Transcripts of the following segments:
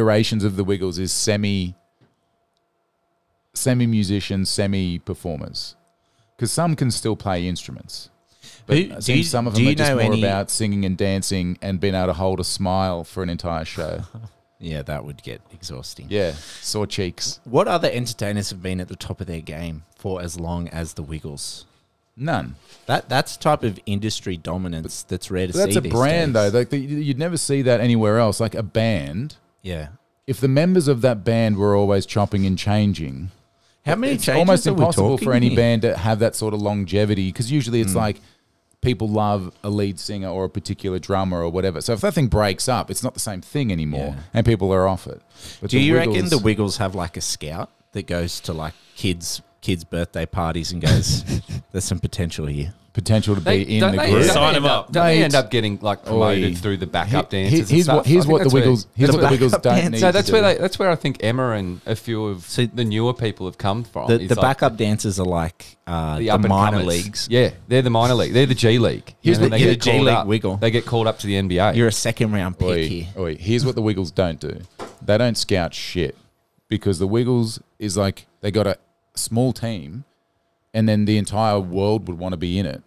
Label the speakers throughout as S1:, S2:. S1: iterations of the Wiggles is semi semi musicians, semi performers, because some can still play instruments. But
S2: Who-
S1: I
S2: do
S1: think
S2: you-
S1: some of
S2: do
S1: them are
S2: you
S1: just
S2: know
S1: more
S2: any-
S1: about singing and dancing and being able to hold a smile for an entire show.
S2: Yeah, that would get exhausting.
S1: yeah, sore cheeks.
S2: What other entertainers have been at the top of their game for as long as the Wiggles?
S1: None.
S2: That that's type of industry dominance that's rare to
S1: But that's
S2: see.
S1: a
S2: these
S1: brand
S2: days.
S1: though. Like the, you'd never see that anywhere else. Like a band.
S2: Yeah.
S1: If the members of that band were always chopping and changing,
S2: How many
S1: it's
S2: changes
S1: almost
S2: are we
S1: impossible
S2: talking
S1: for any
S2: here? Hmm.
S1: band to have that sort of longevity because usually it's like people love a lead singer or a particular drummer or whatever. So if that thing breaks up, it's not the same thing anymore,
S2: Yeah.
S1: and people are off it. But
S2: Do
S1: the
S2: you reckon
S1: Wiggles-
S2: the Wiggles have like a scout that goes to like kids kids birthday parties and goes, "There's some potential here."
S1: potential to
S3: They,
S1: be in
S3: don't
S1: the
S3: they,
S1: group?
S3: don't
S4: Sign
S3: they end
S4: them up.
S3: Don't
S1: Mate.
S3: they end up getting like promoted
S1: Oi.
S3: through the
S1: Here-
S3: backup dances?
S1: here-
S3: and
S1: here's what
S3: stuff? I
S1: here's
S3: think
S1: what the
S3: that's where-
S1: Wiggles here's
S3: that's
S1: what the
S3: where-
S1: Wiggles
S2: backup
S1: don't
S2: dances.
S1: need.
S3: No,
S1: to
S3: that's where
S1: do.
S3: they, that's where I think Emma and a few of
S2: So-
S3: the newer people have come from.
S2: The,
S3: is
S2: the
S3: like
S2: backup dancers are like uh, Oh, the,
S3: up and
S2: minor
S3: comers.
S2: leagues.
S3: Yeah, they're the minor league. They're the G League.
S2: Here's
S3: And
S2: the-
S3: they
S2: you're
S3: get
S2: the G
S3: called
S2: League
S3: up-
S2: Wiggle.
S3: They get called up to the NBA.
S2: You're a second round pick
S1: Oi,
S2: here.
S1: oi, here's what the Wiggles don't do. They don't scout shit because the Wiggles is like they got a small team, and then the entire world would want to be in it.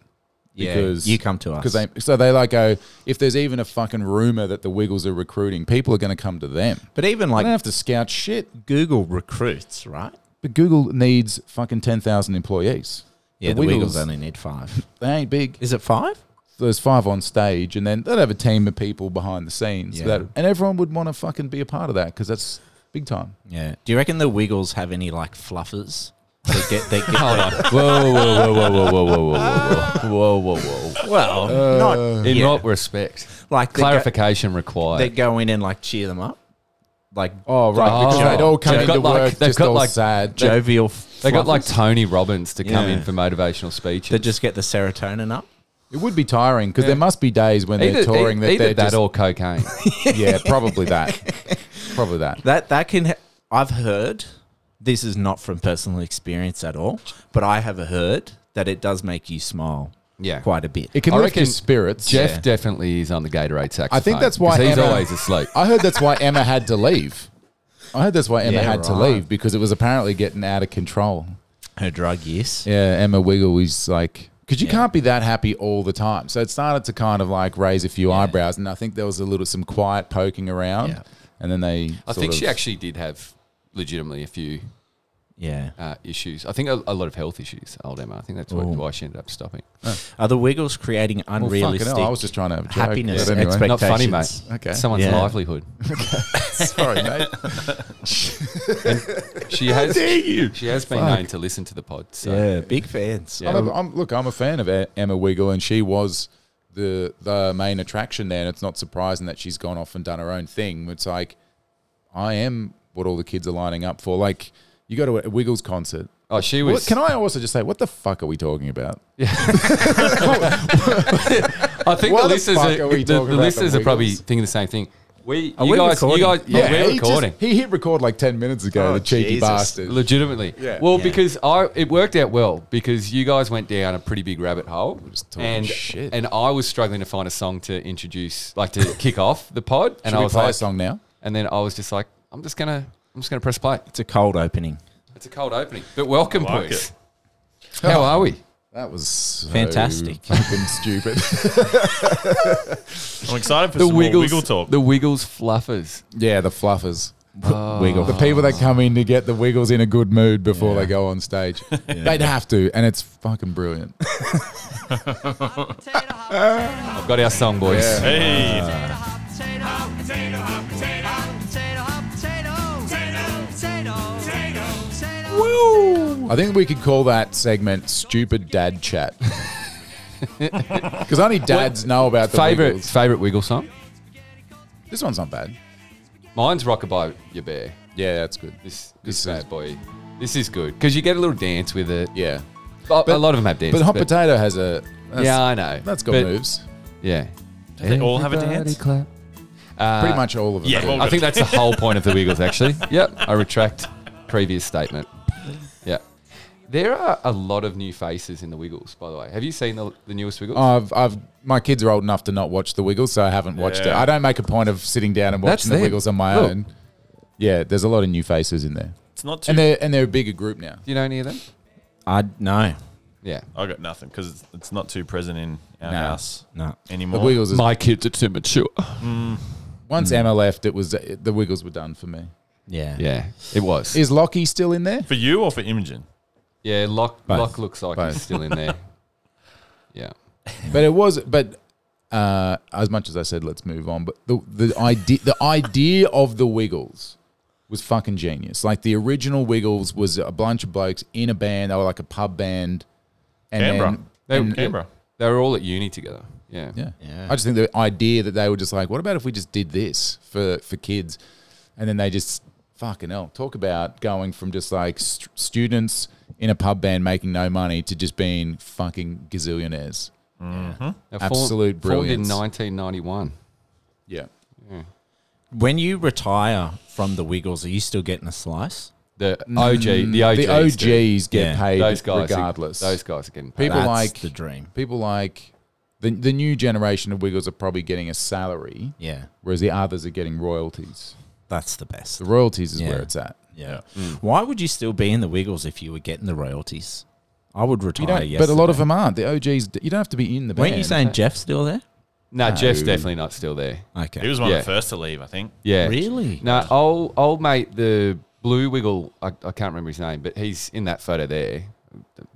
S1: Because
S2: you come to us.
S1: Because they so they like go if there's even a fucking rumor that the Wiggles are recruiting, people are going to come to them.
S2: But even
S1: I
S2: like
S1: don't have to scout shit.
S2: Google recruits, right?
S1: But Google needs fucking ten thousand employees.
S2: Yeah, the, Wiggles. only need five.
S1: they ain't big.
S2: Is it five?
S1: There's five on stage, and then they'd have a team of people behind the scenes.
S2: Yeah.
S1: That, and everyone would want to fucking be a part of that because that's big time.
S2: Yeah. Do you reckon the Wiggles have any like fluffers? They get they get their-
S3: whoa, whoa, whoa, whoa, whoa, whoa, whoa, whoa, whoa, whoa, whoa.
S2: well, not
S3: In
S2: yeah,
S3: what respect?
S2: like they go-
S3: Clarification required.
S2: They go in and like cheer them up, like
S1: Oh right,
S3: Oh.
S1: because they'd all come
S3: They've
S1: into
S3: got, like-
S1: work
S3: they've
S1: just
S3: got,
S1: all
S3: like,
S1: sad.
S2: jovial.
S3: They got like
S2: fluffers.
S3: Tony Robbins to come
S2: Yeah.
S3: in for motivational speeches.
S2: They just get the serotonin up.
S1: it would be tiring because there must be days when
S3: either,
S1: they're touring
S3: either,
S1: that
S3: either
S1: they're
S3: that
S1: just,
S3: or cocaine.
S1: yeah, probably that, probably that.
S2: That that can. Ha- I've heard. This is not from personal experience at all, but I have heard that it does make you smile
S3: yeah.
S2: quite a bit.
S1: It can
S3: I
S1: lift your
S3: reckon
S1: spirits.
S3: Jeff
S2: Yeah.
S3: definitely is on the Gatorade saxophone.
S1: I think that's why
S3: 'cause he's
S1: Emma-
S3: always asleep.
S1: I heard that's why Emma had to leave. I heard that's why Emma
S2: Yeah,
S1: had to
S2: right.
S1: leave because it was apparently getting out of control.
S2: Her drug use.
S1: Yeah, Emma Wiggle is like because you
S2: Yeah.
S1: can't be that happy all the time. So it started to kind of like raise a few eyebrows, and I think there was a little some quiet poking around,
S2: Yeah.
S1: and then they.
S3: I
S1: sort
S3: think she
S1: of-
S3: actually did have legitimately a few
S2: Yeah.
S3: uh, issues. I think a, a lot of health issues, old Emma. I think that's what,
S2: Ooh.
S3: why she ended up stopping.
S2: Are the Wiggles creating
S1: Well, fucking
S2: unrealistic?
S1: hell, I was just trying to have a joke,
S2: happiness
S1: but anyway.
S2: expectations.
S3: Not funny, mate.
S1: Okay.
S3: Someone's
S2: Yeah.
S3: livelihood.
S1: Sorry, mate.
S3: She has. She has been known to listen to the pod. So.
S2: Yeah, big fans.
S3: Yeah.
S1: I'm a, I'm, look, I'm a fan of E- Emma Wiggle, and she was the the main attraction there. And it's not surprising that she's gone off and done her own thing. It's like I am what all the kids are lining up for. Like you go to a Wiggles concert.
S3: Oh, she
S1: What-
S3: was.
S1: can I also just say, what the fuck are we talking about?
S3: I think
S1: Why the
S3: the listeners,
S1: fuck
S3: are,
S1: are we
S3: the,
S1: talking
S3: the
S1: about
S3: listeners
S1: the
S3: are probably
S1: Wiggles?
S3: thinking the same thing. We,
S2: Are
S3: you
S2: we
S3: guys,
S2: recording?
S3: you guys, yeah, we're
S1: he just-
S3: recording.
S1: he hit record like ten minutes ago.
S2: Oh,
S1: the cheeky
S2: Jesus.
S1: bastard.
S3: Legitimately,
S1: Yeah.
S3: Well,
S2: Yeah.
S3: because I it worked out well because you guys went down a pretty big rabbit hole,
S1: just talking
S3: and
S1: shit.
S3: and I was struggling to find a song to introduce, like to kick off the pod, and
S1: Should
S3: I
S1: we
S3: was
S1: play a
S3: like,
S1: song now?
S3: and then I was just like, I'm just gonna, I'm just gonna press play.
S2: It's a cold opening.
S3: It's a cold opening, but welcome,
S4: like
S3: boys. How are we?
S1: That was so
S2: Fantastic.
S1: Fucking stupid.
S4: I'm excited for some more wiggle talk.
S3: the Wiggles fluffers.
S1: yeah, the fluffers.
S2: Wiggle.
S1: The people that come in to get the Wiggles in a good mood before they go on stage. They'd have to, and it's fucking brilliant.
S3: I've got our song, boys.
S1: Yeah.
S4: hey,
S1: I think we could call that segment "Stupid Dad Chat" because only dads know about the
S3: Favorite
S1: Wiggles.
S3: favorite Wiggle song?
S1: This one's not bad.
S3: Mine's Rockabye Your Bear.
S1: Yeah, that's good.
S3: This this
S1: This is-
S3: bad boy. This is good because you get a little dance with it.
S1: Yeah,
S3: A-
S1: But-
S3: a lot of them have dance.
S1: but Hot Potato has a that's,
S3: yeah, I know.
S1: that's got
S3: But-
S1: moves.
S3: Yeah.
S4: they all have a
S3: Everybody
S4: dance?
S3: Clap. Uh,
S1: Pretty much all of them.
S4: yeah,
S1: do.
S4: well-
S3: I think that's the whole point of the Wiggles, actually. Yep, I retract previous statement. Yeah. There are a lot of new faces in the Wiggles, by the way. Have you seen the, the newest Wiggles?
S1: I've, I've, my kids are old enough to not watch the Wiggles, so I haven't watched it.
S4: Yeah.
S1: I don't make a point of sitting down and watching the
S3: them.
S1: Wiggles on my
S3: Look,
S1: own. Yeah, there's a lot of new faces in there,
S4: It's not too.
S1: and they're and they're a bigger group now.
S3: Do you know any of them?
S2: I no,
S3: Yeah.
S4: I got nothing because it's, it's not too present in our
S1: No.
S4: house
S2: no.
S1: The
S4: anymore.
S1: Wiggles is
S3: kids are too mature.
S1: once
S4: Hmm.
S1: Emma left, it was the Wiggles were done for me.
S2: Yeah.
S3: Yeah, it was.
S1: Is Lockie still in there?
S4: for you or for Imogen?
S3: Yeah, Lock
S1: Both.
S3: Lock looks like
S1: Both.
S3: he's still in there. yeah.
S1: But it was but. Uh, as much as I said, let's move on. But the the idea the idea of the Wiggles was fucking genius. Like the original Wiggles was a bunch of blokes in a band. They were like a pub band. And
S4: Canberra.
S3: They,
S1: And-
S4: Canberra.
S3: they were all at uni together. Yeah.
S1: Yeah.
S2: Yeah.
S1: I just think the idea that they were just like, what about if we just did this for, for kids? And then they just, fucking hell, talk about going from just like st- students in a pub band making no money to just being fucking gazillionaires.
S3: They
S1: Absolute
S3: formed,
S1: brilliance.
S3: Formed in 1991.
S1: Yeah.
S2: When you retire from the Wiggles, are you still getting a slice?
S3: The OG, the
S1: Mm.
S3: OGs,
S1: the
S3: OG,
S1: OGs get
S2: Yeah.
S1: paid
S3: those guys, are-
S1: regardless.
S3: those guys are getting paid.
S1: People
S2: That's
S1: like-
S2: the dream.
S1: People like the, the new generation of Wiggles are probably getting a salary,
S2: Yeah,
S1: whereas the others are getting royalties.
S2: that's the best.
S1: The royalties is
S2: Yeah. Oh,
S1: where it's at.
S2: Yeah. Mm. Why would you still be in the Wiggles if you were getting the royalties? I would
S1: You
S2: retire.
S1: don't,
S2: yesterday.
S1: but a lot of them aren't. The OGs, you don't have to be in the band.
S2: Weren't you saying Jeff's still there?
S3: No, Jeff's
S1: No.
S3: definitely not still there.
S2: Okay.
S4: He was one
S3: Yeah.
S4: of the first to leave, I think.
S3: Yeah.
S2: Really?
S3: No, old old mate, the blue wiggle. I, I can't remember his name, but he's in that photo there.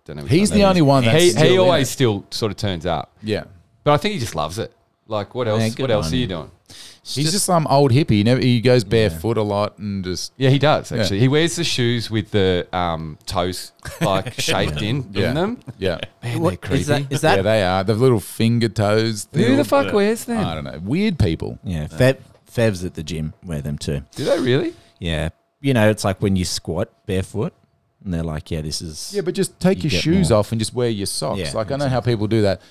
S3: Don't know. which
S1: He's
S3: one
S1: the
S3: that
S1: only one
S3: is.
S1: that's
S3: He
S1: still
S3: he
S1: in
S3: always
S1: it.
S3: still sort of turns up,
S1: Yeah.
S3: but I think he just loves it. Like what else?
S2: Yeah,
S3: what
S2: good
S3: else
S2: on
S3: are you
S2: him.
S3: doing?
S1: He's just, some old hippie. He, never, he goes barefoot a lot and just
S3: Yeah, he does actually. He wears the shoes with the um, toes like shaved in
S1: Yeah.
S3: in them.
S1: yeah,
S3: Man,
S2: What-
S3: they're
S2: is that-
S3: creepy.
S2: is that
S1: yeah. They are the little finger toes.
S3: Who the
S1: little-
S3: fuck wears them?
S1: I don't know. Weird people.
S2: Yeah, Fev, Fev's at the gym wear them too.
S3: Do they really?
S2: Yeah, you know, it's like when you squat barefoot, and they're like, "Yeah, this is."
S1: Yeah, but just take
S2: You
S1: your
S2: get
S1: shoes
S2: more.
S1: off and just wear your socks.
S2: Yeah,
S1: like I know how people do that.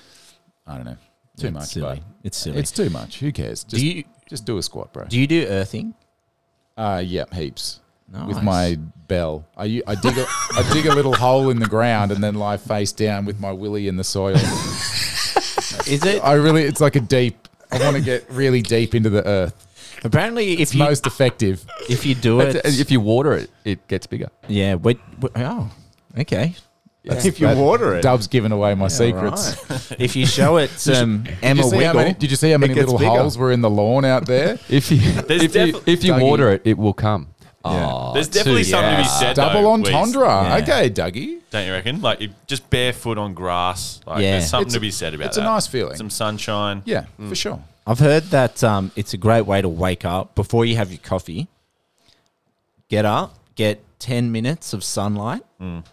S1: I don't know. Too
S2: it's
S1: much.
S2: Silly. It's
S1: But
S2: silly.
S1: it's too much. Who cares? Just,
S2: do you
S1: just do a squat, bro.
S2: do you do earthing?
S1: uh, yeah, heaps.
S2: Nice.
S1: With my bell, I, u- I dig a, I dig a little hole in the ground and then lie face down with my willy in the soil.
S2: is it
S1: I really, it's like a deep. I want to get really deep into the earth.
S2: apparently if
S1: It's
S2: you
S1: most effective.
S2: if you do it
S3: That's- if you water it, it gets bigger.
S2: yeah wait, wait- oh okay
S3: That's-
S2: if you
S1: that-
S2: water it
S1: Dub's giving away my
S2: Yeah, right.
S1: secrets.
S2: if you show it um,
S1: Did
S2: Emma
S1: you, see how
S2: Wiggle
S1: many, did you see how many
S2: gets
S1: little
S2: bigger.
S1: holes were in the lawn out there?
S3: If you
S4: There's
S3: if you,
S4: defi-
S3: if you
S1: Dougie.
S3: water it, it will come. Oh,
S4: There's definitely
S3: too-
S4: something to be
S3: yeah.
S4: said.
S1: Double
S4: though, with-
S1: entendre.
S2: Yeah.
S1: Okay, Dougie.
S4: Don't you reckon? Like you just barefoot on grass. Like
S2: Yeah.
S4: there's something
S1: It's-
S4: to be said about
S1: it's a
S4: that.
S1: nice feeling.
S4: Some sunshine.
S1: Yeah, for sure.
S2: I've heard that um, it's a great way to wake up before you have your coffee. Get up, get 10 minutes of sunlight,
S1: Mm.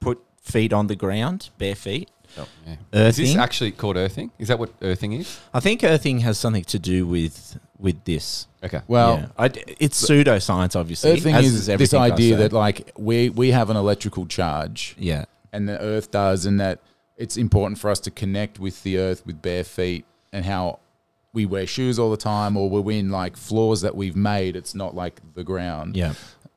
S2: put feet on the ground, bare feet.
S1: Oh,
S3: Yeah. Is
S2: Earthing.
S3: this actually called earthing? Is that what earthing is?
S2: I think earthing has something to do with with this.
S3: Okay.
S1: Well,
S2: yeah. I d it's pseudoscience, obviously.
S1: earthing
S2: as
S1: is this
S2: everything I
S1: idea
S2: say.
S1: that like we we have an electrical charge
S2: yeah,
S1: and the earth does, and that it's important for us to connect with the earth with bare feet and how we wear shoes all the time or we're in like floors that we've made. It's not like the ground.
S2: yeah.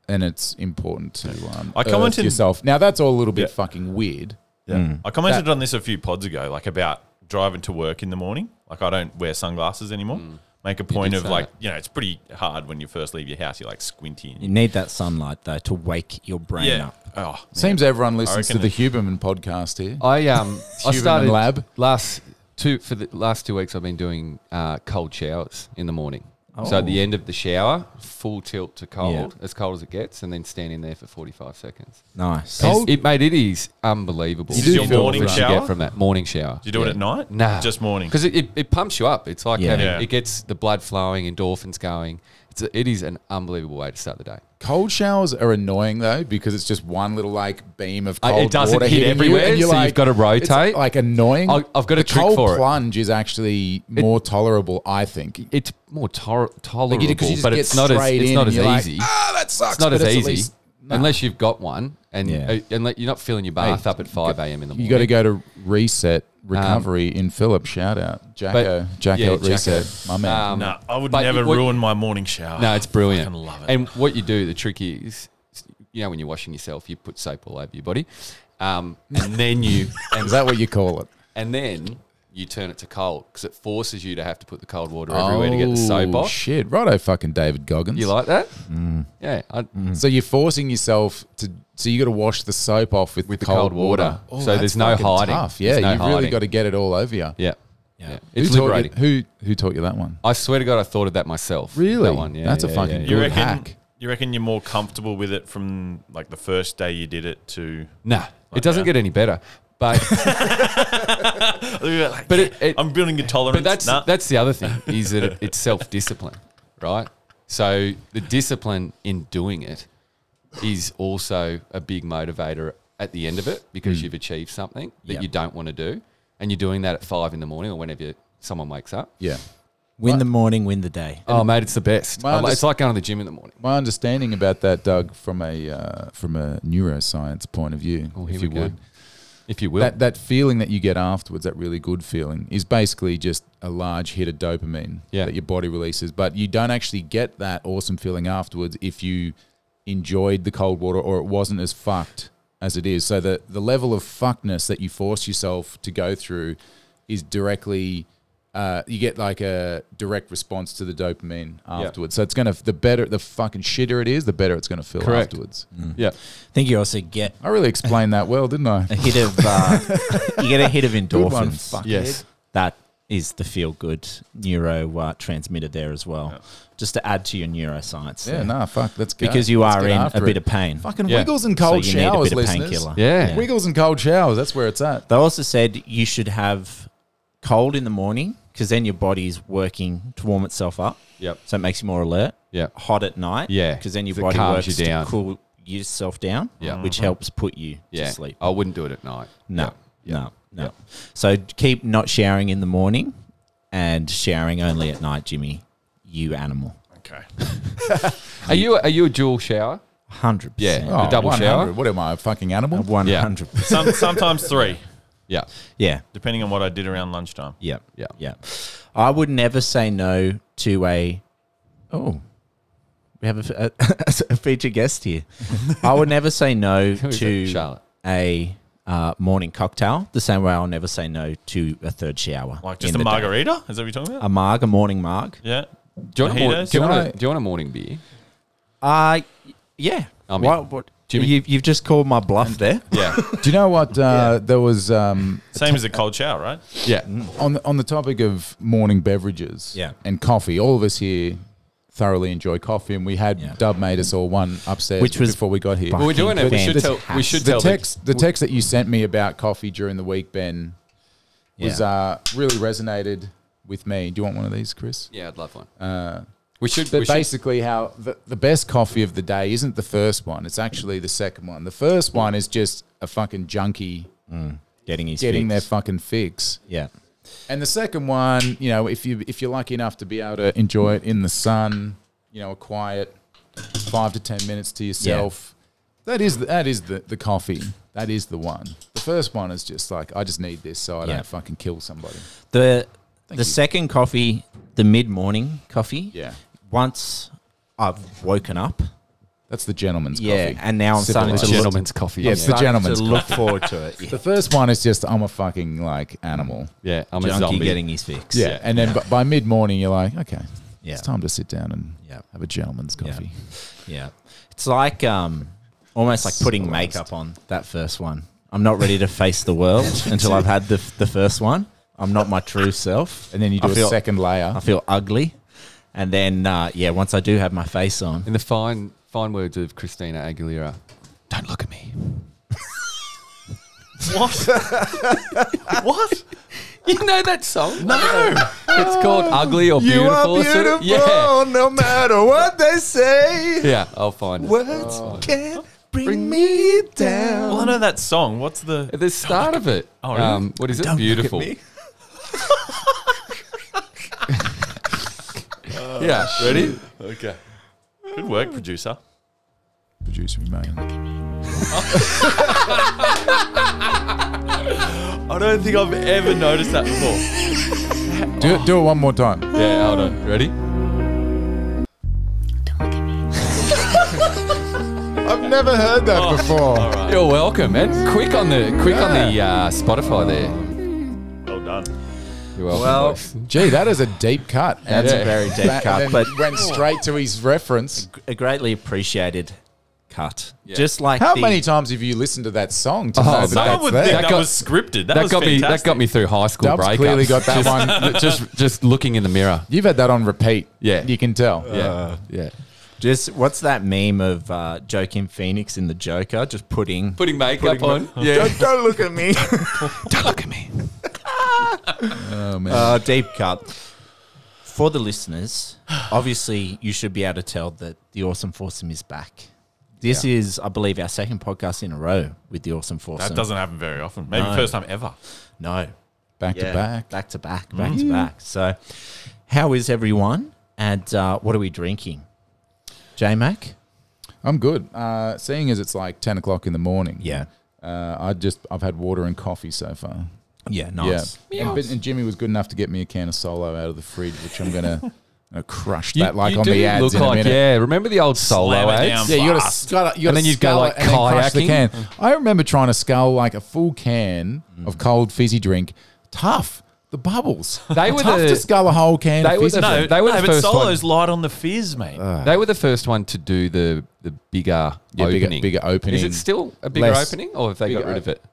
S1: And it's important to um,
S4: I commented-
S1: earth yourself. Now that's all a little bit fucking weird.
S3: Hmm.
S4: I commented on this a few pods ago, like about driving to work in the morning. Like I don't wear sunglasses anymore. Make a point
S3: Mm. did
S4: of
S3: say
S4: like,
S3: that.
S4: you know, it's pretty hard when you first leave your house. You're like squinty. And
S2: You need that sunlight, though, to wake your brain
S4: yeah.
S2: up.
S4: Oh, man.
S1: Seems everyone listens to
S4: reckon
S1: the Huberman podcast here.
S3: I um I
S1: Huberman
S3: started
S1: Lab.
S3: last two for the last two weeks. I've been doing uh, cold showers in the morning. So at the
S1: Oh.
S3: end of the shower, full tilt to cold, as cold as it gets, and then stand in there for forty five seconds.
S2: Nice.
S1: Cold-
S3: It made it is unbelievable.
S1: You
S4: Is it
S1: do
S4: your
S1: feel
S4: morning
S1: different.
S3: You
S4: shower?
S3: get from that morning shower.
S4: do you do it at night?
S3: Nah.
S4: Just morning.
S3: Because it, it, it pumps you up. It's like
S2: Yeah.
S3: having,
S4: Yeah.
S3: it gets the blood flowing, endorphins going. It's a, it is an unbelievable way to start the day.
S1: Cold showers are annoying though because it's just one little like beam of
S3: Uh, it
S1: cold
S3: doesn't
S1: water
S3: hit
S1: hitting
S3: everywhere,
S1: you, and you're
S3: so you've
S1: like,
S3: gotta
S1: it's,
S3: rotate.
S1: like annoying.
S3: I'll- I've got a
S1: the
S3: trick
S1: cold
S3: for it.
S1: plunge is actually more tolerable, I think.
S3: It's more tor- tolerable,
S1: 'cause you just
S3: but
S1: get
S3: it's not as
S1: straight
S3: it's
S1: in
S3: not
S1: and
S3: as
S1: you're like,
S3: easy.
S1: Ah, that sucks.
S3: it's not
S1: but
S3: as
S1: at
S3: easy
S1: least- nah.
S3: unless you've got one, and
S2: Yeah.
S3: uh, unless you're not filling your bath up at five a.m. in the morning.
S1: you got to go to reset recovery in Philip. Shout out, Jacko, Jacko
S3: yeah,
S1: at reset,
S3: Jacko.
S1: my man.
S3: Um,
S4: Nah, I would
S3: but
S4: never
S3: you- what-
S4: ruin my morning shower.
S3: No, it's brilliant.
S4: I love it.
S3: And what you do, the trick is, you know, when you're washing yourself, you put soap all over your body, um, and then you and
S1: is that what you call it?
S3: and then you turn it to cold because it forces you to have to put the cold water everywhere to get the soap
S1: Oh,
S3: off.
S1: Shit, righto, fucking David Goggins.
S3: You like that? Yeah, I,
S1: So you're forcing yourself to. So you got to wash the soap off with,
S3: with the cold, water.
S1: Oh,
S3: so
S1: that's
S3: there's no
S1: fucking
S3: hiding.
S1: Tough. Yeah,
S3: There's no
S1: you've really
S3: hiding.
S1: got to get it all over you.
S3: Yeah.
S2: Yeah.
S3: yeah,
S1: Who
S3: It's
S1: taught you-
S3: liberating.
S1: Who who taught you that one?
S3: I swear to God, I thought of that myself.
S1: Really?
S3: that one. Yeah,
S1: That's a
S3: yeah,
S1: fucking
S3: yeah,
S4: You
S1: Good
S3: yeah.
S4: reckon?
S1: hack.
S4: You reckon you're more comfortable with it from like the first day you did it to?
S3: Nah, it doesn't
S4: yeah.
S3: get any better. But
S4: Like,
S3: But it- it-
S4: I'm building a tolerance.
S3: But that's
S4: Nah.
S3: that's the other thing is that it, it's self discipline, right? So the discipline in doing it is also a big motivator at the end of it because you've achieved something that
S2: Yeah.
S3: you don't want to do, and you're doing that at five in the morning or whenever someone wakes up.
S1: Yeah.
S2: Win the morning, win the day.
S3: Oh, mate, it's the best.
S1: My
S3: I like-
S1: underst-
S3: it's like going to the gym in the morning.
S1: My understanding about that, Doug, from a uh, from a neuroscience point of view,
S3: Oh, here
S1: if
S3: we
S1: you
S3: go.
S1: would,
S3: If you will,
S1: that that feeling that you get afterwards, that really good feeling, is basically just a large hit of dopamine
S3: Yeah.
S1: that your body releases. But you don't actually get that awesome feeling afterwards if you enjoyed the cold water or it wasn't as fucked as it is. So the the level of fuckness that you force yourself to go through is directly. Uh, you get like a direct response to the dopamine afterwards, so it's gonna the better the fucking shitter it is, the better it's gonna feel
S3: Correct.
S1: afterwards.
S3: yeah,
S2: I think you also get
S1: I really explained that well, didn't I?
S2: a hit of uh, you get a hit of
S1: Good one,
S2: endorphins.
S1: fuck.
S3: yes,
S2: That is the feel good neuro uh, transmitter there as well. Just to add to your neuroscience.
S1: Yeah,
S2: there.
S1: nah, fuck. Let's go.
S2: because you
S1: Let's
S2: are
S1: get
S2: in a
S1: after it.
S2: bit of pain.
S1: Fucking
S3: Yeah.
S1: wiggles and cold
S2: so you
S1: showers,
S2: need a bit of
S1: listeners.
S2: painkiller.
S3: Yeah.
S1: Wiggles and cold showers. That's where it's at.
S2: They also said you should have cold in the morning because then your body's working to warm itself up,
S3: yep,
S2: so it makes you more alert.
S3: yep,
S2: Hot at night,
S3: Yeah,
S2: because then your
S3: 'cause
S2: body
S3: it calms
S2: works
S3: you down.
S2: to cool yourself down,
S3: Yeah.
S2: which helps put you
S3: yeah.
S2: to sleep.
S3: I wouldn't do it at night.
S2: No,
S3: Yeah.
S2: no, no. So keep not showering in the morning and showering only at night, Jimmy. You animal,
S4: okay.
S3: Are you are you a dual shower?
S2: hundred
S3: Yeah. The double shower?
S1: 100. Oh, What am I, a fucking animal?
S2: one hundred percent.
S4: Some, sometimes three,
S3: Yeah,
S2: Yeah,
S4: depending on what I did around lunchtime.
S2: yeah,
S3: yeah,
S2: yeah. I would never say no to a. Oh, we have a, a, a feature guest here. I would never say no
S3: Who is
S2: to
S3: it? Charlotte.
S2: a uh, morning cocktail. The same way I'll never say no to a third shower,
S4: Like just
S2: in
S4: a
S2: the day. Um,
S4: margarita? Is that what you're talking about?
S2: a marg, a morning marg.
S4: yeah.
S3: Do you, want a, mor-
S4: Mojitos?
S3: do, you want
S1: Can I-
S3: a, do you want a morning beer?
S2: Uh yeah.
S3: I'm in.
S2: what, what,
S3: Jimmy?
S2: You, you've just called my bluff there.
S3: Yeah,
S1: Do you know what? Uh, There was um,
S4: Same as a cold shower, right?
S3: yeah.
S1: on the, on the topic of morning beverages
S2: Yeah.
S1: and coffee. All of us here thoroughly enjoy coffee, and we had
S2: Yeah.
S1: Dub made us all one upstairs,
S2: Which was
S1: before we got here.
S3: Well, we're doing it. We should tell.
S2: Fantastic.
S3: We should
S1: the
S3: tell.
S1: text the text that you sent me about coffee during the week, Ben, was
S2: Yeah.
S1: uh, really resonated with me. Do you want one of these, Chris?
S3: yeah, I'd love one. we should.
S1: But
S3: We should
S1: basically, how the, the best coffee of the day isn't the first one; it's actually the second one. The first one is just a fucking junkie
S2: Getting his
S1: getting their
S2: fix.
S1: fucking fix,
S2: Yeah.
S1: and the second one, you know, if you if you're lucky enough to be able to enjoy it in the sun, you know, a quiet five to ten minutes to yourself, that is the, that is the the coffee. That is the one. The first one is just like I just need this so I
S2: Yeah.
S1: don't fucking kill somebody.
S2: The the
S1: you.
S2: second coffee, the mid morning coffee.
S1: Yeah.
S2: Once I've woken up.
S1: That's the gentleman's
S2: yeah.
S1: coffee.
S2: And now I'm
S1: Sip on
S2: starting
S1: it.
S2: to look,
S3: gentleman's coffee.
S1: Yeah, it's the
S2: starting
S1: gentleman's
S2: to look forward to it.
S1: The first one is just I'm a fucking like animal.
S3: yeah. I'm a
S2: Junkie
S3: zombie.
S2: getting his fix.
S1: Yeah, and then b- by mid morning you're like, okay,
S2: Yeah.
S1: it's time to sit down and
S2: Yeah.
S1: have a gentleman's coffee.
S2: Yeah. It's like um almost like putting
S1: Civilized.
S2: makeup on that first one. I'm not ready to face the world until I've had the the first one. I'm not my true self.
S1: And then you do
S2: I
S1: a
S2: feel-
S1: second layer.
S2: I feel ugly. And then, uh, yeah, once I do have my face on,
S3: In the fine, fine words of Christina Aguilera, "Don't look at me."
S4: What? what?
S3: You know that song? No. it's called "Ugly or Beautiful." or something. Yeah.
S1: no matter what they say.
S3: Yeah. I'll find it.
S1: Words can't bring me
S4: Well, I
S1: down.
S4: know that song. What's the?
S3: At the start of it.
S4: Oh, really?
S3: um, what is it? beautiful. yeah. Ready?
S4: Okay. Good work, producer.
S1: Producer, mate.
S4: I don't think I've ever noticed that before.
S1: Do it, do it one more time.
S3: Yeah. Hold on. Ready?
S1: I've never heard that before.
S3: You're welcome, man. Quick on the quick on the uh, Spotify there.
S4: Well done.
S3: You're welcome,
S2: Well-
S3: boys.
S1: Gee, that is a deep cut.
S2: That's
S3: Yeah.
S2: a very deep
S1: That-
S2: cut,
S1: then
S2: but
S1: went straight to his reference.
S2: a greatly appreciated cut.
S3: Yeah.
S2: Just like
S1: How
S2: the-
S1: many times have you listened to that song to
S3: Oh,
S1: know that
S3: someone
S1: that's
S4: Someone would
S1: there?
S4: think that,
S3: That got-
S4: was scripted. That,
S3: that
S4: was
S3: got me.
S4: fantastic.
S3: That got me through high school
S1: Dubs
S3: breakups.
S1: clearly got that
S3: just,
S1: one.
S3: just, just looking in the mirror.
S1: You've had that on repeat.
S3: Yeah.
S1: You can tell.
S3: Yeah, yeah.
S2: Just what's that meme of uh, Joaquin Phoenix in the Joker? Just putting.
S3: Putting makeup on. yeah.
S2: Don't, don't look at me.
S3: Don't look at me.
S1: Oh, man.
S2: uh, deep cut. For the listeners, obviously, you should be able to tell that the Awesome Foursome is back. This is, I believe, our second podcast in a row with the Awesome Foursome.
S4: That doesn't happen very often. Maybe first time ever.
S2: No.
S1: back to back.
S2: Back to back. Mm-hmm. Back to back. So, how is everyone? And uh, what are we drinking? J Mac?
S1: I'm good. Uh, seeing as it's like 10 o'clock in the morning. Uh, I just, I've had water and coffee so far.
S2: Yeah, nice.
S1: Yeah. And, but- and Jimmy was good enough to get me a can of Solo out of the fridge, which I'm going to crush that like on the ads in a minute.
S3: yeah. Remember the old
S4: Slam
S3: solo
S4: it
S3: ads?
S4: down.
S1: Yeah, you gotta,
S4: Fast.
S1: gotta, you gotta
S3: And then you'd go,
S1: scull
S3: like,
S1: it and then crush the
S3: kayaking. Mm.
S1: can. I remember trying to scull like a full can of cold fizzy drink. Tough. The bubbles.
S3: They were
S1: tough
S3: the-
S1: to scull a whole can.
S3: they
S1: of
S3: were
S1: fizzy
S3: the-
S1: drink.
S4: No,
S3: They were
S4: no,
S3: the
S4: but
S3: first Ah.
S4: Solo's light on the fizz, mate.
S3: They were the first one to do the the bigger
S1: Yeah, bigger-
S3: opening.
S1: bigger opening.
S3: Is it still a bigger
S1: Less-
S3: opening, or have they got
S1: bigger
S3: rid of it?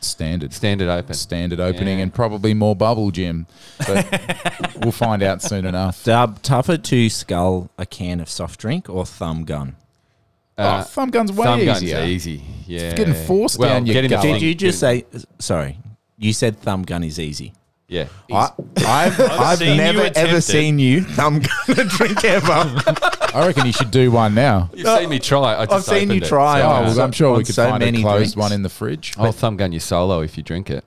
S1: standard.
S3: Standard open.
S1: Standard opening
S3: Yeah.
S1: and probably more bubble, Jim. But we'll find out soon enough.
S2: Dub, tougher to scull a can of soft drink or thumb gun?
S1: Oh,
S3: Uh,
S1: thumb gun's way
S3: thumb gun's
S1: easier.
S3: easy. Yeah,
S1: getting forced down your
S3: getting the
S1: gut.
S3: thing-
S1: Did
S2: Did you just say, sorry, you said thumb gun is easy.
S3: Yeah.
S1: I, I've,
S4: I've
S1: I've
S4: seen
S1: never.
S4: you attempt it.
S2: you thumb gun a drink ever.
S1: I reckon you should do one now.
S3: You've seen me try. it. I
S2: I've
S3: just
S2: seen you
S3: opened it.
S2: try.
S1: Oh,
S2: on
S1: well,
S2: so-
S1: I'm sure
S2: on
S1: we could
S2: so
S1: find a
S2: many
S1: closed
S2: drinks.
S1: one in the fridge.
S3: I'll thumb gun your solo if you drink it.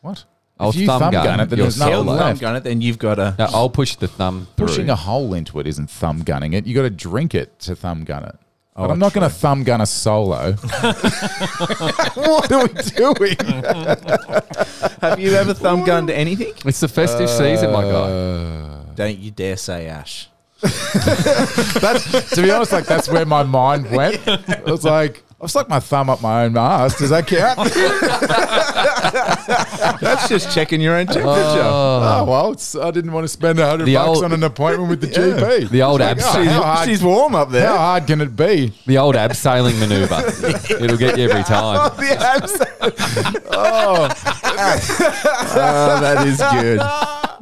S1: what?
S3: I'll
S1: if you
S3: thumb
S1: thumb
S3: gun
S1: gun, it, then
S3: your
S1: there's nothing
S3: solo.
S2: Thumb
S1: left.
S2: gun it, then you've got a.
S3: No, I'll push the thumb through.
S1: Pushing a hole into it isn't thumb gunning it. You got to drink it to thumb gun it.
S3: Oh,
S1: but I'm not going to thumb gun a solo. what are we doing?
S2: Have you ever thumb gunned anything?
S3: it's the festive season,
S1: Uh,
S3: my guy.
S2: Don't you dare say Ash.
S1: That's, to be honest, like that's where my mind went. It was like I've stuck my thumb up my own ass. Does that count?
S2: That's just checking your own temperature.
S1: Oh well, it's, I didn't want to spend a hundred
S3: The
S1: bucks
S3: old-
S1: on an appointment with the GP.
S3: The old
S1: It's like, oh,
S3: abseiling,
S1: how, hard,
S2: warm up
S1: how hard can it be?
S3: the old abseiling maneuver. It'll get you every time.
S1: Oh. Ah,
S2: Oh, that is good.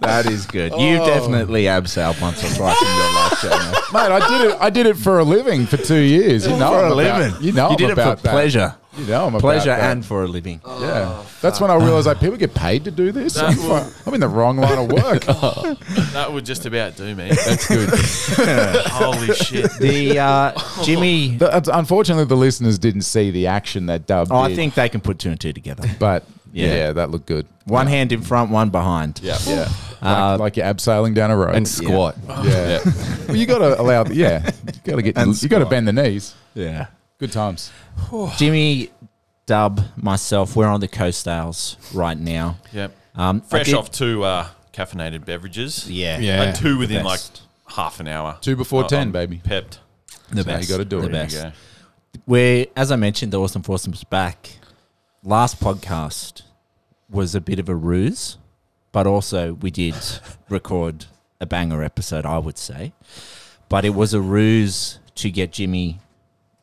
S2: That is good. You've definitely abseiled once or twice in your life, Jamie.
S1: Mate, I did it. I did it for a living for two years. You know,
S2: for
S1: I'm
S2: a
S1: about-
S2: living.
S1: You know,
S2: you
S1: I'm
S2: did it for
S1: about that.
S2: pleasure.
S1: You know, I'm about
S2: Pleasure
S1: that.
S2: and for a living.
S3: Oh,
S1: yeah. That's when I realised like people get paid to do this. I'm, I'm in the wrong line of work.
S3: Oh.
S4: That would just about do, man.
S3: That's good.
S4: Holy shit.
S2: The uh, Jimmy.
S1: The- uh, unfortunately, the listeners didn't see the action that Dub.
S2: Oh, I
S1: did,
S2: think they can put two and two together.
S1: but
S2: Yeah.
S1: yeah. that looked good.
S2: One hand in front, one behind.
S3: Yeah. Uh,
S1: Yeah, like, like you're abseiling down a road.
S3: And squat.
S1: yeah, well, you got to allow. Yeah, you got to get.
S2: And
S1: you got to
S2: squat.
S1: bend the knees.
S2: Yeah.
S1: Good times.
S2: Jimmy, Dub, myself, we're on the Coast Ales right now.
S4: Yep.
S2: Um, I
S4: Fresh
S2: did-
S4: off two uh, caffeinated beverages.
S2: Yeah.
S1: Yeah.
S4: Like two within like
S2: Best.
S4: half an hour.
S1: Two before
S4: I-
S1: 10,
S4: I'm
S1: baby.
S4: Pepped.
S2: The
S1: how you
S2: best.
S1: gotta do
S2: the
S1: it.
S4: There you
S2: Best.
S4: go.
S2: We're, as I mentioned, the Awesome Foursome's back. Last podcast was a bit of a ruse, but also we did record a banger episode, I would say. But it was a ruse to get Jimmy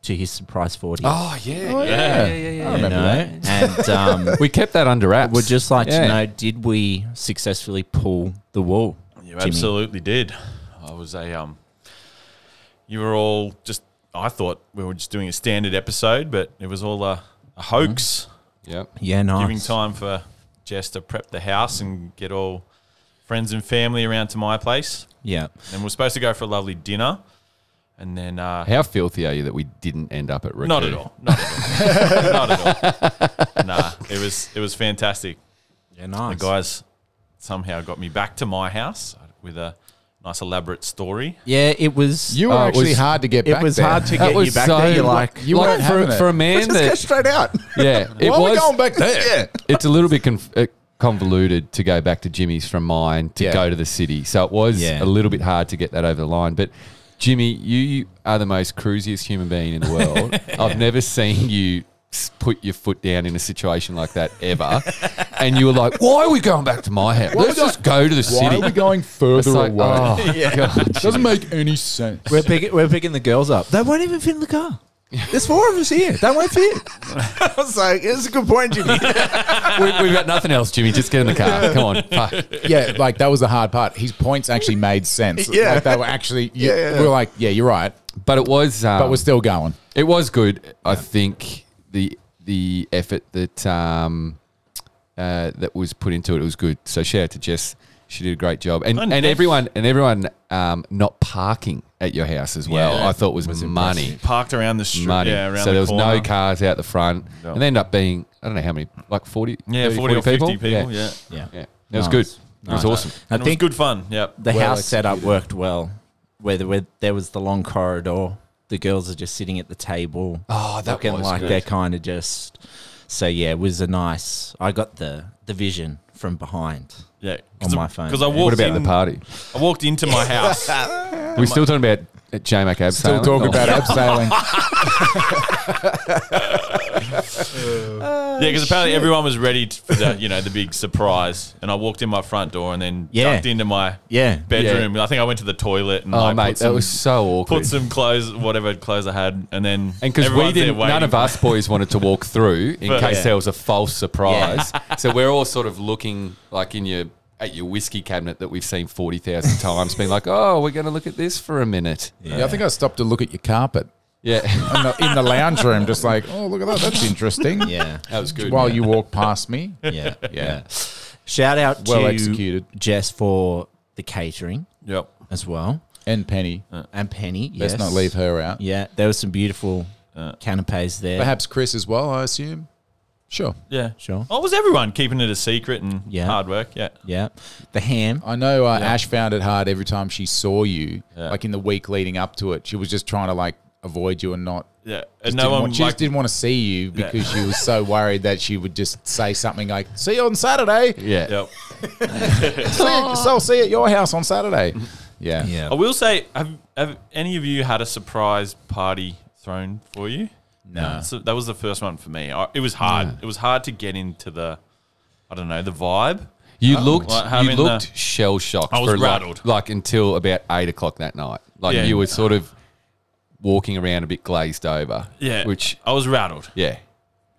S2: to his surprise 40.
S3: Oh yeah.
S1: yeah. I
S2: you
S1: remember that.
S2: know? And um,
S3: We kept that under wraps.
S2: Would just like
S3: Yeah.
S2: to know, did we successfully pull the wall?
S4: You
S2: Jimmy?
S4: absolutely did. I was a um. You were all just. I thought we were just doing a standard episode, but it was all a, a hoax,
S3: Yep.
S2: Yeah, Mm-hmm. nice.
S4: giving time for Jess to prep the house and get all friends and family around to my place.
S2: Yeah.
S4: And we are supposed to go for a lovely dinner, and then uh,
S3: How filthy are you that we didn't end up at Riku?
S4: not at all, not at all, not at all. Nah, it was it was fantastic.
S2: Yeah, nice.
S4: The guys somehow got me back to my house with a nice elaborate story.
S2: yeah, it was. uh,
S1: You were
S3: Oh, it
S1: actually
S3: was-
S1: hard to get
S2: it
S1: back
S2: was
S1: there.
S2: hard to
S3: That
S2: get
S3: was
S2: you back
S3: so
S2: there. You're like,
S3: like,
S1: You
S3: like
S1: weren't
S3: for,
S1: having it.
S3: for a man that
S2: straight out.
S3: yeah, it
S1: Why are we
S3: was
S1: going back there?
S3: it's a little bit conf- uh, convoluted to go back to Jimmy's from mine to
S1: Yeah.
S3: go to the city. So it was
S2: Yeah.
S3: a little bit hard to get that over the line. But Jimmy, you are the most cruisiest human being in the world. I've never seen you s- put your foot down in a situation like that ever. and you were like, why are we going back to my house? Let's just go to the
S1: Why
S3: city.
S1: are we going
S3: It's
S1: further
S3: like,
S1: away?
S3: oh, God.
S1: Doesn't make any sense.
S2: We're picking, we're picking the girls up. They won't even fit in the car. There's four of us here. They won't fit. I was like, it's a good point, Jimmy.
S3: we, we've got nothing else, Jimmy. Just get in the car. Come on. Fuck.
S1: yeah, like that was the hard part. His points actually made sense.
S2: Yeah.
S1: like, they were actually. You,
S2: Yeah, yeah.
S1: we were like, yeah, you're right,
S3: But it was. Um,
S1: but we're still going.
S3: It was good. I think the the effort that um, uh, that was put into it was good. So shout out to Jess. She did a great job, and
S4: And-
S3: and, everyone and everyone um, not parking at your house as well. I thought was, money,
S4: Parked around the street.
S3: money.
S4: Yeah, around
S3: so
S4: the
S3: there was
S4: corner.
S3: no cars out the front,
S4: No.
S3: and they ended up being I don't know how many, like 40,
S4: Yeah,
S3: 30,
S4: 40, or 50 people.
S3: yeah,
S4: yeah.
S2: Yeah.
S3: Yeah. It was good.
S2: Nice.
S3: It was
S2: Nice.
S3: awesome.
S2: I
S4: And it was
S2: think
S4: good fun. Yeah.
S2: the
S1: Well
S2: house setup worked well. Where, the, where there was the long corridor, the girls are just sitting at the table.
S3: Oh, that
S2: looking
S3: was
S2: like
S3: good.
S2: they're kind of just. So yeah, it was a nice. I got the the vision from behind.
S4: Yeah.
S2: On my phone.
S4: Because I
S2: What
S3: What
S4: walked
S3: about the
S4: in,
S3: party?
S4: I walked into my house.
S3: We're still talking about uh, J-Mac abs.
S1: Still talking about
S3: Oh,
S1: abseiling.
S4: Yeah, because apparently everyone was ready t- for the you know the big surprise, and I walked in my front door and then
S2: Yeah.
S4: ducked into my
S2: Yeah.
S4: bedroom. I think I went to the toilet and
S3: Oh,
S4: I
S3: mate,
S4: put some,
S3: that was so awkward.
S4: put some clothes, whatever clothes I had, and then
S3: And because we
S4: everyone's there
S3: didn't, none
S4: waiting.
S3: of us boys wanted to walk through in
S4: But-
S3: case
S4: Yeah.
S3: there was a false surprise. so we're all sort of looking like in your at your whiskey cabinet that we've seen forty thousand times, being like, "Oh, we're going to look at this for a minute."
S1: yeah, I think I stopped to look at your carpet
S3: Yeah,
S1: in the, in the lounge room, just like, oh, look at that. That's interesting.
S2: Yeah.
S3: that was good.
S1: While
S3: man.
S1: you walk past me,
S2: yeah, yeah. Shout out
S1: Well
S2: to
S1: executed.
S2: Jess for the catering
S4: Yep.
S2: as well,
S1: and Penny,
S3: Uh,
S2: and Penny.
S1: let's
S2: yes.
S1: not leave her out.
S2: Yeah, there was some beautiful canapes there.
S1: Perhaps Chris as well, I assume. Sure.
S4: Yeah.
S2: Sure.
S4: Oh, was everyone keeping it a secret and
S2: Yeah.
S4: hard work? Yeah.
S2: Yeah, the ham.
S1: I know uh, Ash found it hard every time she saw you, like in the week leading up to it. She was just trying to like avoid you and not
S4: Yeah.
S1: Just
S4: And no
S1: didn't
S4: one
S1: want- she
S4: like,
S1: just didn't want to see you because she was so worried that she would just say something like "See you on Saturday."
S3: yeah,
S4: Yep.
S1: See you- so I'll see you at your house on Saturday. Yeah,
S2: Yeah.
S4: I will say, have, have any of you had a surprise party thrown for you?
S1: No.
S4: So that was the first one for me. I, it was hard. It was hard to get into the, I don't know, the vibe.
S3: you looked
S4: Uh, like
S3: you
S4: having
S3: looked
S4: the-
S3: shell shocked.
S4: I was
S3: for like-
S4: rattled.
S3: like, until about eight o'clock that night. Like
S4: Yeah.
S3: you were sort of walking around a bit glazed over.
S4: Yeah.
S3: which
S4: I was rattled.
S3: yeah,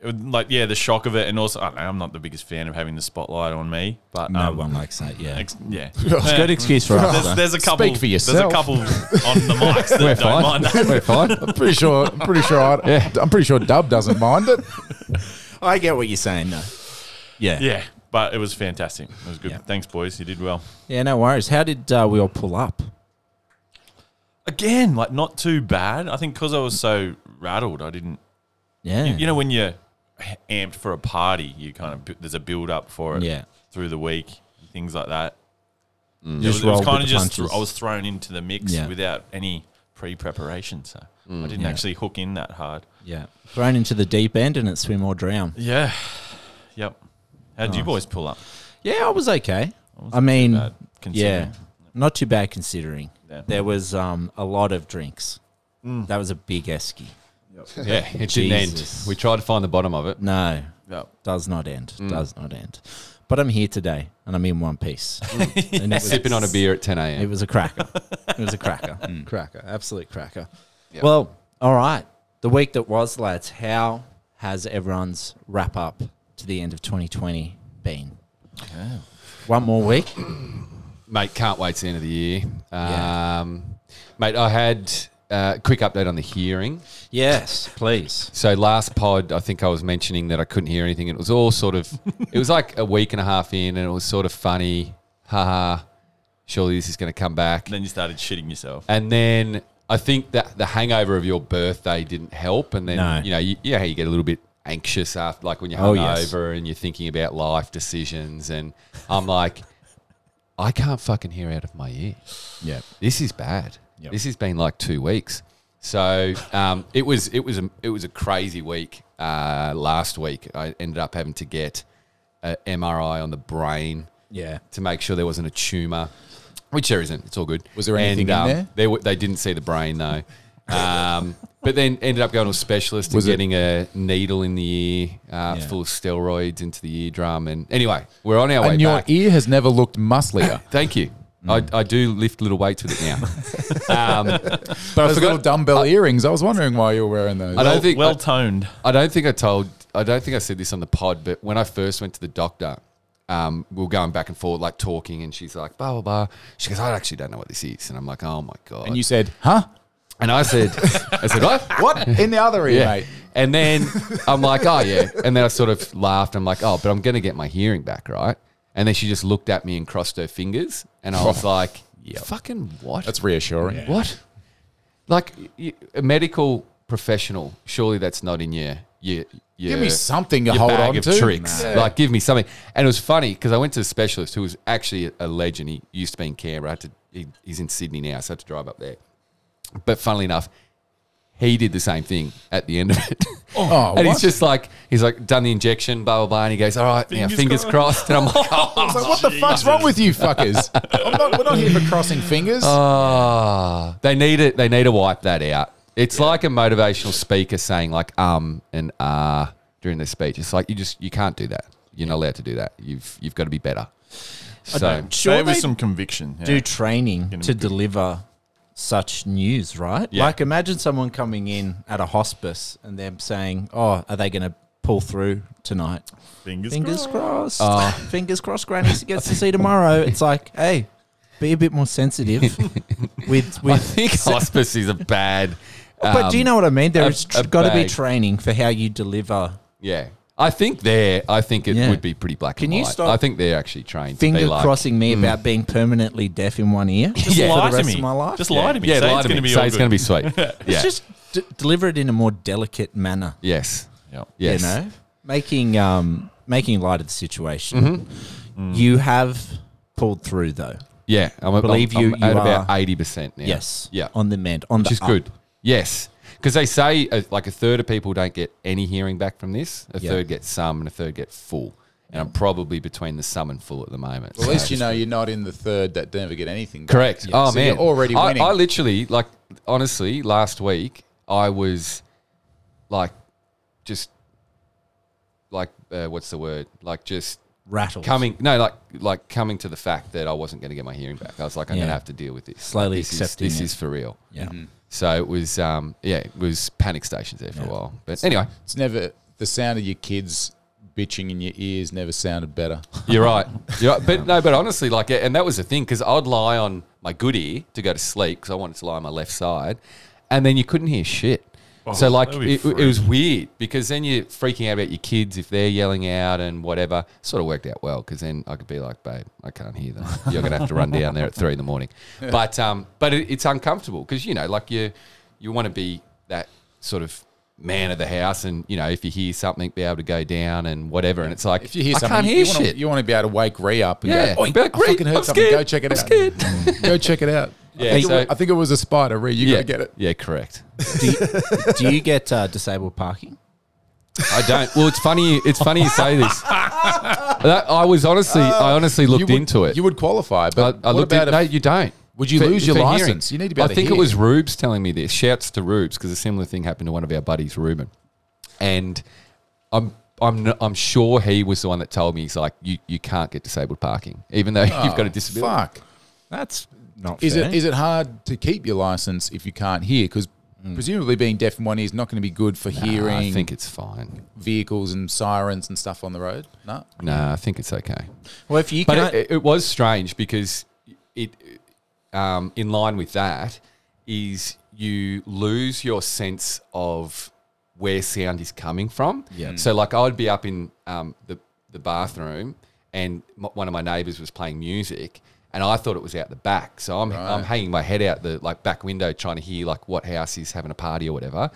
S4: It would- like yeah, the shock of it, and also I don't know, I'm not the biggest fan of having the spotlight on me, but
S2: No
S4: um,
S2: one likes that. Yeah,
S4: ex- yeah,
S2: good excuse for us.
S4: There's,
S2: though.
S4: there's a couple.
S1: Speak for
S4: There's
S1: yourself.
S4: a couple on the mics that
S3: we're
S4: don't mind
S3: fine.
S4: that.
S3: we're fine.
S1: I'm pretty sure. I'm pretty sure. I,
S3: Yeah.
S1: I'm pretty sure Dub doesn't mind it.
S2: I get what you're saying. though. Yeah.
S4: Yeah, but it was fantastic. It was good.
S2: Yeah.
S4: Thanks, boys. You did well.
S2: Yeah, no worries. How did uh, we all pull up?
S4: Again, like not too bad. I think because I was so rattled, I didn't.
S2: Yeah.
S4: You know, when you're amped for a party, you kind of bu- there's a build up for it
S2: Yeah.
S4: through the week, things like that. It
S2: Just
S4: was, it was
S2: rolled
S4: kind of
S2: with the
S4: just
S2: punches.
S4: I was thrown into the mix
S2: Yeah. Hmm.
S4: without any pre-preparation, so I didn't
S2: Yeah.
S4: actually hook in that hard.
S2: yeah. Thrown into the deep end and it swim or drown.
S4: Yeah. Yep. How'd you boys pull up?
S2: Yeah, I was okay. I mean,
S4: bad
S2: yeah,
S4: considering.
S2: not too bad considering.
S4: Yeah. Mm.
S2: There was um, a lot of drinks. That was a big esky.
S3: Yeah, it didn't
S2: Jesus.
S3: end. We tried to find the bottom of it.
S2: No,
S4: Yep.
S2: does not end.
S4: Mm.
S2: Does not end. But I'm here today and I'm in one piece. and it was,
S3: Sipping on a beer at 10
S2: it
S3: a.m.
S2: was a cracker. it was a cracker. Cracker. Absolute cracker. Well, all right. The week that was, lads, how has everyone's wrap up to the end of 2020 been? One more week.
S3: Mate, can't wait to the end of the year.
S2: Yeah.
S3: Um, Mate, I had a uh, quick update on the hearing.
S2: Yes, please.
S3: So last pod, I think I was mentioning that I couldn't hear anything. It was all sort of, it was like a week and a half in and it was sort of funny. Haha, surely this is going to come back.
S4: Then you started shitting yourself.
S3: And then I think that the hangover of your birthday didn't help. And then,
S2: No.
S3: you know, you, you know how you get a little bit anxious after, like when you're
S2: Oh,
S3: hungover
S2: yes.
S3: and you're thinking about life decisions. And I'm like, I can't fucking hear out of my ear.
S1: Yeah,
S3: This is bad.
S1: Yep.
S3: This has been like two weeks. So um, it was it was a, it was a crazy week. Uh, last week, I ended up having to get an MRI on the brain
S2: Yeah.
S3: to make sure there wasn't a tumor, which there isn't. It's all good.
S1: Was there anything in
S3: um,
S1: there?
S3: They, w- they didn't see the brain though. Um, But then ended up going to a specialist
S1: Was
S3: and
S1: it-
S3: getting a needle in the ear, uh,
S2: Yeah.
S3: full of steroids into the eardrum. And anyway, we're on our way
S1: and your
S3: back.
S1: ear has never looked musclier.
S3: Thank you. I, I do lift little weights with it now. um,
S1: But I
S3: Those
S1: forgot
S3: little
S1: dumbbell earrings. I was wondering why you were wearing those.
S3: I don't think
S4: well toned.
S3: I don't think I told. I don't think I said this on the pod, but when I first went to the doctor, um, we were going back and forth, like talking, and she's like, blah blah blah. She goes, I actually don't know what this is, and I'm like, oh my god.
S1: and you said, huh?
S3: and I said, I said, what?
S1: What? In the other ear,
S3: Yeah.
S1: mate.
S3: And then I'm like, oh yeah. And then I sort of laughed. I'm like, oh, but I'm gonna get my hearing back, right? And then she just looked at me and crossed her fingers, and I was like, fucking what?
S1: That's reassuring.
S3: What? Like y- a medical professional? Surely that's not in your your. your
S1: Give me something to
S3: your
S1: hold
S3: bag
S1: on
S3: of
S1: to.
S3: tricks.
S1: Nah.
S3: Like, give me something. And it was funny because I went to a specialist who was actually a legend. He used to be in Canberra. I had to, he, he's in Sydney now, so I had to drive up there. But funnily enough, he did the same thing at the end of it.
S1: Oh,
S3: and he's
S1: what?
S3: just like, he's like, done the injection, blah, blah, blah. And he goes, all right, now
S4: Fingers
S3: fingers crossed. And I'm like, oh,
S1: It's like, what the fuck's wrong with you fuckers? I'm not, we're not here for crossing
S3: Oh.
S1: fingers.
S3: Ah, they need it. They need to wipe that out. It's like a motivational speaker saying like um and ah during their speech. It's like you just you can't do that. You're not allowed to do that. You've you've got to be better. So
S4: Say
S2: Sure,
S4: with
S2: they
S4: some conviction. Yeah.
S2: do training to deliver such news, right?
S4: Yeah.
S2: Like, imagine someone coming in at a hospice and them saying, "Oh, are they going to pull through tonight?"
S4: fingers,
S2: Fingers
S4: crossed.
S2: crossed.
S3: Uh,
S2: Fingers crossed. Granny gets to see tomorrow. It's like, hey, be a bit more sensitive with
S3: I
S2: with.
S3: think hospice is a bad.
S2: but do you know what I mean?
S3: a-
S2: There's
S3: a
S2: got to be
S3: bag.
S2: training for how you deliver.
S3: Yeah, I think there. I think it
S2: Yeah.
S3: would be pretty black
S2: Can
S3: and
S2: you
S3: white.
S2: stop
S3: I think they're actually trained. to
S2: Finger
S3: be like, mm.
S2: crossing me about being permanently deaf in one ear.
S4: Just
S3: Yeah.
S4: lie
S3: For
S2: the
S4: to
S2: rest
S4: me.
S2: of my life.
S4: Just
S3: Yeah,
S4: lie to me.
S3: Yeah,
S4: Say
S3: lie
S4: it's
S3: to
S4: going
S3: me.
S4: to be
S3: Say
S4: all
S3: it's
S4: good.
S3: going to be sweet. yeah.
S2: It's just d- deliver it in a more delicate manner.
S3: yes.
S4: Yep.
S3: Yes.
S2: you know making um making light of the situation
S3: Mm-hmm. Mm.
S2: you have pulled through though
S3: Yeah. I'm,
S2: Believe
S3: I'm,
S2: you-
S3: I'm at
S2: you
S3: about
S2: are-
S3: eighty percent now.
S2: yes
S3: Yeah.
S2: on the mend on
S3: which
S2: the
S3: is
S1: Oh.
S2: up.
S3: good. Yes, because they say uh, like a third of people don't get any hearing back from this. A
S2: Yeah.
S3: third get some, and a third get full. And I'm probably between the sum and full at the moment.
S1: Well, at least
S3: so-
S1: you know you're not in the third that never get anything. done.
S3: Correct. Oh
S1: So
S3: man,
S1: you're already
S3: I,
S1: winning.
S3: I literally like honestly last week I was like just like uh, what's the word like just
S2: rattle
S3: coming no like like coming to the fact that I wasn't going to get my hearing back. I was like I'm going
S2: Yeah.
S3: to have to deal with this. Like,
S2: Slowly
S3: this
S2: accepting
S3: is, this
S2: it.
S3: is for real.
S2: yeah
S3: So it was, um, yeah, it was panic stations there for a
S2: Yeah.
S3: while. But anyway,
S1: It's never the sound of your kids bitching in your ears never sounded better.
S3: you're right. You're right. But no, but honestly, like, and that was the thing because I'd lie on my good ear to go to sleep because I wanted to lie on my left side, and then you couldn't hear shit.
S1: Oh,
S3: so like,
S4: that'd be
S3: it, it was weird because then you're freaking out about your kids if they're yelling out and whatever. Sort of worked out well because then I could be like, babe, I can't hear them. You're gonna have to run down there at three in the morning. But um, but it, it's uncomfortable because you know, like you you want to be that sort of man of the house and you know if you hear something be able to go down and whatever and it's like
S1: If you hear
S3: I
S1: something,
S3: can't
S1: you-
S3: hear
S1: you,
S3: shit
S1: Wanna, you want to be able to wake Ree up and
S3: Yeah.
S1: go, "Oi,
S3: Be like,
S1: I
S3: "Ree,
S1: fucking heard
S3: I'm
S1: something. Go
S3: scared.
S1: check it
S3: I'm
S1: out.
S3: scared."
S1: go check it out. I
S3: Yeah,
S1: think, it
S3: so-
S1: was, I think it was a spider. Ree, you
S3: yeah,
S1: got to get it.
S3: Yeah, correct.
S2: do, you, do you get uh, disabled parking
S3: I don't. Well, it's funny. It's funny you say this. That- I was honestly, I honestly
S1: Uh, You
S3: looked
S1: would,
S3: into it.
S1: You would qualify, but
S3: I, I
S1: what
S3: looked
S1: about
S3: at,
S1: if,
S3: no, you don't.
S1: Would you
S3: For-
S1: lose your
S3: for hearing.
S1: license? You need to be able
S3: I
S1: to
S3: think
S1: hear.
S3: it was Rubes telling me this. Shouts to Rubes because a similar thing happened to one of our buddies, Ruben, and I'm. I'm, n- I'm sure he was the one that told me he's like you, you can't get disabled parking even though you've got a
S1: Oh,
S3: disability.
S1: Fuck.
S2: that's not
S1: Is
S2: fair.
S1: it is it hard to keep your license if you can't hear? Because presumably being deaf in one ear is not going to be good for
S3: Hmm. Nah,
S1: hearing
S3: Ah, I think it's fine.
S1: vehicles and sirens and stuff on the road. No.
S3: Nah, I think it's okay.
S2: well if you
S3: But
S2: can't
S3: it, it was strange because it, um, in line with that, is you lose your sense of where sound is coming from.
S2: Yeah.
S3: So like I'd be up in um, the the bathroom, and m- one of my neighbors was playing music, and I thought it was out the back. So I'm I'm hanging my head out the like back window trying to hear like what house is having a party or whatever.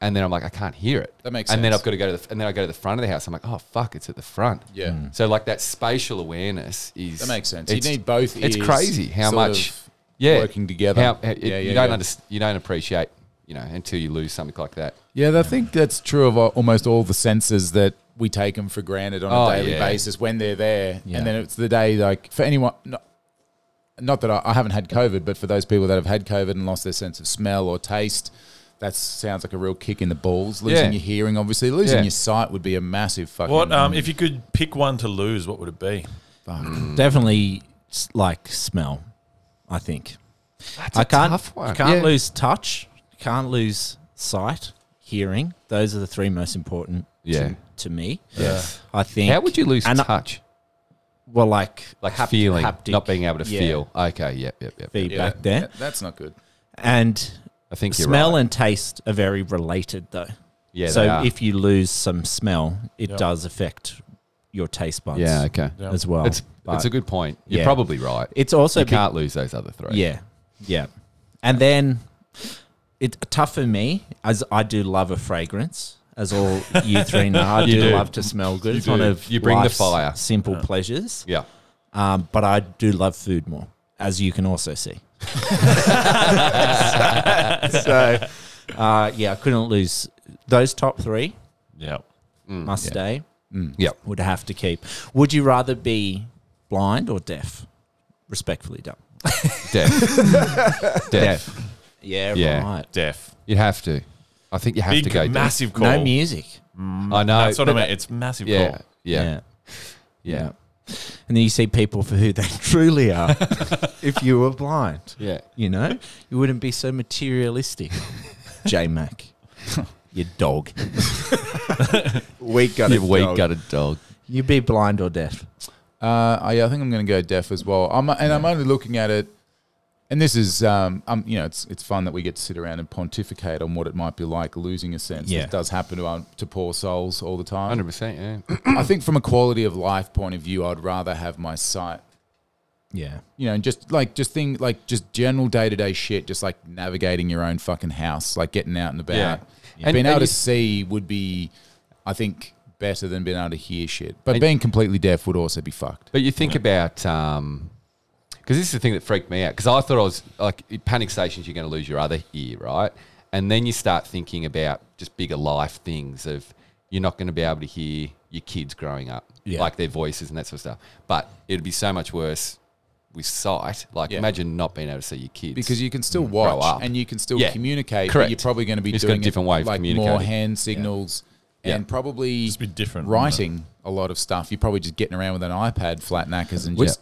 S3: And then I'm like, I can't hear it.
S1: Mm. That makes
S3: And then
S1: sense.
S3: I've got to go to the, and then I go to the front of the house. I'm like, oh fuck, it's at the front.
S1: Yeah.
S2: Hmm.
S1: Mm.
S3: So like that spatial awareness is
S1: That makes sense. You
S3: it's-
S1: need both
S3: It's
S1: ears
S3: crazy how
S1: sort
S3: much
S1: of
S3: yeah
S1: working together.
S3: How, it-
S1: Yeah, yeah,
S3: you don't
S1: yeah.
S3: underst- you don't appreciate you know until you lose something like that.
S1: Yeah, I think that's true of al- almost all the senses that we take them for granted on
S3: Oh,
S1: a daily
S3: yeah.
S1: basis when they're there.
S2: Yeah.
S1: And then it's the day, like, for anyone, not, not that I, I haven't had COVID, but for those people that have had COVID and lost their sense of smell or taste, that sounds like a real kick in the balls. Losing
S3: Yeah.
S1: your hearing, obviously, losing
S3: Yeah.
S1: your sight would be a massive fucking.
S4: What um, if you could pick one to lose? What would it be?
S2: Definitely s- like smell, I think. I can't, You can't lose touch, you can't lose sight, hearing. Those are the three most important
S3: Yeah.
S2: to, to me.
S4: Yes.
S2: I think.
S3: How would you lose
S2: and I-
S3: touch?
S2: well, like,
S3: Like
S2: hap-
S3: feeling,
S2: haptic
S3: not being able to
S2: yeah.
S3: feel. Okay, yep, yep, yep. yep.
S2: feedback there.
S1: that's not good.
S2: And
S3: I think you're
S2: smell
S3: right.
S2: and taste are very related, though.
S3: yeah, they
S2: so
S3: are.
S2: if you lose some smell, it
S4: Yep.
S2: does affect your taste buds
S3: yeah, okay,
S4: Yeah.
S2: as well.
S3: it's it's
S2: But
S3: a good point. You're
S2: yeah.
S3: probably right.
S2: it's also
S3: you
S2: be-
S3: can't lose those other three.
S2: Yeah, yeah, and then it's tough for me as I do love a fragrance, as all you three know. I
S3: You
S2: do,
S3: do.
S2: love to smell good.
S3: You
S2: It's one
S3: do.
S2: of
S3: You bring the
S2: life's
S3: fire.
S2: simple pleasures.
S3: yeah.
S2: Um, but I do love food more, as you can also see. so, uh, yeah, I couldn't lose those top three.
S4: Yeah.
S3: Mm,
S2: must stay.
S3: Yep.
S2: Would have to keep. Would you rather be blind or deaf? Respectfully done.
S3: Death. Death.
S2: Yeah,
S3: Yeah.
S2: right.
S4: Deaf.
S3: You'd have to. I think you have
S4: Big
S3: to go. death.
S4: massive call. Mm.
S2: No music.
S3: I know.
S4: That's what I
S3: but-
S4: mean. It's massive
S3: Yeah,
S4: call.
S3: yeah, yeah.
S2: Yeah. And then you see people for who they truly are. if you were blind,
S3: Yeah.
S2: you know, you wouldn't be so materialistic. J Mac, your dog.
S1: Weak gutted.
S3: You've weak gutted dog.
S2: You'd be blind or deaf.
S1: Uh, I, I think I'm going to go deaf as well. I'm, and I'm only looking at it, and this is, um, um, you know, it's it's fun that we get to sit around and pontificate on what it might be like losing a sense.
S2: Yeah.
S1: This does happen to um, to poor souls all the time.
S3: Hundred percent. Yeah.
S1: I think from a quality of life point of view, I'd rather have my sight.
S2: Yeah.
S1: You know, and just like just thing like just general day to day shit, just like navigating your own fucking house, like getting out and about.
S3: Yeah. And-
S1: being
S3: and
S1: able
S3: you-
S1: to see would be, I think, better than being able to hear shit. But
S3: And-
S1: being completely deaf would also be fucked.
S3: But you think about because this is the thing that freaked me out because I thought I was like in panic stations. You're going to lose your other ear, right? And then you start thinking about just bigger life things of you're not going to be able to hear your kids growing up,
S2: Yeah.
S3: like their voices and that sort of stuff. But it'd be so much worse with sight. Like
S1: Yeah.
S3: imagine not being able to see your kids
S1: because you can still
S3: Mm. grow
S1: watch
S3: up.
S1: and you can still
S3: Yeah,
S1: communicate. But
S3: correct.
S1: you're probably going to be
S3: It's got a
S1: doing
S3: different
S1: it,
S3: way of
S1: like more
S3: communicating.
S1: hand signals
S3: Yeah.
S1: and probably
S4: Just be different, wouldn't it?
S1: writing a lot of stuff. You're probably just getting around with an iPad, flat knackers, and
S3: Would-
S1: just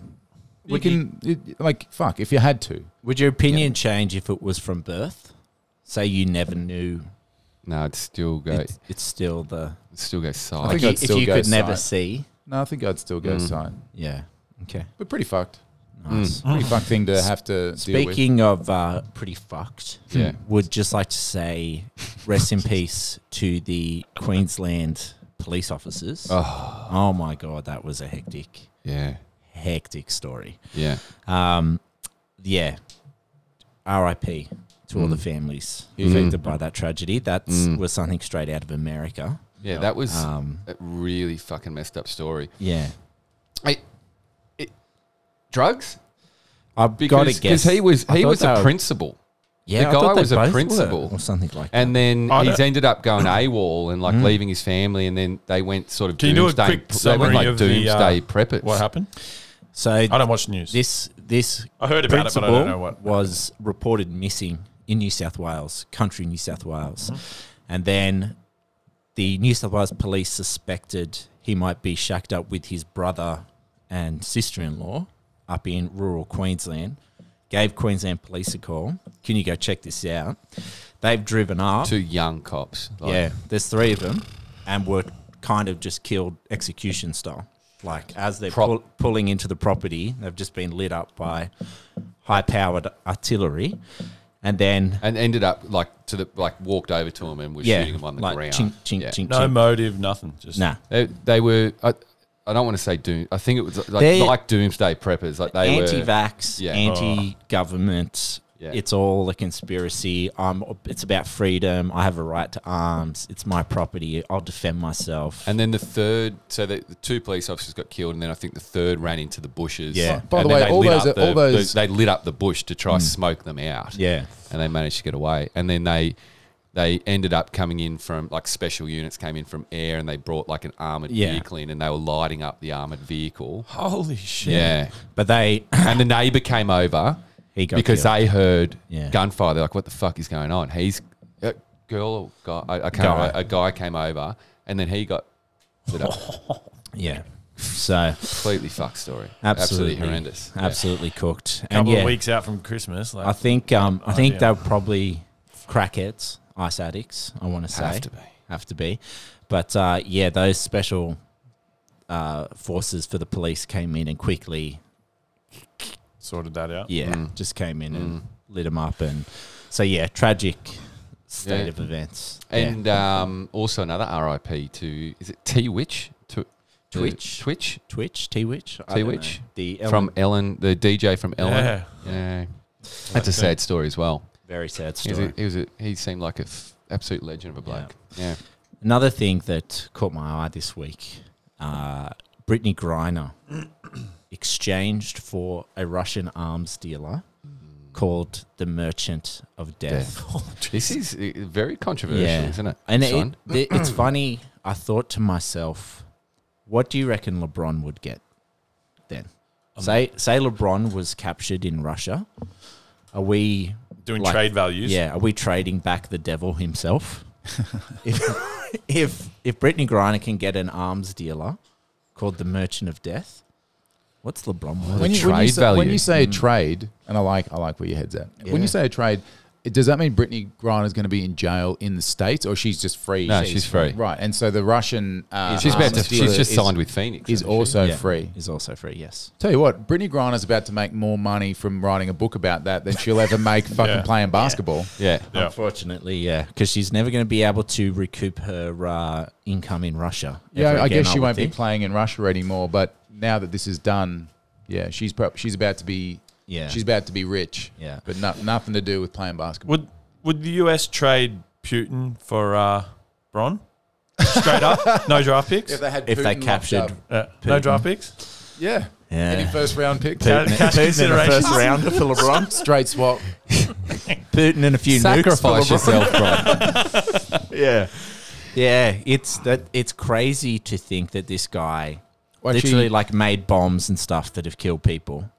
S1: you can it, like fuck if you had to.
S2: Would your opinion change if it was from birth? Say you never knew.
S3: no, it still go
S2: It's, it's still the.
S3: it'd still go sight.
S1: I
S2: Like
S1: think
S2: you,
S1: I'd
S2: if
S1: still
S2: you
S1: go
S2: could never
S1: sight.
S2: see.
S1: No, I think I'd still go
S3: Mm.
S1: sight,
S2: Yeah. Okay.
S1: but pretty fucked.
S2: Nice.
S1: Pretty fucked thing to have to deal with.
S2: Speaking of uh, pretty fucked,
S3: Yeah.
S2: would just like to say rest in peace to the Queensland police officers. Oh. my god, that was a hectic,
S3: yeah,
S2: hectic story.
S3: yeah.
S2: Um, yeah, R.I.P. to all the families
S1: Mm.
S2: affected by that tragedy. That
S3: Mm.
S2: was something straight out of America.
S3: Yeah, that was
S2: Um,
S3: a really fucking messed up story.
S2: yeah,
S3: I, it, drugs?
S2: I've got to
S3: Because
S2: guess
S3: 'cause he was
S2: I
S3: he
S2: thought
S3: was
S2: they
S3: a
S2: were-
S3: principal,
S2: Yeah,
S3: the
S2: I thought
S3: guy
S2: they
S3: was a
S2: both were,
S3: principal.
S2: or something like that.
S3: and then
S4: I
S3: he's
S4: don't-
S3: ended up going AWOL
S2: Mm-hmm.
S3: and like leaving his family, and then they went sort of
S4: Can you do a
S3: doomsday.
S4: quick
S3: they went
S4: summary
S3: like
S4: of the,
S3: doomsday
S4: uh,
S3: preppers.
S4: What happened?
S2: So
S4: I don't watch the news.
S2: this this
S4: I heard about it, but I don't know what.
S2: was reported missing in New South Wales, country New South Wales,
S4: Mm-hmm.
S2: and then the New South Wales police suspected he might be shacked up with his brother and sister-in-law up in rural Queensland. Gave Queensland police a call. Can you go check this out? They've driven up.
S3: Two young cops. like-
S2: Yeah, there's three of them, and were kind of just killed execution style. Like as they're
S3: Prop-
S2: pull, pulling into the property, they've just been lit up by high-powered artillery, and then
S3: and ended up like to the like walked over to him and was
S2: yeah,
S3: shooting him on the
S2: like
S3: ground.
S2: chink chink
S3: Yeah.
S2: chink
S4: No
S2: chink.
S4: motive, nothing. Just
S2: Nah,
S3: They, they were. I, I don't want to say doom. I think it was like,
S2: They-
S3: like doomsday preppers. Like they were.
S2: anti-vax,
S3: Yeah.
S2: anti-government.
S3: Yeah.
S2: It's all a conspiracy. I'm, it's about freedom. I have a right to arms. It's my property. I'll defend myself.
S3: And then the third, so the, the two police officers got killed, and then I think the third ran into the bushes.
S2: Yeah. Mm.
S1: By
S3: And
S1: the
S3: then
S1: way,
S3: they
S1: all
S3: lit
S1: those
S3: up
S1: are- all those-
S3: they lit up the bush to try and smoke them out.
S2: yeah,
S3: and they managed to get away. And then they they ended up coming in from like special units came in from air, and they brought like an armored
S2: Yeah. Oh,
S3: vehicle in, and they were lighting up the armored vehicle.
S4: Holy shit.
S3: Yeah,
S2: but they
S3: and the neighbor came over
S2: he got
S3: because
S2: killed.
S3: they heard
S2: Yeah.
S3: gunfire. They're like, "What the fuck is going on?" He's uh, girl or guy, a, a, came
S2: Guy.
S3: o- a guy came over, and then he got lit up.
S2: Yeah. So
S3: completely fucked story.
S2: absolutely,
S3: horrendous. Yeah.
S2: Absolutely cooked.
S4: couple
S2: and yeah,
S4: of weeks out from Christmas. Like,
S2: I think um, I think
S4: yeah.
S2: they're probably crackheads, ice addicts. I want to say
S3: Have to be.
S2: have to be, but uh, yeah, those special uh, forces for the police came in and quickly,
S4: sorted that out.
S2: yeah,
S3: Mm.
S2: just came in and
S3: Mm.
S2: lit them up, and so yeah, tragic state
S3: Yeah.
S2: of events.
S3: And
S2: yeah.
S3: um, also another RIP to is it T Witch to
S2: Twitch?
S3: Twitch
S2: Twitch, T Witch, I don't
S3: Twitch?
S2: know. the
S3: from
S2: from
S3: Ellen, the DJ from Ellen.
S4: Yeah.
S3: Yeah. that's a sad story as well.
S2: very sad
S3: He was
S2: story.
S3: a, he was a, he seemed like an absolute legend of a bloke. Yeah,
S2: Another thing that caught my eye this week uh, Brittany Griner exchanged for a Russian arms dealer called the Merchant of Death.
S3: this is uh, very controversial,
S2: Yeah.
S3: isn't it?
S2: And
S3: this
S2: it,
S3: one?
S2: it- it's funny, I thought to myself, what do you reckon LeBron would get then? Say, say LeBron was captured in Russia. Are we
S4: Doing
S2: Like-
S4: trade values.
S2: yeah, are we trading back the devil himself? if, if if Brittany Griner can get an arms dealer called the Merchant of Death, what's LeBron worth?
S1: when
S3: the
S1: you, when, you
S3: trade
S1: say, when
S3: value. Mm.
S1: you say a trade, and I like I like where your head's at.
S2: Yeah.
S1: When you say a trade, it- does that mean Brittany Griner is going to be in jail in the states, or she's just free?
S3: No, she's free.
S1: Right, and so the Russian uh,
S3: she's about to,
S1: arms dealer
S3: she's just
S1: is-
S3: signed with Phoenix.
S1: Is
S3: hasn't she?
S1: also
S2: Yeah,
S1: free.
S2: Is also free. Yes.
S1: Tell you what, Brittany Griner's about to make more money from writing a book about that than she'll ever make fucking
S4: Yeah.
S1: playing basketball.
S3: yeah.
S4: Yeah.
S2: Unfortunately, yeah, because she's never going to be able to recoup her uh, income in Russia.
S1: Yeah,
S2: ever
S1: I
S2: again,
S1: guess she
S2: would
S1: won't
S2: think.
S1: be playing in Russia anymore. But now that this is done, yeah, she's prob- she's about to be
S2: Yeah.
S1: she's about to be rich.
S2: Yeah.
S1: but no- nothing to do with playing basketball.
S4: Would would the US trade Putin for uh, Bron? Straight up, no draft picks.
S1: they had
S2: If they
S1: Putin locked
S2: captured,
S1: up.
S4: Uh, no draft picks.
S1: yeah,
S2: Yeah.
S1: any first round pick,
S4: Ca- Cash considerations.
S2: rounder for LeBron,
S1: straight swap.
S2: Putin and a few
S3: Sacrifice yourself, Bron.
S2: Yeah, yeah, it's that. It's crazy to think that this guy
S1: Well,
S2: literally
S1: actually-
S2: like made bombs and stuff that have killed people.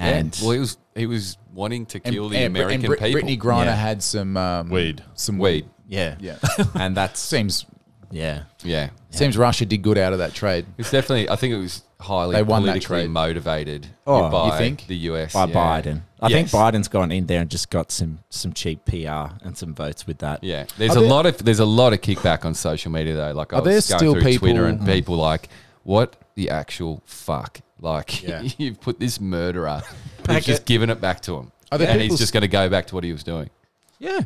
S2: And
S3: well, he was he was wanting to kill the
S1: Brit-
S3: American
S1: Brit-
S3: people.
S1: Brittany Griner
S2: Yeah.
S1: had some um,
S4: Weed.
S1: some
S3: Weed.
S2: yeah,
S1: Yeah,
S2: and that's
S1: seems
S2: yeah,
S3: Yeah.
S1: seems Russia did good out of that trade.
S3: It's definitely. I think it was highly
S1: They won that
S3: politically
S1: trade.
S3: motivated
S2: Oh, you
S3: by
S1: think?
S3: the US
S2: by
S3: yeah.
S2: Biden. I
S3: Yes.
S2: think Biden's gone in there and just got some some cheap PR and some votes with that.
S3: Yeah, there's
S1: Are
S3: a
S1: there-
S3: lot of there's a lot of kickback on social media though. Like I
S1: Are
S3: was
S1: there
S3: going
S1: still
S3: through Twitter and
S1: people- Mm.
S3: people like, what the actual fuck? Like
S1: Yeah.
S3: you've put this murderer,
S2: Back
S3: you've just
S2: it.
S3: given it back to him,
S1: Are there
S3: and
S1: people
S3: he's just
S1: s-
S3: going to go back to what he was doing.
S2: Yeah,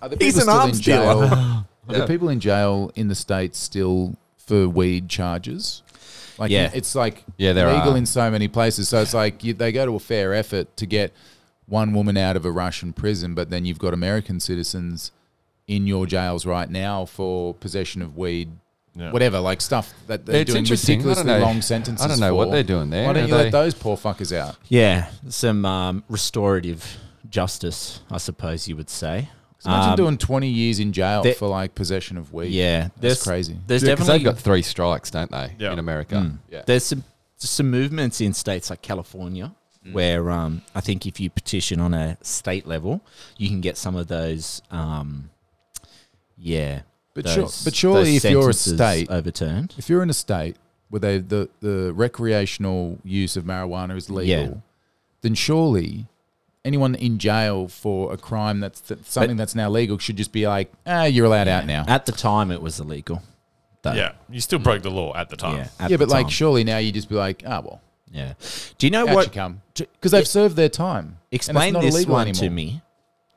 S1: Are the
S2: He's
S1: people
S2: an
S1: still in
S2: arms dealer.
S1: jail? Are the people in jail in the states still for weed charges? Like
S2: Yeah.
S1: it's like
S3: Yeah, there
S1: legal
S3: are.
S1: in so many places. So it's like you, they go to a fair effort to get one woman out of a Russian prison, but then you've got American citizens in your jails right now for possession of weed.
S4: Yeah.
S1: Whatever, like stuff that they're
S3: It's
S1: doing
S3: interesting. I don't
S1: ridiculously
S3: know-
S1: long sentences.
S3: I don't know what
S1: for.
S3: they're doing there.
S1: Why don't
S3: Are
S1: you let
S3: they-
S1: those poor fuckers out?
S2: yeah, some um, restorative justice, I suppose you would say.
S1: 'Cause imagine
S2: Um,
S1: doing twenty years in jail
S2: they-
S1: for like possession of weed.
S2: yeah,
S1: that's
S2: there's-
S1: crazy.
S2: There's
S3: Yeah, 'cause
S2: definitely
S3: they've got three strikes, don't they?
S4: Yeah.
S3: In America,
S1: Mm.
S3: yeah.
S2: There's some some movements in states like California
S1: Mm.
S2: where um, I think if you petition on a state level, you can get some of those. Um, yeah,
S1: But sure- but surely
S2: those
S1: if you're a
S2: sentences
S1: state-
S2: overturned,
S1: If you're in a state where they, the, the recreational use of marijuana is legal,
S2: Yeah.
S1: then surely anyone in jail for a crime that's th- something that's now legal should just be like, ah, you're allowed out now.
S2: at the time it was illegal. Though.
S4: Yeah, you still broke the law at the time.
S2: yeah, at
S1: Oh. yeah,
S2: the
S1: but like,
S2: time.
S1: surely now you just be like, ah, well,
S2: yeah. Do you know
S1: out
S2: what?
S1: you come.
S2: do-
S1: Because they've served their time. and it's
S2: Explain
S1: not
S2: this
S1: illegal
S2: one to
S1: anymore.
S2: me.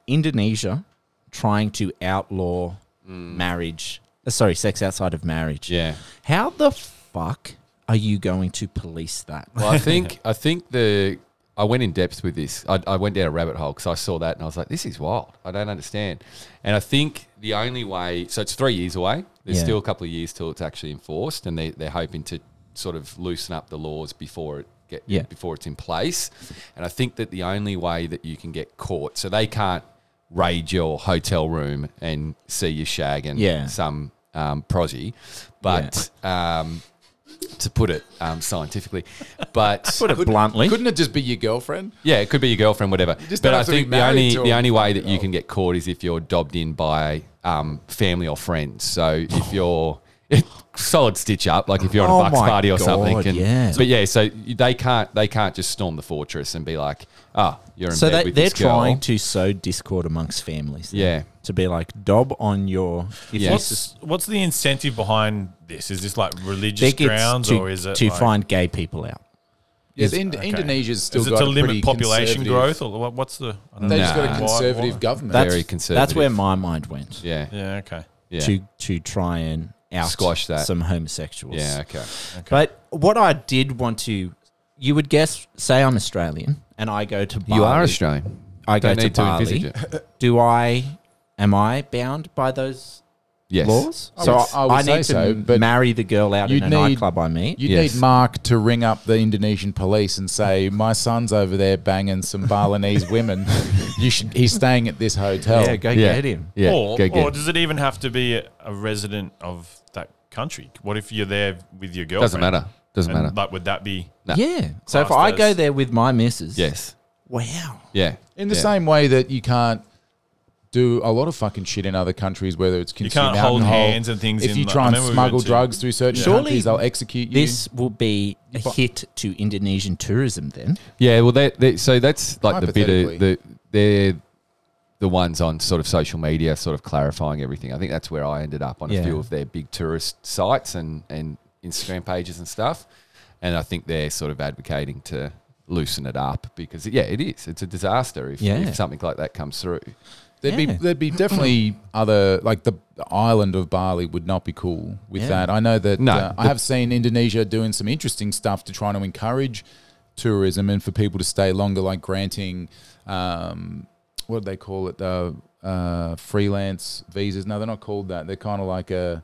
S2: Indonesia trying to outlaw marriage. uh, sorry, sex outside of marriage.
S3: Mm. Yeah.
S2: How the fuck are you going to police that?
S3: Well, I think I think the I went in depth with this. I, I went down a rabbit hole because I saw that and I was like, this is wild. I don't understand. And I think the only way, so it's three years away. There's
S2: Yeah.
S3: still a couple of years till it's actually enforced, and they they're hoping to sort of loosen up the laws before it get
S2: Yeah.
S3: before it's in place. And I think that the only way that you can get caught, so they can't raid your hotel room and see you shagging
S2: Yeah.
S3: some um, prosy, but. Um, to put it um, scientifically. But
S2: Put it bluntly.
S1: Couldn't it just be your girlfriend?
S3: yeah, it could be your girlfriend, whatever.
S1: just
S3: But
S1: don't
S3: I
S1: have to be
S3: think the
S1: married
S3: only
S1: to
S3: the
S1: a-
S3: only way that you can get caught is if you're dobbed in by um, family or friends. So if you're solid stitch up, like if you're on
S2: Oh
S3: a bucks
S2: my
S3: party or something.
S2: God,
S3: and-
S2: yeah.
S3: But yeah, so you- they can't they can't just storm the fortress and be like, ah, you're in
S2: So
S3: bed
S2: they,
S3: with
S2: they're
S3: this girl."
S2: trying to sow discord amongst families. then.
S3: Yeah.
S2: To be like, dob on your. If
S3: Yeah.
S2: you
S3: What's-
S2: sus-
S4: What's the incentive behind this? Is this like religious
S2: think it's
S4: grounds
S2: to,
S4: or is it
S2: to
S4: like-
S2: find gay people out?
S1: Yeah,
S4: Is-
S1: Ind-
S4: okay.
S1: Indonesia's still
S4: is it
S1: got
S4: to
S1: a pretty
S4: limit population
S1: conservative-
S4: growth or what- what's the? I don't
S1: They
S4: know.
S1: just got
S3: Nah.
S1: a
S4: Why-
S1: conservative
S4: why-
S1: government.
S2: That's,
S3: conservative.
S2: That's where my mind went
S3: Yeah.
S4: Yeah. Okay.
S3: Yeah.
S2: to to try and out
S3: Squash that.
S2: some homosexuals.
S3: yeah. Okay.
S2: But what I did want to, you would guess, say I'm Australian and I go to Bali.
S3: You are Australian.
S2: I go
S3: Don't
S2: to
S3: need to envisage
S2: Bali. Do I? Am I bound by those
S3: Yes.
S2: laws?
S1: I
S2: so
S1: would-
S2: I,
S1: I would
S2: I need
S1: say
S2: to
S1: so, but
S2: marry the girl out in
S1: you'd
S2: a
S1: need-
S2: nightclub I meet.
S1: You
S3: Yes.
S1: need Mark to ring up the Indonesian police and say, "My son's over there banging some Balinese women. You should. He's staying at this hotel."
S2: yeah, go
S3: Yeah.
S2: get him.
S3: Yeah.
S4: or,
S3: go get
S4: or
S3: it.
S4: does it even have to be a, a resident of that country? What if you're there with your girlfriend?
S3: Doesn't matter. Doesn't
S4: And,
S3: matter.
S4: Like, would that be?
S3: No.
S2: Yeah. So if
S4: Class
S2: I
S4: those.
S2: go there with my missus,
S3: Yes.
S2: Wow.
S3: Yeah.
S1: In the
S3: Yeah.
S1: same way that you can't do a lot of fucking shit in other countries, whether it's
S4: You
S1: Kinsey
S4: can't
S1: Mountain
S4: hold
S1: Hole.
S4: hands and things.
S1: If
S4: in,
S1: you
S4: like- I
S1: try and
S4: remember we
S1: smuggle
S4: went to-
S1: drugs through certain
S2: Surely
S1: countries, they'll execute you.
S2: This will be a hit to Indonesian tourism then.
S3: Yeah, well, they, they, so that's like the bit of
S1: Hypothetically.
S3: the they're the ones on sort of social media, sort of clarifying everything. I think that's where I ended up on
S2: Yeah.
S3: a few of their big tourist sites and and Instagram pages and stuff. And I think they're sort of advocating to loosen it up because yeah, it is. It's a disaster if,
S2: Yeah.
S3: if something like that comes through.
S1: There'd be
S2: Yeah.
S1: there'd be definitely other like the island of Bali would not be cool with
S2: Yeah.
S1: that. I know that
S3: No,
S1: uh, I
S3: the-
S1: have seen Indonesia doing some interesting stuff to try to encourage tourism and for people to stay longer, like granting um, what do they call it? Uh, uh, freelance visas. No, they're not called that. They're kind of like a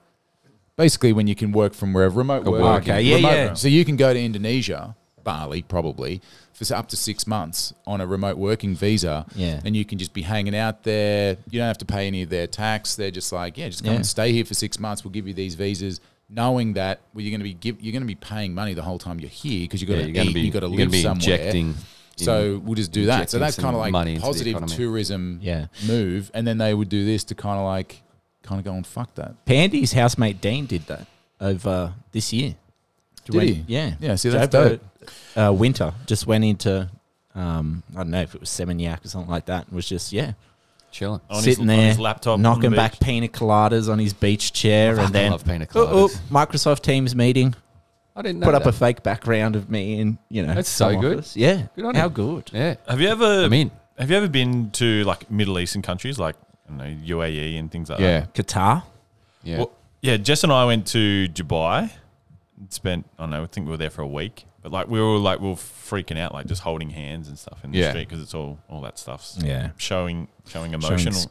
S1: basically when you can work from wherever remote
S3: A
S1: work.
S3: working-
S2: Okay, yeah,
S1: remote-
S2: yeah.
S1: So you can go to Indonesia, Bali probably for up to six months on a remote working visa
S2: Yeah.
S1: and you can just be hanging out there. You don't have to pay any of their tax. They're just like, yeah, just come
S2: Yeah.
S1: and stay here for six months. We'll give you these visas, knowing that well, you're going to be give, you're going to be paying money the whole time you're here because you got
S3: Yeah,
S1: to
S3: you're going to
S1: eat,
S3: be
S1: you got to
S3: you're
S1: live
S3: gonna be
S1: somewhere.
S3: injecting.
S1: so we'll just do that. So
S3: injecting
S1: that's kind
S3: some
S1: of like
S3: money into the
S1: positive
S3: economy.
S1: tourism
S2: Yeah.
S1: move, and then they would do this to kind of like kind of go and fuck that.
S2: Pandy's housemate Dean did that over this year.
S1: Did
S2: Went-
S1: he?
S2: Yeah.
S1: Yeah, see,
S2: So
S1: that's
S2: over,
S1: dope.
S2: Uh, winter just went into, um, I don't know if it was Seminyak or something like that, and was just, yeah,
S3: chilling.
S1: Oh,
S4: On his-
S2: sitting
S4: on
S2: there,
S4: his laptop on the
S2: knocking back
S4: beach.
S2: pina coladas on his beach chair, and then
S3: I love pina
S2: "Oh, oh,
S3: coladas.
S2: Microsoft Teams meeting,
S3: I didn't know
S2: put up a
S3: that.
S2: fake background of me, and you know,
S3: That's so
S2: some
S3: good.
S2: office. Yeah,
S3: Good on
S2: how
S3: him.
S2: good.
S3: yeah.
S4: Have you ever?
S3: I'm in.
S4: Have you ever been to like Middle Eastern countries like I don't know, UAE and things like that?
S3: Yeah.
S2: Qatar.
S3: Yeah.
S4: Well, yeah, Jess and I went to Dubai. and Spent I don't know. I think we were there for a week, but like we were like we were freaking out, like just holding hands and stuff in the
S3: Yeah.
S4: street because it's all all that stuff's
S2: Yeah.
S4: showing showing emotion.
S2: s-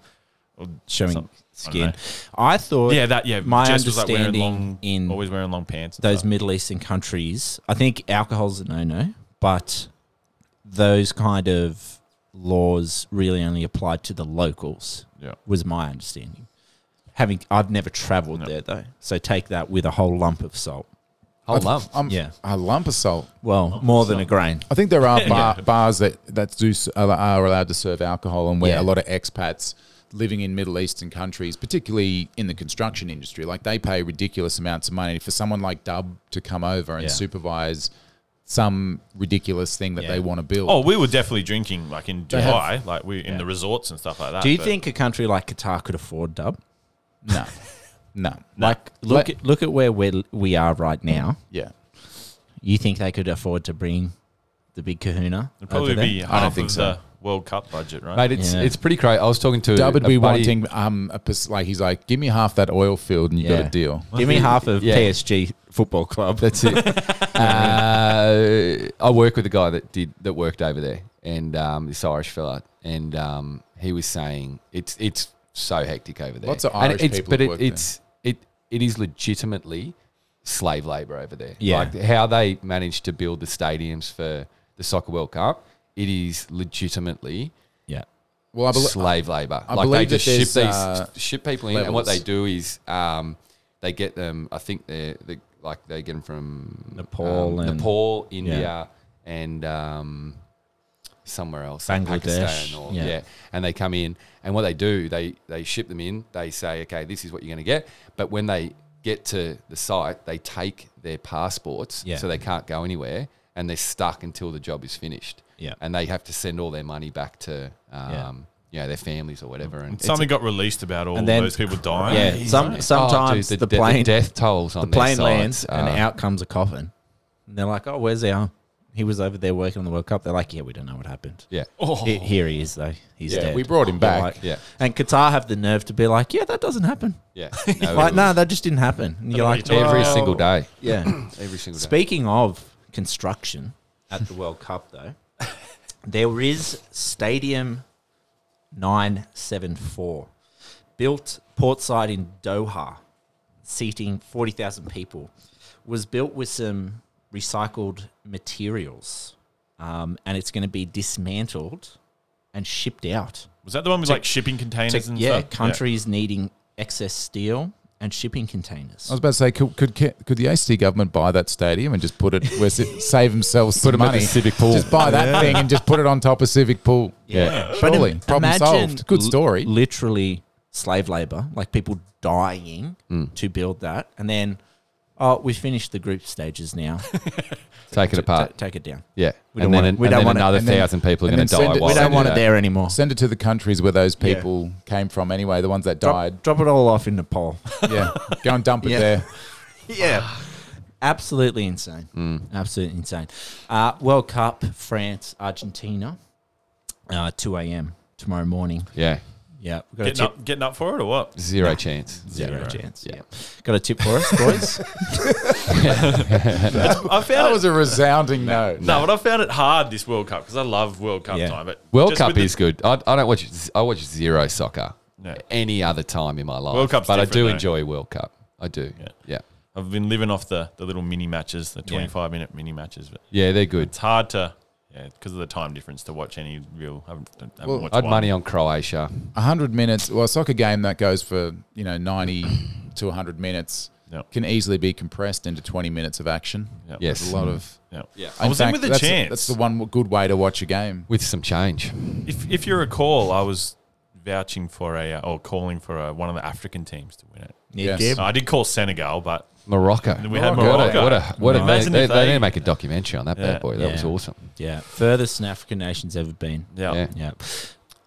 S4: or, or
S2: Showing
S4: some- I don't
S2: skin.
S4: know.
S2: I thought
S4: Yeah, that yeah.
S2: My
S4: Jess was like wearing
S2: understanding
S4: long,
S2: in
S4: always wearing long pants. and
S2: those
S4: stuff.
S2: Middle Eastern countries, I think alcohol's a no no, but those kind of laws really only apply to the locals,
S4: yeah.
S2: was my understanding. Having I've never travelled
S4: No.
S2: there though, so take that with a whole lump of salt.
S3: Whole
S1: I've-
S3: lump.
S1: I'm-
S2: Yeah.
S1: a lump of salt.
S2: Well, more than a grain.
S1: I think there are bar, bars that that do s- are are allowed to serve alcohol, and where
S2: Yeah.
S1: a lot of expats living in Middle Eastern countries, particularly in the construction industry, like they pay ridiculous amounts of money for someone like Dub to come over and
S2: Yeah.
S1: supervise some ridiculous thing that
S2: Yeah.
S1: they want to build.
S4: Oh, we were definitely drinking like in
S1: They have-
S4: Dubai, like we in the resorts and stuff like that.
S2: Do you
S4: Ah, but-
S2: think a country like Qatar could afford dub?
S1: no, no,
S2: Like look
S1: Let-
S2: at look at where we we are right now.
S1: yeah.
S2: You think they could afford to bring the big Kahuna?
S4: it'd probably
S2: over there?
S4: be half
S1: I don't think
S4: of
S1: so.
S4: the World Cup budget, right?
S3: Mate, it's
S2: Yeah.
S3: it's pretty crazy. I was talking to
S1: Dub would
S3: a
S1: be
S3: buddy-
S1: wanting um a pers- like he's like, give me half that oil field and you
S2: Yeah.
S1: uh, got a deal.
S2: Give me half of
S3: Yeah.
S2: PSG football club.
S3: That's it. uh, I work with a guy that did that worked over there, and um, this Irish fella, and um, he was saying it's it's so hectic over there.
S1: Lots of
S3: And
S1: Irish
S3: it's,
S1: people
S3: but
S1: that
S3: it,
S1: work there.
S3: it's it it is legitimately slave labor over there.
S2: Yeah.
S3: like how they managed to build the stadiums for the soccer World Cup. It is legitimately
S2: Yeah.
S1: Well, I believe
S3: slave labor.
S1: I
S3: like
S1: believe
S3: they
S1: that
S3: just ship
S1: there's,
S3: these
S1: uh,
S3: ship people in, and what they
S1: levels.
S3: do is um, they get them. I think they're the like they get them from
S2: Nepal
S3: um,
S2: and-
S3: Nepal, India, and um, somewhere else, like
S2: Bangladesh,
S3: Pakistan or,
S2: yeah.
S3: yeah. And they come in, and what they do, they they ship them in. They say, okay, this is what you're going to get. But when they get to the site, they take their passports,
S2: Yeah.
S3: so they can't go anywhere, and they're stuck until the job is finished.
S2: Yeah.
S3: and they have to send all their money back to. Um,
S2: Yeah.
S3: You know, their families or whatever, and
S4: And
S3: it's
S4: something got released about all
S2: And then-
S4: those people dying.
S2: yeah. Some, sometimes
S3: Oh, dude,
S2: the,
S3: de-
S2: plane
S3: death tolls on
S2: the plane
S3: their Ah.
S2: lands
S3: sides Uh,
S2: and
S3: are-
S2: out comes a coffin. And they're like, "Oh, where's he? Oh, he was over there working on the World Cup." They're like, "Yeah, we don't know what happened.
S3: Yeah,
S2: He- here he is, though. He's
S1: Yeah,
S2: dead.
S1: we brought him
S2: You're
S1: back.
S2: like-
S3: Yeah.
S2: And Qatar have the nerve to be like, "Yeah, that doesn't happen."
S3: yeah. No,
S2: like,
S3: it
S2: no,
S3: was
S2: that just didn't happen. And you're
S4: know
S2: like,
S4: what you're talking
S3: every
S4: Wow.
S3: single day.
S2: yeah.
S3: Every single day.
S2: Speaking of construction at the World Cup, though, there is Stadium 974, built portside in Doha, seating 40,000 people, was built with some recycled materials, um, and it's going to be dismantled and shipped out
S4: Was that the one with like shipping
S2: to
S4: containers and
S2: yeah,
S4: stuff?
S2: countries needing excess steel and shipping containers.
S1: I was about to say, could could Ke- could the ACT government buy that stadium and just put it where si- save themselves some
S3: Put 'em at the
S1: money?
S3: Civic Pool.
S1: Just buy that thing and just put it on top of Civic Pool.
S3: Yeah.
S1: surely
S2: im-
S1: problem
S2: imagine
S1: solved. Good
S2: li-
S1: story.
S2: literally slave labor, like people dying
S1: Hmm.
S2: to build that, and then oh, we finished the group stages now.
S3: Take it
S2: Ta-
S3: apart.
S2: take it down.
S3: yeah.
S2: We don't
S3: and then,
S2: want it- we
S3: and
S2: don't
S3: then
S2: want it-
S3: another
S1: and then-
S3: thousand people are
S1: and then
S3: going to
S1: send
S3: die.
S1: it-
S3: while
S1: Well,
S2: we
S3: they
S2: don't
S3: do
S2: want it
S3: that.
S2: there anymore.
S1: Send it to the countries where those
S2: Yeah.
S1: people came from anyway, the ones that
S2: Drop-
S1: died.
S2: Drop, it all off in Nepal.
S1: yeah, go and dump it
S2: Yeah.
S1: there.
S2: yeah. Absolutely insane.
S1: Hmm.
S2: Absolutely insane. Uh, World Cup, France, Argentina, uh, 2 a.m. tomorrow morning.
S3: Yeah.
S2: Yeah. We've got a
S4: Getting
S2: tip.
S4: up, getting up for it or what?
S3: Zero chance.
S2: Zero
S4: Zero.
S2: chance.
S3: Yeah.
S2: Yeah. Got a tip for us, boys?
S4: I found
S1: That
S4: it-
S1: was a resounding no.
S4: no, but I found it hard this World Cup because I love World Cup
S2: Yeah.
S4: time. But
S3: World
S4: just
S3: Cup
S4: with the-
S3: is good. I, I don't watch. I watch zero soccer.
S4: No.
S3: Any other time in my life.
S4: World Cup's
S3: but I
S4: different,
S3: do
S4: though.
S3: enjoy World Cup. I do. Yeah. Yeah.
S4: I've been living off the, the little mini matches, the twenty five minute mini matches, but
S3: they're good.
S4: it's hard to yeah because of the time difference to watch any real. I haven't, I haven't
S1: Well,
S4: watched
S3: I'd
S4: one.
S3: money on Croatia.
S1: 100 minutes, well, a soccer game that goes for, you know, 90 to 100 minutes
S4: Yep.
S1: can easily be compressed into 20 minutes of action.
S4: Yep.
S3: Yes.
S1: There's a lot of.
S4: Yep.
S3: Yeah.
S4: I was in
S1: fact,
S4: with a
S1: that's
S4: chance.
S1: that's the one good way to watch a game.
S3: With some change.
S4: If, if you recall, I was vouching for a uh, or calling for a, one of the African teams to win it.
S1: Yes.
S2: Dib.
S4: I did call Senegal, but
S3: Morocco.
S4: we had
S3: What a,
S4: Morocco.
S3: what a, what a
S4: Imagine
S3: they,
S4: if
S3: they,
S4: they-
S3: need to make a documentary on that
S4: Yeah.
S3: bad boy. That was
S2: Yeah.
S3: awesome.
S2: Yeah, furthest an African nation's ever been.
S4: yeah,
S3: Yeah.
S2: Yeah,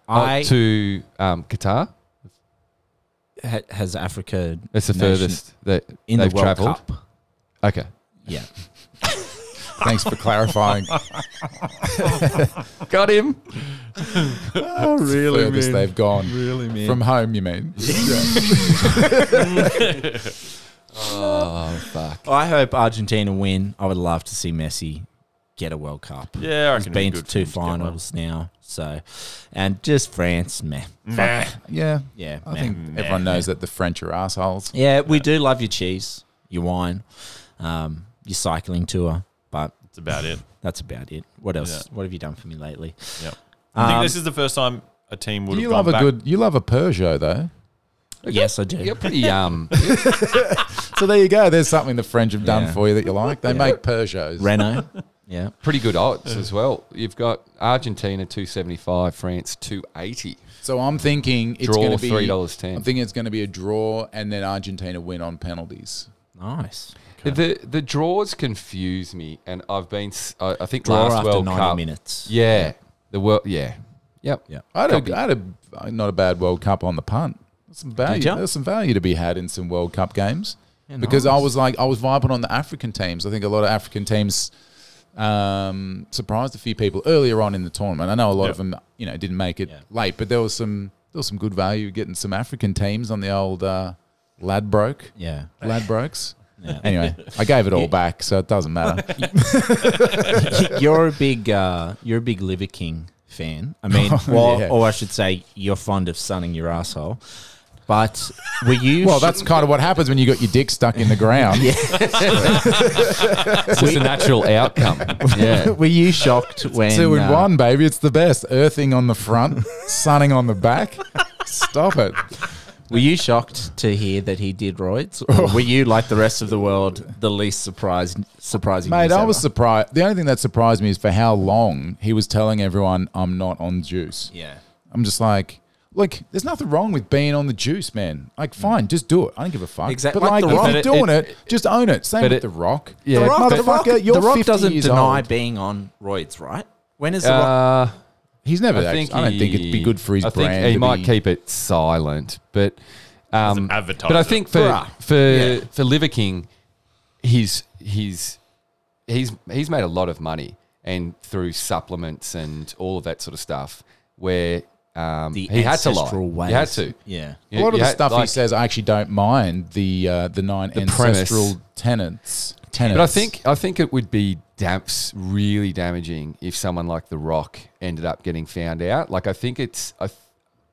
S3: Oh,
S2: I
S3: to um, Qatar.
S2: ha, has Africa.
S3: That's the
S2: nation
S3: furthest that
S2: in
S3: they've
S2: the World
S3: travelled.
S2: Cup.
S3: Okay.
S2: Yeah,
S1: Thanks for clarifying.
S3: Got him.
S1: oh, really? Furthest they've gone.
S2: really, man.
S1: From home, you mean?
S3: Oh, fuck.
S2: I hope Argentina win. I would love to see Messi get a World Cup.
S4: yeah. I
S2: He's
S4: reckon it'd be
S2: been to
S4: good for
S2: two
S4: them get one.
S2: finals now, so and just France, meh.
S4: Nah.
S1: Yeah.
S2: Yeah,
S1: I
S2: meh.
S1: think everyone knows that the French are assholes.
S2: Yeah, we do love your cheese, your wine, um, your cycling tour, but
S4: That's about it.
S2: that's about it. What else?
S4: Yeah.
S2: What have you done for me lately?
S4: Yep. I think
S2: Um,
S4: this is the first time a team would
S1: You
S4: have gone
S1: love a
S4: back.
S1: good, you love a Peugeot though.
S2: Yes, I do.
S3: You're pretty um.
S1: So there you go. There's something the French have done
S2: Yeah.
S1: for you that you like. They make Peugeots.
S2: Renault. Yeah.
S3: pretty good odds as well. You've got Argentina two seventy five, France two eighty.
S1: So I'm thinking it's
S3: Draw
S1: going to be
S3: $3.10.
S1: I'm thinking it's going to be a draw and then Argentina win on penalties.
S2: Nice.
S3: The the draws confuse me, and I've been s- I, I think
S2: Draw
S3: last
S2: after
S3: World
S2: 90
S3: Cup.
S2: minutes.
S3: Yeah, the world. Yeah, yep. Uh,
S2: Yeah.
S1: I had,
S3: Copy.
S1: a, I had a not a bad World Cup on the punt. Some value.
S2: Did ya?
S1: There's some value to be had in some World Cup games
S2: Yeah,
S1: because I
S2: nice.
S1: was like I was vibing on the African teams. I think a lot of African teams um, surprised a few people earlier on in the tournament. I know a lot
S4: Yep.
S1: of them, you know, didn't make it
S2: Yeah.
S1: late, but there was some there was some good value getting some African teams on the old uh, Ladbroke
S2: Yeah.
S1: Ladbrokes.
S2: Yeah.
S1: Anyway, I gave it all back, so it doesn't matter.
S2: you're a big uh, you're a big Liver King fan. I mean,
S1: Oh,
S2: well,
S1: yeah.
S2: or I should say, you're fond of sunning your asshole. But were you?
S1: Well, that's kind of what happens when you got your dick stuck in the ground.
S3: It's just a natural outcome. Yeah,
S2: were you shocked when
S1: Two in
S2: uh,
S1: one, baby. It's the best. Earthing on the front, sunning on the back. Stop it.
S2: Were you shocked to hear that he did roids?
S3: Oh.
S2: Or were you, like the rest of the world, the least surprised, surprising?
S1: Mate,
S2: news
S1: I
S2: ever?
S1: was surprised. The only thing that surprised me is for how long he was telling everyone, I'm not on juice.
S2: Yeah.
S1: I'm just like, look, there's nothing wrong with being on the juice, man. Like,
S3: Mm.
S1: fine, just do it. I don't give a fuck.
S2: Exact-
S1: But
S2: like
S1: like,
S2: The
S1: if
S2: Rock.
S1: you're
S3: But it-
S1: doing
S3: it-
S1: it, just own it. Same
S3: but
S1: with
S3: it-
S1: The Rock.
S3: Yeah,
S1: the Rock,
S3: but-
S1: the Rock, you're
S2: the Rock
S1: 50
S2: doesn't
S1: years
S2: deny
S1: old.
S2: being on roids, right? When is the Rock?
S3: Uh,
S1: He's never.
S3: I
S1: actually-
S3: think
S1: I don't think
S3: he-
S1: it'd be good for his
S3: I
S1: brand.
S3: think he
S1: to
S3: might
S1: be-
S3: keep it silent, but um,
S4: an advertiser.
S3: But I think for
S2: Bruh.
S3: for
S2: Yeah.
S3: for Liver King, he's he's he's he's made a lot of money and through supplements and all of that sort of stuff where um,
S2: The
S3: he had to lie.
S2: ancestral ways.
S3: He had to.
S2: Yeah.
S1: A lot of
S3: You
S1: the
S3: had-
S1: stuff he
S3: like-
S1: says, I actually don't mind the uh, the nine
S3: premise.
S1: ancestral tenants. Tenants.
S3: But I think I think it would be damps really damaging if someone like The Rock ended up getting found out. Like I think it's I, th-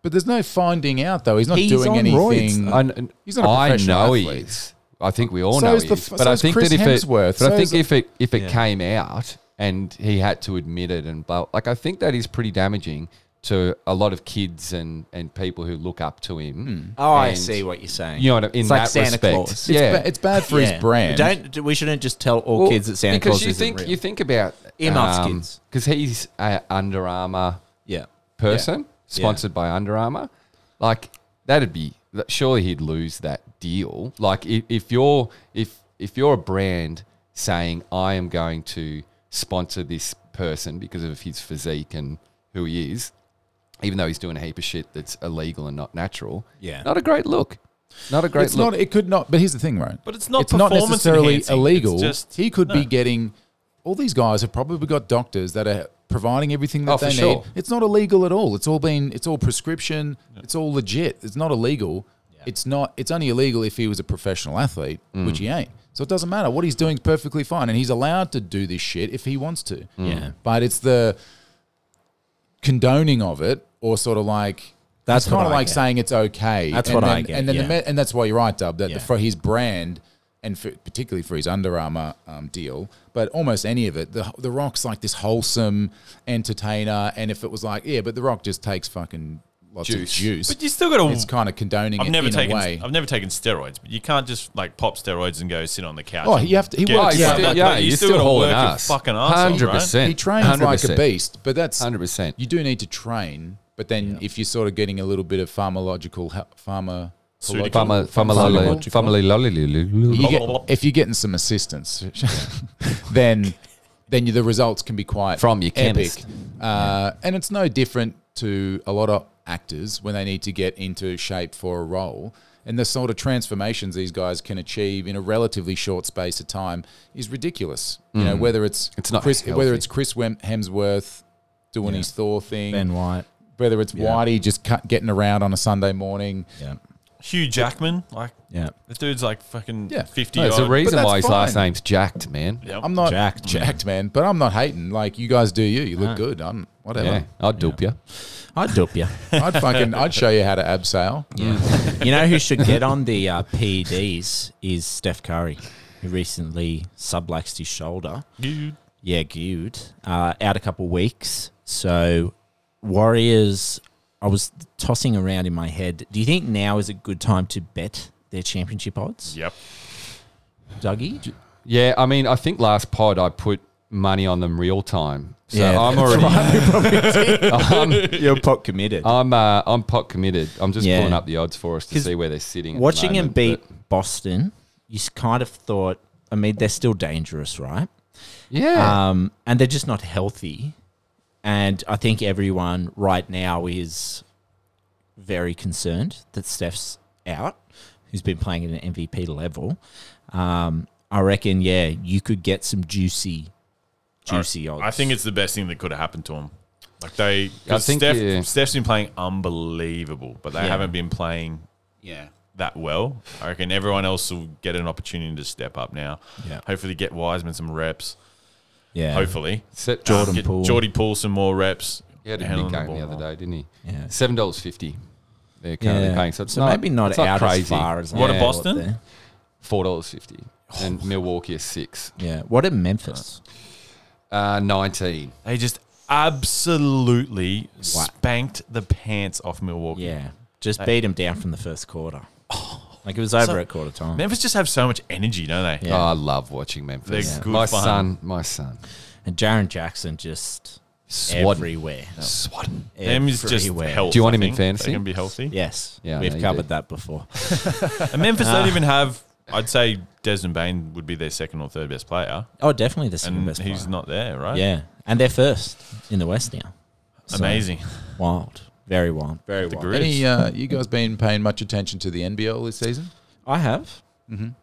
S1: But there's no finding out though. He's not
S2: He's
S1: doing
S2: on roids,
S1: anything.
S3: I,
S1: Uh, He's not a
S3: I
S1: professional
S3: know he
S1: athlete.
S3: is. I think we all
S1: So
S3: know
S1: is
S3: he
S1: the
S3: is.
S1: f-
S3: But
S1: so
S3: I
S1: is
S3: think
S1: Chris
S3: that if it,
S1: Hemsworth.
S3: but
S1: So
S3: I think
S1: is-
S3: if it if it
S2: Yeah.
S3: came out and he had to admit it and blah, like I think that is pretty damaging to a lot of kids and and people who look up to him.
S2: Oh, I
S3: And
S2: see what you're saying.
S3: You know what I mean? In
S2: It's like
S3: that
S2: Santa
S3: respect.
S2: Claus.
S1: it's,
S3: yeah.
S1: ba- it's bad for
S2: Yeah.
S1: his brand.
S2: We don't. We shouldn't just tell all
S3: Well,
S2: kids that Santa
S3: because
S2: Claus
S3: you
S2: isn't
S3: think
S2: real.
S3: you think about
S2: Earmuffs, kids.
S3: because he's a Under Armour
S2: yeah.
S3: person sponsored by Under Armour, like that'd be that- surely he'd lose that deal. Like if, if you're if if you're a brand saying I am going to sponsor this person because of his physique and who he is, even though he's doing a heap of shit that's illegal and not natural.
S2: Yeah.
S3: not a great look. Not a great
S1: it's
S3: look.
S1: not. It could not. But here's the thing, right?
S4: But it's not
S1: It's not
S4: performance
S1: necessarily
S4: enhancing.
S1: illegal.
S4: It's just-
S1: he could
S4: no.
S1: be getting. All these guys have probably got doctors that are providing everything that
S3: Oh, for
S1: they need.
S3: sure.
S1: It's not illegal at all. It's all been. It's all prescription. It's all legit. It's not illegal. It's not. It's only illegal if he was a professional athlete,
S2: Mm.
S1: which he ain't. So it doesn't matter what he's doing is perfectly fine, and he's allowed to do this shit if he wants to.
S2: Yeah.
S1: But it's the condoning of it, or sort of like
S2: That's
S1: it's kind
S2: what
S1: of
S2: I
S1: like
S2: get.
S1: saying it's okay.
S2: That's
S1: and
S2: what
S1: then,
S2: I get,
S1: And then
S2: yeah.
S1: the me- and that's why you're right, Dub. That
S2: Yeah.
S1: the, for his brand and for, particularly for his Under Armour um, deal, but almost any of it, the the Rock's like this wholesome entertainer, and if it was like yeah, but the Rock just takes fucking lots of
S3: Juice.
S1: juice.
S4: But you still got
S1: it's
S4: to.
S1: kind of condoning
S4: I've
S1: it
S4: never
S1: in a
S4: taken.
S1: way.
S4: I've never taken steroids, but you can't just like pop steroids and go sit on the couch.
S1: Oh,
S4: and
S1: you have to- he
S4: get-
S1: works
S3: Oh, you're
S1: Yeah,
S3: still-
S1: but-
S4: yeah, you still gotta
S3: hauling
S4: work your
S3: ass.
S4: fucking arsehole, right?
S1: he trains like a
S3: 100%.
S1: beast, but that's
S3: 100%.
S1: You do need to train, but then if you're sort of getting a little bit of pharmacological he- pharma.
S4: Pseudical.
S3: Fama, fama, lolly- fama, lolly- lolly-
S1: you get, if you're getting some assistance, then then you, the results can be quite
S3: From your
S1: epic.
S3: chemist.
S1: Uh, and it's no different to a lot of actors when they need to get into shape for a role. And the sort of transformations these guys can achieve in a relatively short space of time is ridiculous. You know, whether it's,
S3: Mm. It's not
S1: Chris,
S3: healthy.
S1: whether it's Chris Wem- Hemsworth doing his Thor thing,
S2: Ben White.
S1: whether it's Whitey just cut, getting around on a Sunday morning.
S2: Yeah.
S4: Hugh Jackman, like
S2: Yeah.
S4: the dude's like fucking
S1: Yeah.
S4: fifty.
S3: There's a
S4: odd.
S3: reason
S1: that's
S3: why his last
S1: fine.
S3: name's jacked, man.
S4: Yep.
S1: I'm not
S2: Jacked.
S1: jacked man, but I'm not hating. Like you guys do you. You look good. I'm whatever.
S3: Yeah, I'd dupe you.
S2: I'd dope you.
S1: I'd fucking I'd show you how to abseil.
S2: you know who should get on the uh, PEDs is Steph Curry, who recently subluxed his shoulder.
S4: Dude.
S2: Yeah, good. Uh, out a couple weeks. So, Warriors, I was tossing around in my head. Do you think now is a good time to bet their championship odds,
S4: Yep.
S2: Dougie?
S3: Yeah, I mean, I think last pod I put money on them real time. So
S2: Yeah,
S3: I'm
S2: that's
S3: already
S2: You're pot committed.
S3: I'm uh, I'm pot committed. I'm just
S2: Yeah.
S3: pulling up the odds for us to
S2: 'Cause
S3: see where they're sitting. at the
S2: Watching him
S3: moment,
S2: beat
S3: but-
S2: Boston, you s- kind of thought, I mean, they're still dangerous, right?
S3: Yeah.
S2: um, and they're just not healthy. And I think everyone right now is very concerned that Steph's out, who's been playing at an MVP level. Um, I reckon, yeah, you could get some juicy, juicy odds.
S4: I think it's the best thing that could have happened to him. Like they,
S3: I
S4: because
S3: think,
S4: Steph,
S3: yeah.
S4: Steph's been playing unbelievable, but they
S2: Yeah.
S4: haven't been playing
S2: yeah,
S4: that well. I reckon everyone else will get an opportunity to step up now.
S2: Yeah.
S4: Hopefully, get Wiseman some reps.
S2: yeah,
S4: Hopefully,
S3: Set, uh,
S2: Jordan.
S4: get
S2: Poole.
S4: Jordy Poole some more reps.
S3: He had a
S4: Handling
S3: big game
S4: ball
S3: the other
S4: more.
S3: day, didn't he?
S2: Yeah.
S3: Seven dollars fifty. They're currently
S2: yeah.
S3: paying, so it's
S2: so maybe not
S3: it's
S2: out
S3: crazy.
S2: as far as Oh. I
S4: What a
S2: thought
S4: Boston?
S2: there.
S3: Four dollars fifty, and Milwaukee is six.
S2: Yeah, what a Memphis.
S3: Uh, Nineteen.
S4: They just absolutely
S2: Wow.
S4: spanked the pants off Milwaukee.
S2: Yeah, Just beat him down from the first quarter.
S1: Oh.
S2: Like it was over at quarter time.
S4: Memphis just have so much energy, don't they?
S2: Yeah.
S3: Oh, I love watching Memphis.
S4: They're good
S3: my
S4: fun.
S3: son, my son,
S2: And Jaron Jackson just
S3: Swadden.
S2: everywhere.
S3: Swadden.
S4: Them is just
S2: Everywhere.
S4: health.
S3: Do you want him
S4: I
S3: in
S4: think.
S3: fantasy?
S4: They can be healthy.
S2: Yes.
S3: Yeah, I
S2: We've
S3: know you
S2: covered
S3: do.
S2: that before.
S4: And Memphis
S3: Ah.
S4: don't even have. I'd say Desmond Bain would be their second or third best player,
S2: Oh, definitely the second
S4: and
S2: best
S4: he's
S2: player.
S4: not there, right?
S2: Yeah. And they're first in the West now. So,
S4: amazing.
S2: Wild. Very wild. Very
S4: The
S2: wild.
S4: grid.
S1: Any uh, you guys been paying much attention to the NBL this season?
S2: I have.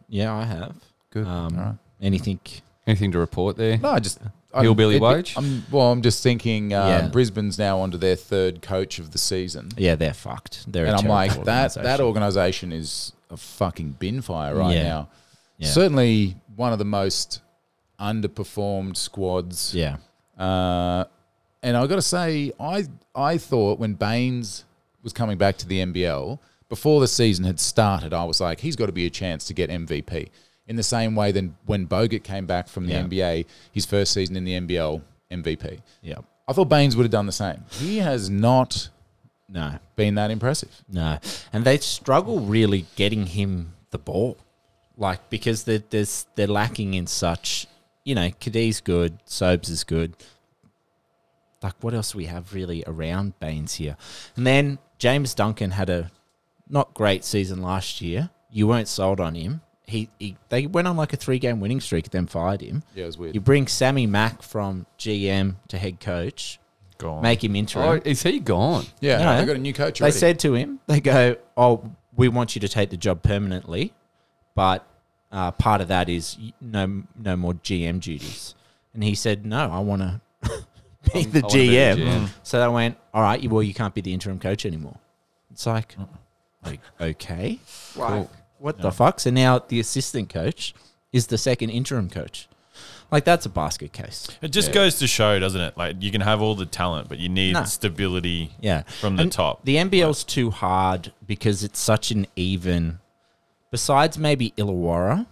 S2: Yeah, I have.
S1: Mm-hmm. Good.
S2: Um,
S1: All right.
S2: Anything?
S3: Anything to report there?
S1: No, I just
S3: Hillbilly
S1: it-
S3: Woj?
S1: I'm, well, I'm just thinking. Um,
S2: Yeah.
S1: Brisbane's now onto their third coach of the season,
S2: Yeah, they're fucked. They're
S1: and
S2: a
S1: I'm
S2: terrible
S1: like that. That
S2: organisation.
S1: organization is a fucking bin fire right
S2: Yeah.
S1: now.
S2: Yeah.
S1: Certainly one of the most underperformed squads.
S2: Yeah.
S1: Uh, and I got to say, I I thought when Baines was coming back to the NBL before the season had started, I was like, he's got to be a chance to get MVP. In the same way, then when Bogut came back from the
S2: Yeah.
S1: NBA, his first season in the NBL, MVP.
S2: Yeah.
S1: I thought Baines would have done the same. He has not
S2: No.
S1: been that impressive.
S2: No, and they struggle really getting him the ball, like because they're there's, they're lacking in such. You know, Cadiz good, Sobes is good. Like what else we have really around Baines here, and then James Duncan had a not great season last year. You weren't sold on him. He, he they went on like a three game winning streak, then fired him.
S1: Yeah, it was
S2: You
S1: weird.
S2: bring Sammy Mack from GM to head coach,
S3: uh,
S4: Go on.
S2: make him interim.
S3: Oh, is he gone?
S1: Yeah,
S2: No.
S1: they got a new coach.
S2: They
S1: Already.
S2: said to him, they go, "Oh, we want you to take the job permanently, but uh, part of that is y- no no more GM duties." And he said, "No, I want to be the
S3: I wanna be the
S2: GM."
S3: GM.
S2: So they went, "All right, you- well, you can't be the interim coach anymore." It's like, like okay, like, what the fuck? So now the assistant coach is the second interim coach. Like that's a basket case.
S4: It just goes to show, doesn't it? Like you can have all the talent, but you need
S2: No.
S4: stability.
S2: Yeah.
S4: from the
S2: And
S4: top.
S2: The NBL's too hard because it's such an even. Besides maybe Illawarra,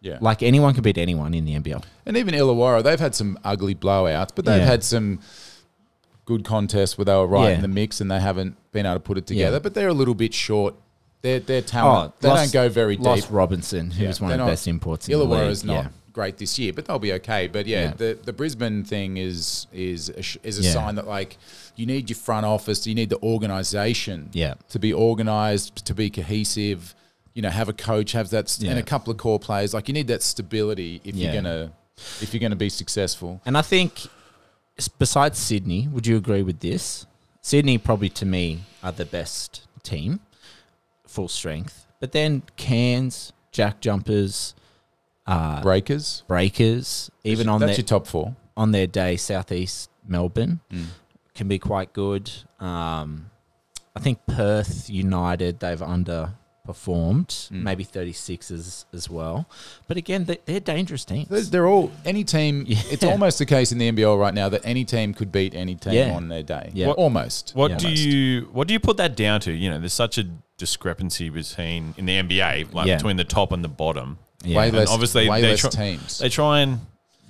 S1: yeah.
S2: like anyone can beat anyone in the NBL.
S1: And even Illawarra, they've had some ugly blowouts, but they've
S2: Yeah.
S1: had some good contests where they were right
S2: Yeah.
S1: in the mix and they haven't been able to put it together.
S2: Yeah. Oh,
S1: But they're a little bit short. Their their talent they
S2: lost-
S1: don't go very deep.
S2: Lost Robinson, who
S1: Yeah,
S2: was one
S1: they're
S2: of the
S1: not-
S2: best imports in the league.
S1: Illawarra's not
S2: Yeah.
S1: great this year, but they'll be okay. But yeah,
S2: Yeah.
S1: the the Brisbane thing is is a, sh- is a
S2: Yeah.
S1: sign that like you need your front office, you need the organisation
S2: Yeah.
S1: to be organised, to be cohesive. You know, have a coach, have that, st- and
S2: Yeah.
S1: a couple of core players. Like you need that stability if you're
S2: Yeah.
S1: gonna if you're gonna be successful.
S2: And I think, s- besides Sydney, would you agree with this? Sydney probably to me are the best team, full strength. But then Cairns, Jack Jumpers,
S1: Breakers,
S2: Breakers, Uh, even on
S1: that's
S2: their
S1: your top four.
S2: on their day, Southeast Melbourne can be quite good. Um, I think Perth United they've underperformed, maybe 36s as well. But again, they, they're dangerous teams.
S1: They're, they're all any team.
S2: Yeah.
S1: It's almost the case in the NBL right now that any team could beat any team
S2: Yeah.
S1: on their day.
S2: Yeah. What-
S1: almost.
S4: What
S2: Yeah.
S4: do you what do you put that down to? You know, there's such a discrepancy between in the NBA, like
S2: Yeah.
S4: between the top and the bottom.
S2: Yeah.
S1: Way
S4: And
S1: less.
S4: obviously
S1: way
S4: they
S1: less
S4: try-
S1: teams.
S4: They try and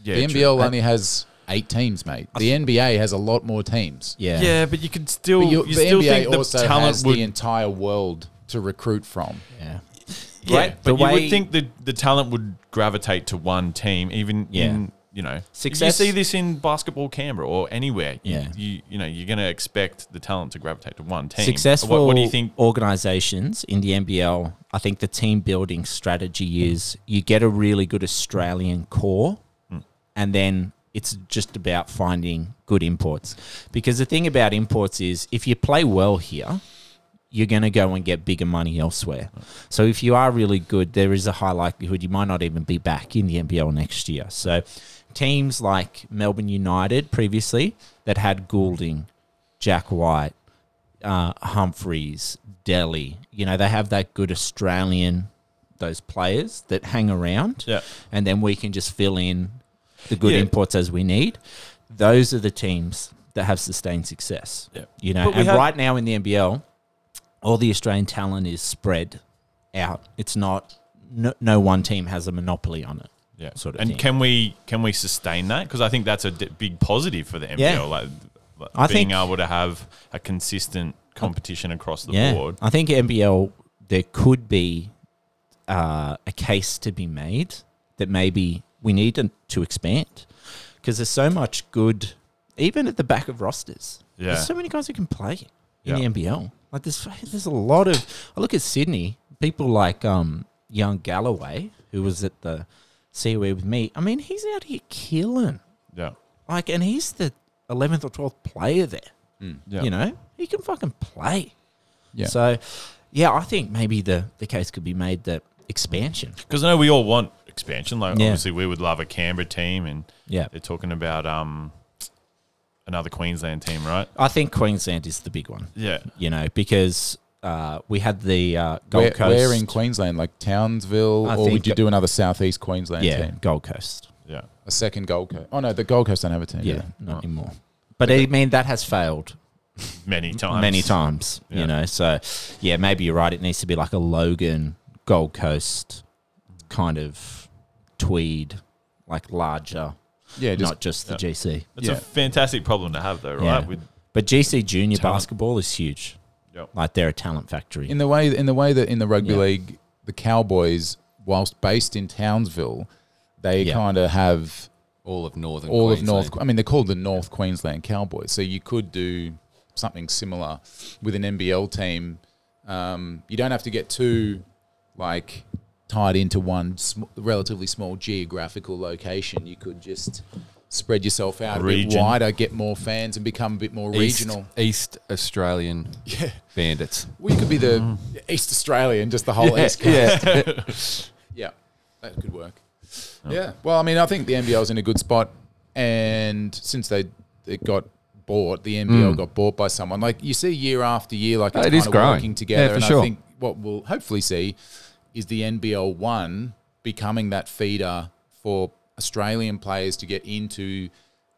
S4: yeah,
S1: the
S4: true.
S1: NBL only has eight teams, mate. The NBA has a lot more teams.
S2: yeah.
S4: Yeah. but you could still
S1: But you,
S4: you,
S1: the
S4: still
S1: NBA
S4: think the
S1: also
S4: talent
S1: has
S4: would
S1: the entire world to recruit from.
S2: yeah.
S4: yeah,
S2: Right,
S4: But
S2: the
S4: you
S2: way-
S4: would think the the talent would gravitate to one team, even
S2: Yeah.
S4: in you know if
S2: Success-
S4: You see this in basketball Canberra or anywhere. you-
S2: Yeah.
S4: you you know you're going to expect the talent to gravitate to one team.
S2: Successful
S4: What, what do you think?
S2: organizations in the NBL, I think the team building strategy is you get a really good Australian core
S4: Hmm.
S2: and then it's just about finding good imports. Because the thing about imports is if you play well here, you're going to go and get bigger money elsewhere.
S4: Hmm.
S2: So if you are really good, there is a high likelihood you might not even be back in the NBL next year. So teams like Melbourne United previously that had Goulding, Jack White, uh, Humphreys, Delhi, you know, they have that good Australian those players that hang around
S4: Yeah.
S2: and then we can just fill in the good
S4: Yeah.
S2: imports as we need. Those are the teams that have sustained success.
S4: Yeah.
S2: You know,
S4: But we
S2: and
S4: have-
S2: right now in the NBL, all the Australian talent is spread out. It's not no, no one team has a monopoly on it.
S4: Yeah.
S2: sort of
S4: and
S2: thing.
S4: can we can we sustain that? Because I think that's a d- big positive for the NBL.
S2: Yeah.
S4: Like, like
S2: I
S4: being
S2: think-
S4: able to have a consistent competition across the
S2: yeah,
S4: board.
S2: I think NBL there could be uh, a case to be made that maybe we need to, to expand because there's so much good, even at the back of rosters.
S4: Yeah.
S2: There's so many guys who can play in
S4: Yeah.
S2: the NBL. Like there's there's a lot of. I look at Sydney people like um, young Galloway who was at the COE with me. I mean, he's out here killing.
S4: Yeah.
S2: Like, and he's the 11th or 12th player there.
S4: Yeah.
S2: You know, he can fucking play.
S1: Yeah.
S2: So, yeah, I think maybe the, the case could be made that expansion.
S4: Because I know we all want expansion. Like
S2: Yeah.
S4: obviously, we would love a Canberra team, and
S2: Yeah.
S4: they're talking about um another Queensland team, right?
S2: I think Queensland is the big one,
S4: Yeah,
S2: you know, because uh, we had the uh, Gold
S1: Where,
S2: Coast.
S1: where in Queensland, like Townsville,
S2: I
S1: or
S2: think-
S1: would you do another Southeast Queensland
S2: yeah,
S1: team?
S2: Gold Coast.
S4: yeah,
S1: A second Gold Coast. Oh no, the Gold Coast don't have a team. do
S2: Yeah,
S1: they?
S2: not anymore. But I mean, that has failed
S4: many times.
S2: many times,
S4: Yeah.
S2: you know. So, yeah, maybe you're right. It needs to be like a Logan, Gold Coast kind of tweed, like larger,
S1: Yeah, just
S2: not just the
S4: yeah.
S2: GC.
S4: It's
S1: Yeah.
S4: a fantastic problem to have, though, right?
S2: Yeah.
S4: With
S2: But GC junior
S4: Talent.
S2: basketball is huge.
S4: Yep.
S2: Like they're a talent factory.
S1: in the way in the way that in the rugby
S2: Yeah.
S1: league, the Cowboys, whilst based in Townsville, they
S2: Yeah.
S1: kind of have
S3: all of northern
S1: all of
S3: Queensland.
S1: North. I mean, they're called the North Queensland Cowboys, so you could do something similar with an NBL team. Um, you don't have to get too like tied into one sm- relatively small geographical location. You could just spread yourself out a bit
S4: Region.
S1: wider, get more fans, and become a bit more regional.
S3: East Australian bandits.
S1: We could be the East Australian, just the whole East Coast. Yeah. that could work. Yeah. Well, I mean, I think the NBL is in a good spot, and since they it got bought, the NBL got bought by someone. Like you see, year after year, like it's
S3: Mm. It
S1: kind
S3: is
S1: of
S3: growing.
S1: working
S3: Yeah,
S1: together.
S3: for
S1: and I
S3: sure.
S1: think what we'll hopefully see is the NBL one becoming that feeder for Australian players to get into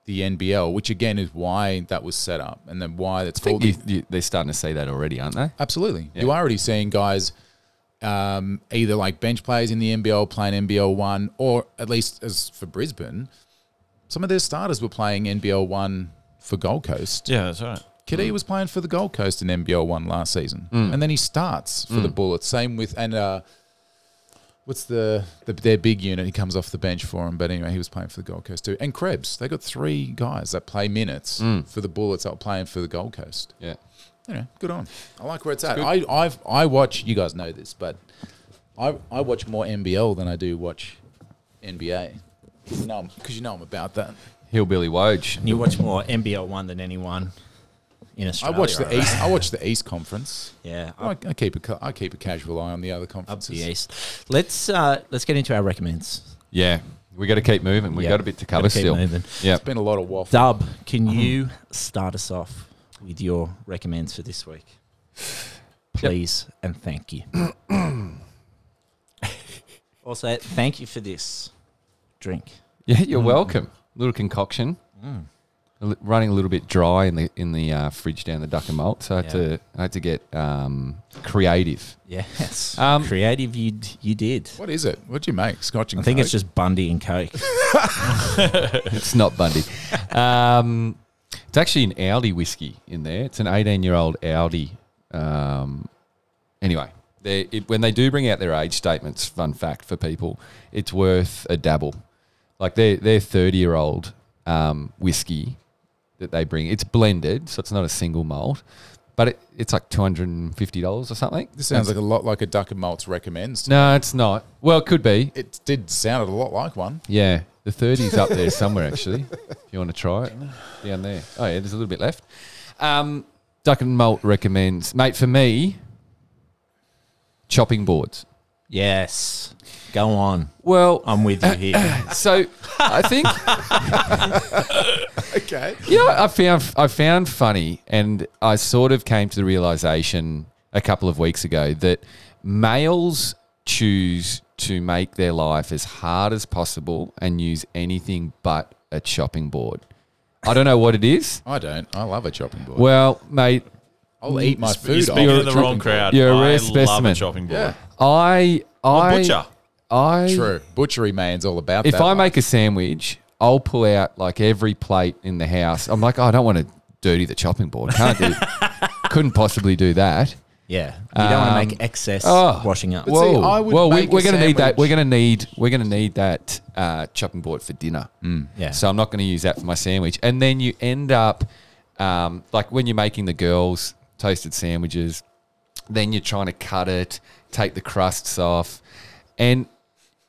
S1: the NBL, which again is why that was set up, and then why that's
S3: I think
S1: called the
S3: you, you, they're starting to see that already, aren't they?
S1: Absolutely. You are already seeing guys um, either like bench players in the NBL playing NBL one, or at least as for Brisbane, some of their starters were playing NBL one for Gold Coast.
S4: yeah, that's right.
S1: Kadee was playing for the Gold Coast in NBL one last season, and then he starts for the Bullets. Same with and uh, what's the, the their big unit? He comes off the bench for him, but anyway, he was playing for the Gold Coast too. And Krebs, they got three guys that play minutes for the Bullets that were playing for the Gold Coast
S3: Yeah.
S1: you know, good on. I like where it's, at. I I've, I watch. You guys know this, but I I watch more NBL than I do watch NBA. Because you know, I'm- 'cause you know I'm about that.
S3: Hillbilly Woj.
S2: you watch more NBL one than anyone in
S1: I
S2: Australia.
S1: watch the
S2: reckon.
S1: East. I watch the East Conference.
S2: Yeah,
S1: I,
S2: up,
S1: I keep a ca- I keep a casual eye on the other
S2: up
S1: conferences.
S2: the East. Let's uh, let's get into our recommends.
S3: Yeah. We got to keep moving. We
S2: Yeah.
S3: got a bit to
S2: Gotta
S3: cover
S2: keep
S3: still.
S2: moving.
S3: Yeah.
S1: It's been a lot of waffle.
S2: Dub, can you start us off with your recommends for this week? Please and thank you. also, thank you for this drink.
S3: Yeah,
S1: Mm.
S3: you're welcome. Little concoction. A li- Running a little bit dry in the in the uh, fridge down the duck and malt, so I had
S2: Yeah.
S3: to I had to get um, creative.
S2: Yes.
S3: Um,
S2: Creative you you did.
S1: What is it? What'd you make? Scotch and
S2: I think
S1: Coke?
S2: it's just Bundy and Coke.
S3: It's not Bundy. um, it's actually an Audi whiskey in there. It's an 18 year old Audi. Um, anyway, they, it, when they do bring out their age statements, fun fact for people, it's worth a dabble. Like their their 30 year old um, whiskey that they bring, it's blended, so it's not a single malt, but it, it's like $250 or something.
S1: This sounds like a lot like a Duck and Malt's recommends.
S3: No, it's not. Well, it could be.
S1: It did sound a lot like one.
S3: Yeah, the 30's up there somewhere, actually. If you want to try it, down there. Oh, yeah, there's a little bit left. Um, Duck and Malt recommends, mate, for me, chopping boards.
S2: yes. Go on.
S3: Well,
S2: I'm with you here.
S3: so I think,
S1: Okay.
S3: you know, what I found, I found funny, and I sort of came to the realization a couple of weeks ago that males choose to make their life as hard as possible and use anything but a chopping board. I don't know what it is.
S1: I don't. I love a chopping board.
S3: Well, mate,
S1: I'll eat my
S4: You're
S1: food.
S4: speaking
S1: off
S4: to
S1: a
S4: the
S1: chopping
S4: wrong
S1: board.
S4: crowd.
S3: You're a
S4: I
S3: rare
S4: love a
S3: specimen.
S4: chopping board.
S1: Yeah.
S3: I, I,
S4: butcher.
S3: I,
S1: True. Butchery man's all about
S3: if
S1: that.
S3: I
S1: life.
S3: make a sandwich, I'll pull out like every plate in the house. I'm like, "Oh, I don't want to dirty the chopping board. Can't do, couldn't possibly do that.
S2: Yeah. You don't want
S3: Um,
S2: to make excess
S3: oh,
S2: washing up.
S1: But see, I would
S3: well, we,
S1: make a
S3: we're going to need that.
S1: sandwich.
S3: We're going to need. We're going to need that uh, chopping board for dinner.
S1: Mm.
S2: yeah.
S3: So I'm not going to use that for my sandwich. And then you end up um, like when you're making the girls toasted sandwiches, then you're trying to cut it, take the crusts off, and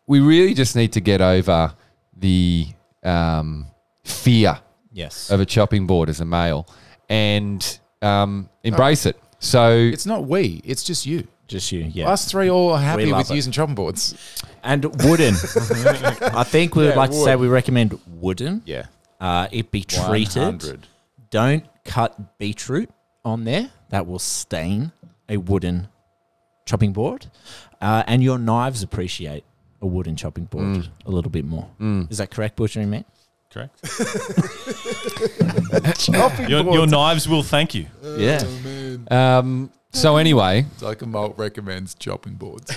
S3: we really just need to get over the um, fear
S2: yes.
S3: of a chopping board as a male and um, embrace it. So
S1: It's not we. It's just you.
S2: Just you. Yeah.
S1: Us three all are happy
S2: love
S1: with
S2: it.
S1: using chopping boards.
S2: And wooden. I think we would
S1: Yeah,
S2: like to say
S1: wood.
S2: we recommend wooden.
S1: Yeah.
S2: Uh, it be treated. Don't cut beetroot on there. That will stain a wooden chopping board. Uh, and your knives appreciate a wooden chopping board a little bit more. Is that correct, butchering man?
S4: Correct.
S1: Chopping
S4: Your, your
S1: boards.
S4: knives will thank you.
S2: Yeah.
S3: um, so anyway,
S1: It's like a malt recommends chopping boards.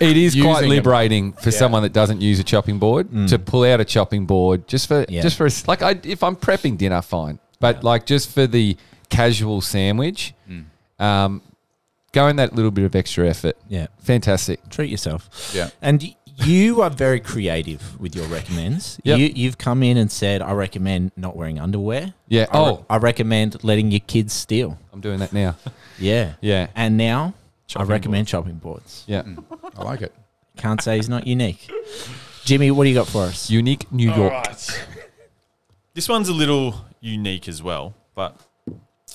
S3: it is
S1: Using
S3: quite
S1: them.
S3: liberating for
S1: Yeah.
S3: someone that doesn't use a chopping board
S4: Mm.
S3: to pull out a chopping board just for
S2: Yeah.
S3: just for a s like I, if I'm prepping dinner, fine, but like just for the casual sandwich,
S4: Mm.
S3: um, go in that little bit of extra effort.
S2: Yeah.
S3: Fantastic.
S2: Treat yourself.
S1: Yeah.
S2: And y- you are very creative with your recommends.
S3: Yep.
S2: You, you've come in and said, I recommend not wearing underwear.
S3: Yeah.
S2: I re-
S3: oh,
S2: I recommend letting your kids steal.
S3: I'm doing that now.
S2: Yeah.
S3: Yeah.
S2: And now
S4: Chopping
S2: I recommend chopping boards.
S3: Yeah.
S4: Mm.
S1: I like it.
S2: Can't say he's not unique. Jimmy, what do you got for us?
S3: Unique New
S4: All
S3: York.
S4: right. This one's a little unique as well, but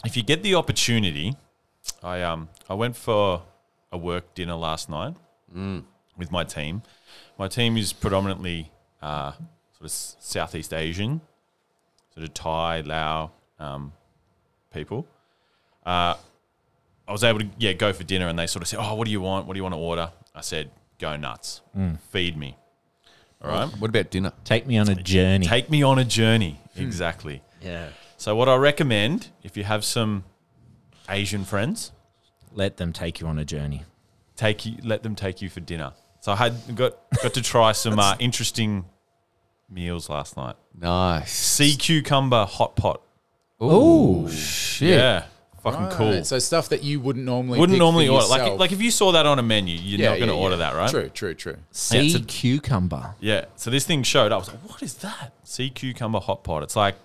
S4: if you get the opportunity, I um I went for a work dinner last night with my team. My team is predominantly uh, sort of s- Southeast Asian, sort of Thai, Lao um, people. Uh, I was able to yeah go for dinner, and they sort of said, "Oh, what do you want? What do you want to order?" I said, "Go nuts, feed me." All right,
S3: What about dinner?
S2: Take me on a journey.
S4: Take me on a journey. Exactly.
S2: yeah.
S4: So, what I recommend if you have some Asian friends,
S2: Let them take you on a journey.
S4: take you, let them take you for dinner. So, I had got got to try some uh, interesting meals last night.
S3: Nice.
S4: Sea cucumber hot pot.
S3: Oh shit.
S4: Yeah, fucking cool.
S1: Right, So stuff that you wouldn't normally
S4: Wouldn't
S1: pick for
S4: normally order like
S1: yourself.
S4: like if you saw that on a menu, you're
S1: Yeah,
S4: not going to
S1: yeah,
S4: order
S1: yeah.
S4: that, right?
S1: True, true, true.
S2: Sea
S4: it's a-
S2: cucumber.
S4: Yeah. So this thing showed up. I was like, what is that? Sea cucumber hot pot. It's like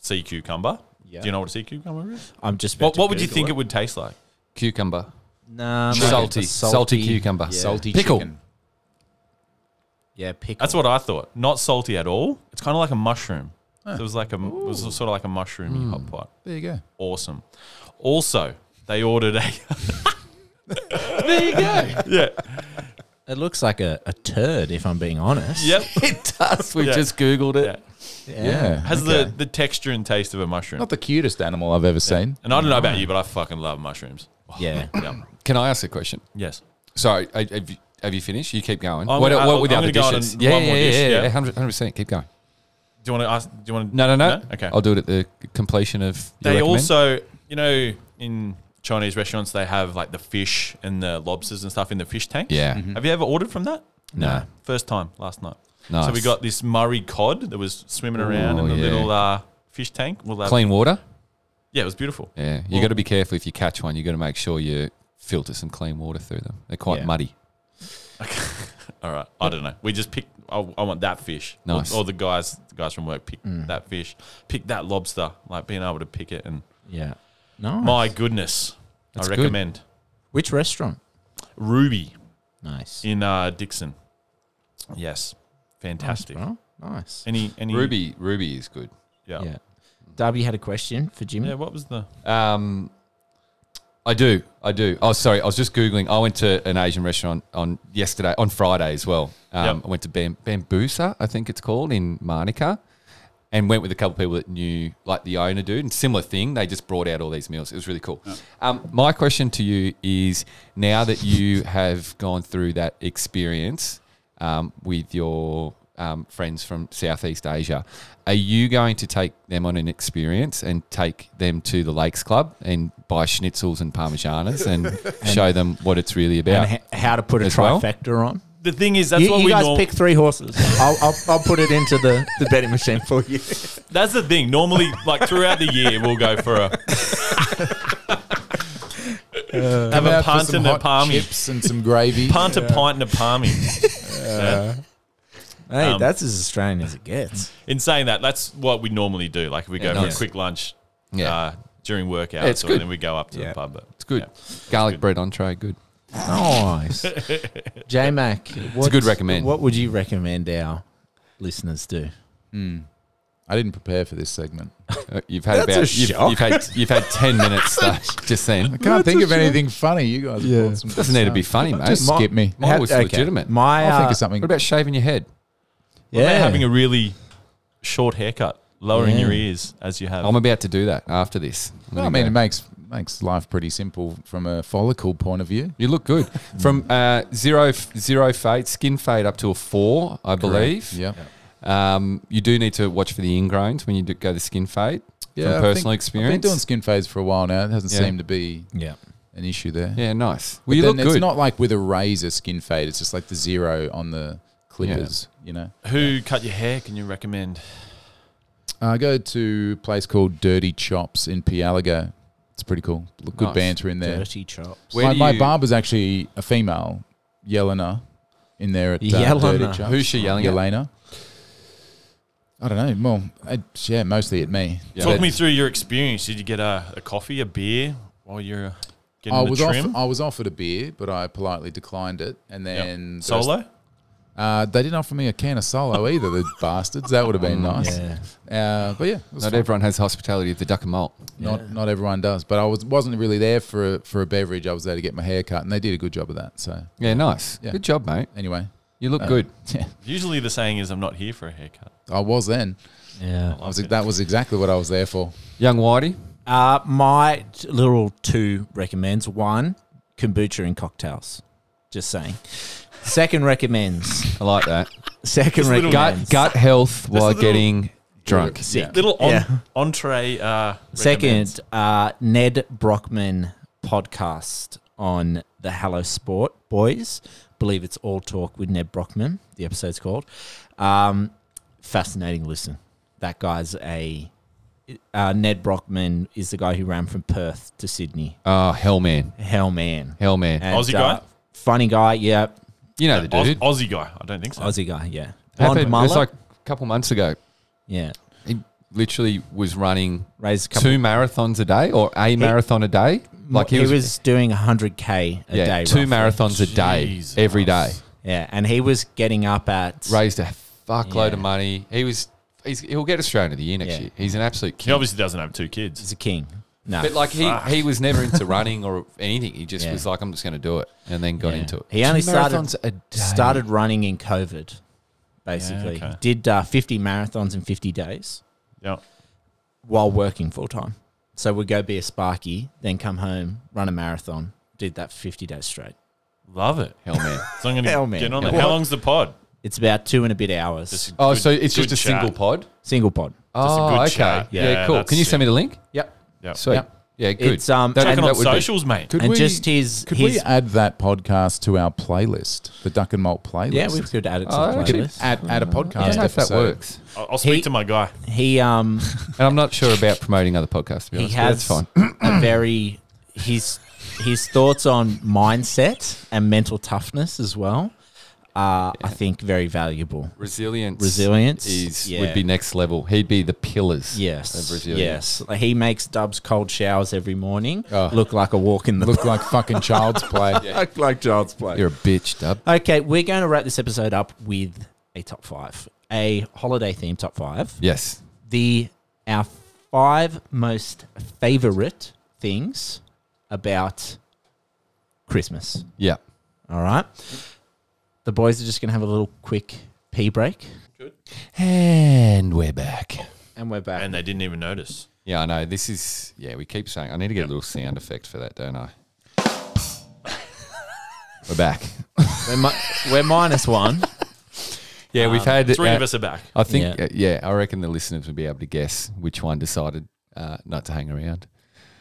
S4: sea cucumber. Do you know what a sea cucumber is?
S2: I'm just. about
S4: What,
S2: to
S4: what would you
S2: Google
S4: think it would taste like?
S3: Cucumber.
S4: Um,
S2: Nah, mate,
S3: Salty.
S2: a
S3: Salty cucumber.
S2: Yeah.
S1: Salty
S3: Pickle.
S1: chicken.
S2: Yeah, pickle.
S4: That's what I thought. Not salty at all. It's kind of like a mushroom. So it was like a it was sort of like a mushroomy
S3: Hmm.
S4: hot pot.
S1: There you go.
S4: Awesome. Also, they ordered a
S3: There you go.
S4: yeah
S2: It looks like a, a turd, if I'm being honest.
S4: yep
S3: it does. We
S4: Yeah.
S3: just googled it.
S4: yeah.
S1: Yeah.
S4: Has the the texture and taste of a mushroom.
S1: Not the cutest animal I've ever seen.
S4: And I don't know about you, but I fucking love mushrooms.
S2: Yeah.
S4: Yep.
S3: Can I ask a question?
S4: Yes.
S3: Sorry, I- have you, have you finished? You keep going.
S4: I'm
S3: what
S4: gonna-
S3: what
S4: I'm
S3: were the
S4: gonna
S3: other
S4: go on
S3: dishes?
S4: and
S3: Yeah,
S4: one
S3: yeah,
S4: more dish,
S3: yeah, yeah,
S4: yeah.
S3: 100 percent. Keep going.
S4: Do you want to ask? Do you want to?
S3: No, no, no.
S4: Okay.
S3: I'll do it at the completion of. your
S4: they
S3: recommend.
S4: also, you know, in Chinese restaurants, they have like the fish and the lobsters and stuff in the fish tank.
S3: Yeah.
S4: Have you ever ordered from that?
S3: No.
S4: First time last night.
S3: Nice.
S4: So we got this Murray cod that was swimming around
S3: Oh,
S4: in the
S3: yeah.
S4: little uh, fish tank. Well, that,
S3: clean water.
S4: Yeah, it was beautiful.
S3: Yeah, you
S4: Well-
S3: got to be careful if you catch one. You got to make sure you filter some clean water through them. They're quite
S2: Yeah.
S3: muddy.
S4: All right. I don't know. We just picked. I, I want that fish. Or-
S3: Nice. Mm.
S4: Or, the guys, the guys from work picked that fish, picked that lobster. Like being able to pick it, and
S2: Yeah. No.
S4: my goodness,
S3: That's
S4: I
S3: good.
S4: recommend
S2: Which restaurant?
S4: Ruby
S2: Nice.
S4: in uh, Dixon. Yes, fantastic.
S2: Well, nice.
S4: Any any
S3: Ruby, Ruby is good.
S4: Yeah.
S2: Yeah.
S4: yeah.
S2: Darby had a question for Jimmy.
S4: what was the
S3: Um, I do, I do. Oh, sorry, I was just googling. I went to an Asian restaurant on yesterday, on Friday as well. Um,
S4: Yep.
S3: I went to Bam- Bambusa, I think it's called in Marnica, and went with a couple of people that knew, like the owner dude, and similar thing. They just brought out all these meals. It was really cool. Um, my question to you is: now that you have gone through that experience um, with your um, friends from Southeast Asia. Are you going to take them on an experience and take them to the Lakes Club and buy schnitzels and parmesanas and, show them what it's really about?
S2: And h- how to put a
S3: As well?
S2: trifecta on?
S4: the thing is, that's
S2: you
S4: what
S2: you
S4: we
S2: guys
S4: norm-
S2: pick three horses. I'll, I'll, I'll put it into the, the betting machine for you.
S4: That's the thing. Normally, like throughout the year, we'll go for a have
S1: Uh,
S4: a
S1: Out for
S4: punt
S1: some
S4: and a
S1: hot
S4: palmy,
S1: chips and some gravy.
S4: punt a pint and a palmy.
S2: Hey,
S4: Um,
S2: that's as Australian as it gets.
S4: In saying that, that's what we normally do. Like if we go
S3: Yeah,
S4: for
S3: nice.
S4: a quick lunch
S3: Yeah.
S4: uh, during workouts,
S3: it's
S4: or
S3: good.
S4: then we go up to
S2: Yeah.
S4: the pub. But
S3: It's good. Garlic bread entree, good.
S2: Nice. J Mac, it's
S3: good recommend.
S2: What would you recommend our listeners do?
S1: I didn't prepare for this segment.
S3: Uh, You've
S2: That's
S3: had about
S2: a
S3: you've,
S2: shock.
S3: you've had you've had ten minutes though, just then.
S1: Can't think of anything funny. You guys
S2: Yeah.
S1: brought some
S3: Doesn't need to be funny, mate.
S1: Just skip me.
S3: Mine was
S2: Okay.
S3: legitimate.
S2: My,
S1: I'll think
S2: uh,
S1: of something.
S3: What about shaving your head?
S4: yeah,
S2: yeah,
S4: having a really short haircut, lowering
S2: Yeah.
S4: your ears as you have.
S3: I'm about to do that after this.
S1: No,
S3: I'm gonna
S1: I mean,
S3: go.
S1: it makes makes life pretty simple from a follicle point of view.
S3: you look good from uh, zero zero fade skin fade up to a four, I believe.
S1: Yeah,
S3: Um, you do need to watch for the ingrowns when you do go the skin fade.
S1: yeah.
S3: from
S1: I
S3: personal
S1: think-
S3: experience.
S1: I've been doing skin fades for a while now. It hasn't
S3: Yeah.
S1: seemed to be
S2: yeah.
S1: an issue there.
S3: yeah, nice.
S1: But
S3: Well, you
S1: then
S3: look
S1: it's
S3: good.
S1: not like with a razor skin fade. It's just like the zero on the clippers. You know,
S4: Who cut your hair? Can you recommend?
S1: I Uh, go to a place called Dirty Chops in Pialago. It's pretty cool. Look, Good
S3: Nice.
S1: banter in there.
S2: Dirty chops.
S3: Where
S1: my,
S3: do
S1: my
S3: you-
S1: barber's actually a female, Yelena, in there at uh,
S2: Yelena.
S1: Dirty Chops.
S3: Who's she yelling at?
S1: Yelena. I don't know. Well, I, yeah, mostly at me.
S3: Yeah.
S4: Talk
S3: But-
S4: me through your experience. Did you get a, a coffee, a beer while you're getting
S1: I
S4: the
S1: was
S4: trim?
S1: off, I was offered a beer, but I politely declined it. And
S4: Yep.
S1: then the rest-
S4: solo.
S1: uh, they didn't offer me a can of solo either. The bastards. That would have been nice.
S2: Yeah.
S1: Uh, but yeah, it was
S3: Mm, Not
S1: fun.
S3: everyone has hospitality of the duck and malt.
S1: not not everyone does. But I was wasn't really there for a, for a beverage. I was there to get my hair cut, and they did a good job of that. So
S3: Yeah, nice.
S1: Yeah. Uh,
S3: Good job, mate.
S1: anyway,
S3: You look good.
S1: yeah,
S4: Usually the saying is, "I'm not here for a haircut."
S1: I was then.
S2: Yeah.
S1: I was that was exactly what I was there for.
S3: Young Whitey.
S2: Uh, my t- little two recommends one, kombucha in cocktails. Just saying. Second recommends.
S3: I like that.
S2: Second
S4: This little
S3: Gut,
S2: recommends.
S3: gut health while
S4: little-
S3: getting drunk.
S2: Sick.
S4: Little on,
S2: Yeah.
S4: entree. Uh, recommends.
S2: Second, uh, Ned Brockman podcast on the Hello Sport Boys. Believe it's All Talk with Ned Brockman. The episode's called. Um, fascinating listen. That guy's a uh, Ned Brockman is the guy who ran from Perth to Sydney.
S3: Oh, hell man.
S2: Hell man,
S3: Hell man.
S2: And, uh,
S4: Aussie guy?
S2: funny guy. Yeah,
S3: you
S1: uh,
S3: know the
S4: Aus-
S3: dude.
S4: Aussie guy. I don't think so.
S2: Aussie guy. Yeah,
S3: Happened-
S2: blonde
S3: it was
S2: mullet.
S3: like a couple months ago.
S2: yeah,
S3: He literally was running
S2: raised a couple.
S3: two marathons a day or a marathon a day. Like
S2: he, was, doing hundred k a
S3: yeah,
S2: day.
S3: two
S2: roughly.
S3: marathons a day
S4: Jesus.
S3: every day.
S2: Yeah, and he was getting up at
S3: Raised a fuckload
S2: Yeah.
S3: of money. He was. He's, he'll get Australian of the year next
S2: Yeah.
S3: year. He's an absolute
S4: He
S3: king.
S4: obviously doesn't have two kids.
S2: He's a king. No.
S3: But like he,
S4: Fuck.
S3: he was never into running or anything. He just
S2: Yeah.
S3: was like, I'm just going to do it, and then got
S2: Yeah.
S3: into it.
S2: He only
S3: Two
S2: started-
S3: marathons a day.
S2: started running in COVID, basically.
S4: Yeah, okay.
S2: Did uh, 50 marathons in 50 days
S4: Yeah.
S2: while working full time. So we'd go be a Sparky, then come home, run a marathon, did that 50 days straight.
S4: Love it.
S3: Hell man.
S4: So I'm going
S2: Hell,
S4: to
S2: man.
S4: get on it.
S2: What?
S4: How long's the pod?
S2: It's about two and a bit hours.
S4: Just a
S3: Oh,
S4: good-
S3: so it's just
S4: good
S3: a single
S4: chat.
S3: pod.
S2: single pod.
S4: a
S3: oh,
S4: good
S3: okay.
S4: chat.
S3: Yeah,
S4: Yeah,
S3: cool.
S4: that's
S3: Can you send me the link?
S1: Yep.
S4: Yep.
S3: Sweet.
S1: Yep.
S3: Yeah, good.
S2: It's, um,
S3: That-
S2: and-
S4: Check
S3: that
S4: on
S3: would be-
S4: socials, mate.
S1: Could
S2: and
S1: we,
S2: just his.
S1: could
S2: his
S1: we add that podcast to our playlist, the Duck and Malt playlist?
S2: yeah, we could add it to
S3: Oh,
S2: the
S3: actually,
S2: playlist.
S1: add, add a podcast.
S3: I don't know if that
S1: episode.
S3: works.
S4: I'll, I'll speak
S2: He-
S4: to my guy.
S2: He, um,
S3: And I'm not sure about promoting other podcasts. To be
S2: he
S3: honest, but
S2: has
S3: that's fine.
S2: a very. His, his thoughts on mindset and mental toughness as well are, I think, very valuable.
S3: Resilience.
S2: Resilience,
S3: is
S2: yeah.
S3: would be next level. He'd be the pillars. Of
S2: Yes.
S3: resilience.
S2: Yes. Like, He makes Dub's cold showers every morning
S1: Oh.
S2: look like a walk in the
S1: Look like fucking child's play.
S2: look like child's play.
S3: You're a bitch, Dub.
S2: Okay, we're going to wrap this episode up with a top five, a holiday themed top five.
S3: Yes.
S2: The our five most favorite things about Christmas.
S3: Yeah.
S2: All right. The boys are just going to have a little quick pee break,
S3: And we're back.
S2: and we're back.
S4: And they didn't even notice.
S3: Yeah, I know. This is yeah. We keep saying I need to get a little sound effect for that, don't I? we're back.
S2: we're, mi- we're minus one.
S3: Yeah, we've had
S4: Three
S3: uh,
S4: of us are back.
S3: I think
S2: Yeah.
S3: yeah. yeah, I reckon the listeners would be able to guess which one decided uh, not to hang around.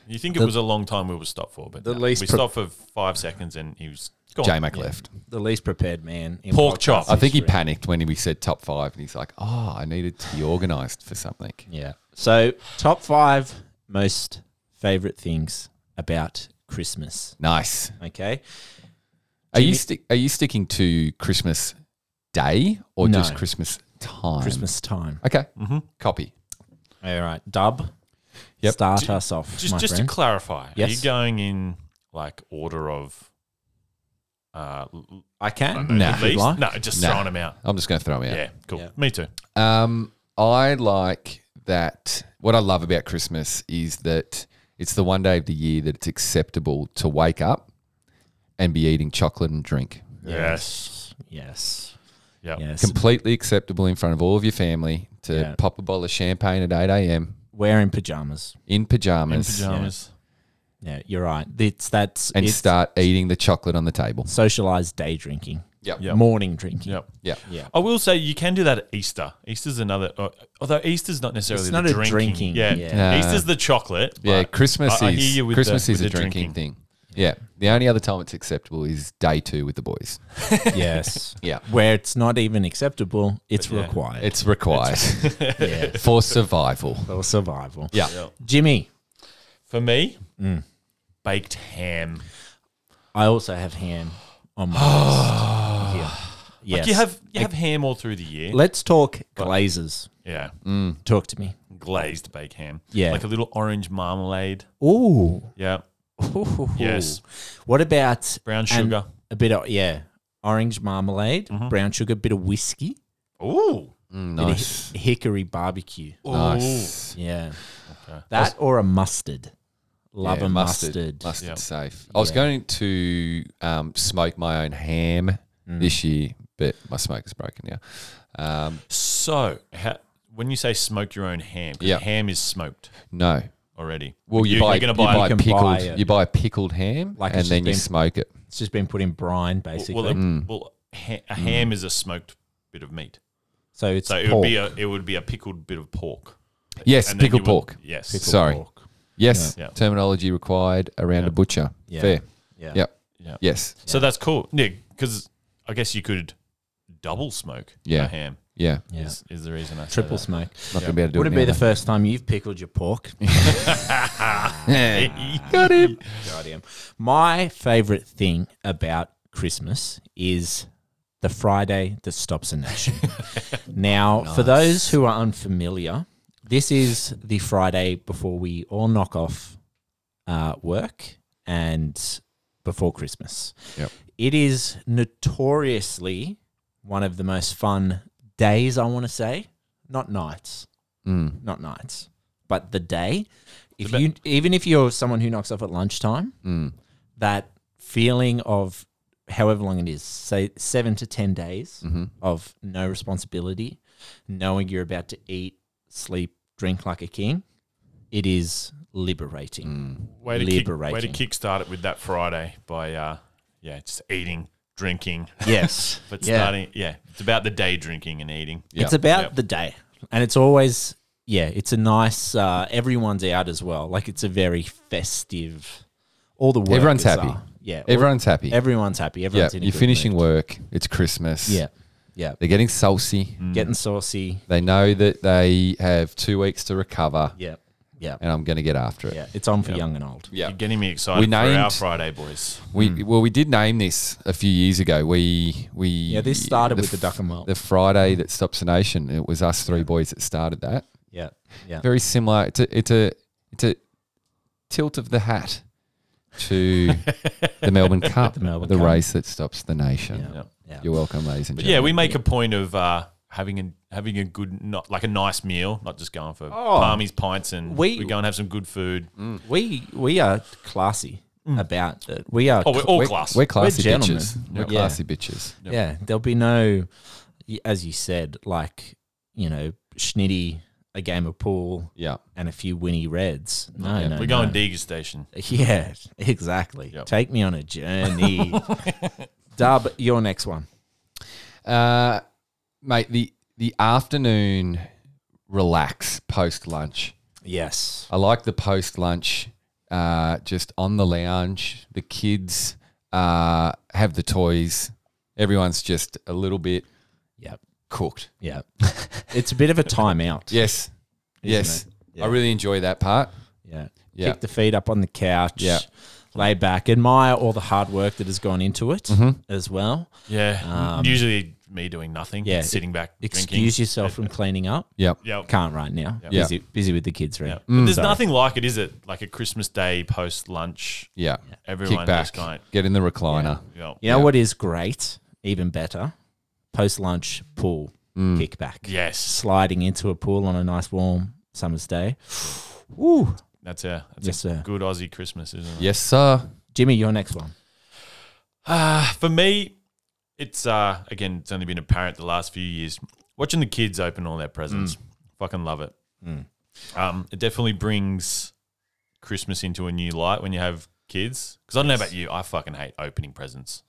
S4: You think
S2: the-
S4: it was a long time we would stop for, but
S2: the
S4: no.
S2: least
S4: we
S2: pro-
S4: stopped for five seconds and he was Go on.
S3: J Mac left.
S2: The least prepared man. In
S4: Pork
S2: podcast
S4: chop.
S3: I think he
S2: history.
S3: panicked when we said top five, and he's like, "Oh, I needed to be organised for something."
S2: Yeah. So top five most favorite things about Christmas.
S3: Nice.
S2: Okay.
S3: Are you
S2: Jimmy-
S3: stick? Are you sticking to Christmas Day or
S2: No.
S3: just Christmas time?
S2: Christmas Mm-hmm. time.
S3: Okay. Copy.
S2: All right. Dub.
S3: Yep.
S2: Start
S4: Ju-
S2: us off.
S4: Just
S2: my
S4: just
S2: friend.
S4: to clarify, are
S2: Yes.
S4: you going in like order of uh l-
S2: I
S4: I
S2: can.
S4: don't know,
S3: Nah.
S4: at
S3: If
S2: you'd
S4: least?
S2: like.
S4: No, just
S3: Nah.
S4: throwing them out.
S3: I'm just going to throw them
S4: Yeah,
S3: out.
S4: cool.
S2: Yeah.
S4: Me too.
S3: Um, I like that. What I love about Christmas is that it's the one day of the year that it's acceptable to wake up and be eating chocolate and drink.
S4: Yes.
S2: Yes.
S4: Yeah.
S2: Yes.
S3: Completely acceptable in front of all of your family to
S2: Yeah.
S3: pop a bottle of champagne at 8 a.m.
S2: Wearing pajamas.
S3: in
S4: In
S3: pajamas,
S4: pajamas.
S2: Yeah, you're right. It's that's
S3: and
S2: it's
S3: start eating the chocolate on the table.
S2: socialized day drinking.
S3: Yep.
S4: Yep.
S2: Morning drinking.
S4: Yep.
S3: Yeah.
S2: Yeah.
S4: I will say you can do that at Easter. Easter's another, uh, although Easter's not necessarily
S2: It's
S4: the
S2: not a
S4: drinking.
S2: drinking,
S4: Yeah,
S2: yeah.
S3: Uh,
S4: Easter's the chocolate.
S3: Yeah,
S4: but
S3: Christmas
S4: I- I hear
S3: is
S4: you with
S3: Christmas
S4: the-
S3: is
S4: with
S3: a
S4: the
S3: drinking,
S4: drinking.
S3: thing. Yeah. The only other time it's acceptable is day two with the boys.
S2: Yes.
S3: Yeah.
S2: Where it's not even acceptable, it's
S4: But yeah.
S2: required.
S3: It's required
S2: yeah.
S3: for survival.
S2: For survival.
S3: Yeah.
S2: Jimmy,
S4: For me,
S3: Mm.
S4: baked ham.
S2: I also have ham on my list. here. Yes.
S4: Like you have you have ham all through the year.
S2: Let's talk glazes.
S4: yeah,
S3: Mm.
S2: Talk to me.
S4: glazed baked ham.
S2: Yeah.
S4: like a little orange marmalade.
S2: Ooh.
S4: Yeah, Yes.
S2: What about
S4: brown
S2: and
S4: sugar. Mm-hmm.
S2: A bit of yeah, orange marmalade, brown sugar, bit of whiskey,
S4: Ooh,
S3: Mm,
S2: bit of
S3: nice.
S2: hi- hickory barbecue.
S3: Nice.
S2: Yeah. That or a mustard. Love
S3: Yeah,
S2: a mustard.
S3: Mustard
S4: Yep.
S3: safe. I was
S2: Yeah.
S3: going to um, smoke my own ham
S2: Mm.
S3: this year, but my smoke is broken now. Um,
S4: So ha- when you say smoke your own ham, 'cause
S3: Yeah.
S4: ham is smoked
S3: no.
S4: already.
S3: Well, you,
S4: You-
S3: buy,
S4: you're gonna
S3: you
S4: buy-
S3: buy
S2: You can
S3: pickled
S2: buy it.
S3: you buy a pickled ham
S2: Like
S3: and
S2: it's
S3: then
S2: just
S3: you
S2: been-
S3: smoke it.
S2: It's just been put in brine basically.
S4: Well, a,
S3: Mm.
S4: well, ha- a ham is a smoked bit of meat.
S2: so it's
S4: So it would be a it would be a pickled bit of pork.
S3: Yes,
S4: then
S3: pickled
S4: you would-
S3: pork.
S4: Yes.
S3: Pickled- Sorry. Yes,
S4: Yeah. Yeah.
S3: terminology required around a butcher.
S2: Yeah.
S3: Fair.
S2: Yeah.
S3: Yep.
S4: Yeah.
S3: Yes.
S4: So that's cool, Nick, because I guess you could double smoke
S3: Yeah.
S4: a ham.
S3: Yeah.
S2: Yeah.
S4: Is, is the reason I say
S2: Triple
S4: that.
S2: smoke.
S3: Not gonna be able to do
S2: Would
S3: it
S2: it be the
S3: now,
S2: first time you've pickled your pork? Ah.
S4: Got him.
S2: Goddamn. My favorite thing about Christmas is the Friday that stops a nation. now, for those who are unfamiliar, this is the Friday before we all knock off uh, work and before Christmas.
S3: Yep.
S2: It is notoriously one of the most fun days, I want to say. Not nights,
S3: though. Mm.
S2: not nights, but the day. If
S4: The be-
S2: you, even if you're someone who knocks off at lunchtime,
S3: Mm.
S2: that feeling of however long it is, say seven to 10 days
S3: Mm-hmm.
S2: of no responsibility, knowing you're about to eat, sleep, drink like a king, it is liberating.
S3: Mm.
S4: Way to, kick, way to
S2: Liberating.
S4: kickstart it with that Friday by, uh, yeah, just eating, drinking,
S2: Yes.
S4: but
S2: Yeah.
S4: starting, yeah, it's about the day drinking and eating.
S3: Yeah.
S2: It's about
S4: Yep.
S2: the day. And it's always, yeah, it's a nice, uh, everyone's out as well. Like it's a very festive, all the work.
S3: Everyone's happy.
S2: Yeah. all-
S3: Everyone's happy.
S2: everyone's happy.
S3: yeah.
S2: Everyone's in a
S3: You're
S2: good
S3: finishing
S2: mood.
S3: work. It's Christmas.
S2: Yeah. Yeah.
S3: They're getting salsy.
S2: Getting saucy.
S3: They know that they have two weeks to recover,
S2: Yeah. Yeah.
S3: and I'm going to get after it.
S2: Yeah. It's on for young and old.
S3: Yeah.
S4: You're getting me excited
S3: We
S4: for our
S3: named-
S4: Friday, boys.
S3: We
S2: Mm.
S3: well, we did name this a few years ago. We we
S2: Yeah, this started with the
S3: f-
S2: Duck 'Em Up.
S3: the Friday that stops a nation. It was us three boys that started that.
S2: Yeah. Yeah.
S3: Very similar. It's a it's a it's a tilt of the hat to the Melbourne Cup, the,
S2: Melbourne Cup.
S3: race that stops the nation.
S2: Yeah. Yeah.
S3: You're welcome, ladies and
S4: But
S3: gentlemen.
S4: yeah, we make a point of uh, having a having a good, not like a nice meal, not just going for palmies, pints, and
S2: We-
S4: we, go and have some good food.
S2: We we are classy about it. Mm. We are
S4: Oh, we're all
S3: we're,
S4: class.
S3: We're classy
S2: We're gentlemen.
S3: bitches. We're
S2: Yeah.
S3: classy bitches.
S2: yeah, there'll be no y- as you said, like, you know, schnitty, a game of pool
S3: Yeah.
S2: and a few Winnie Reds. No, no.
S4: we're
S2: no.
S4: going degustation.
S2: Yeah, exactly.
S4: Yep.
S2: Take me on a journey. Dub, your next one.
S3: Uh, mate, the the afternoon relax post lunch.
S2: Yes.
S3: I like the post lunch, uh, just on the lounge. The kids uh, have the toys. Everyone's just a little bit
S2: Yep.
S3: cooked.
S2: Yep. it's a bit of a timeout.
S3: Yes.
S2: isn't
S3: yes.
S2: it? Yeah.
S3: I really enjoy that part.
S2: Yeah.
S3: Yeah.
S2: Kick the feet up on the couch.
S3: Yeah.
S2: Lay back. Admire all the hard work that has gone into it
S4: Mm-hmm.
S2: as well.
S4: Yeah.
S2: Um,
S4: Usually me doing nothing.
S2: yeah,
S4: Sitting back.
S2: Excuse
S4: drinking.
S2: yourself from cleaning up.
S3: Yep.
S4: Yeah.
S2: Can't Mm, right now.
S4: Yeah.
S2: Busy, busy with the kids, right?
S4: Yeah. Mm. But there's
S2: So-
S4: nothing like it, is it? Like a Christmas day post lunch.
S3: Yeah.
S4: Everyone
S3: Kick back.
S4: just going.
S3: Get in the recliner.
S4: Yeah.
S2: You know
S3: Yeah.
S2: what is great, even better? Post lunch pool
S4: Mm.
S2: kickback.
S4: Yes.
S2: Sliding into a pool on a nice warm summer's day. Woo.
S4: That's a that's
S2: Yes,
S4: a
S2: sir.
S4: good Aussie Christmas, isn't it?
S3: Yes, sir.
S2: Jimmy, your next one.
S4: Ah, for me, it's uh again, it's only been apparent the last few years. Watching the kids open all their presents, fucking love it. Um, it definitely brings Christmas into a new light when you have kids. Because I don't know about you, I fucking hate opening presents.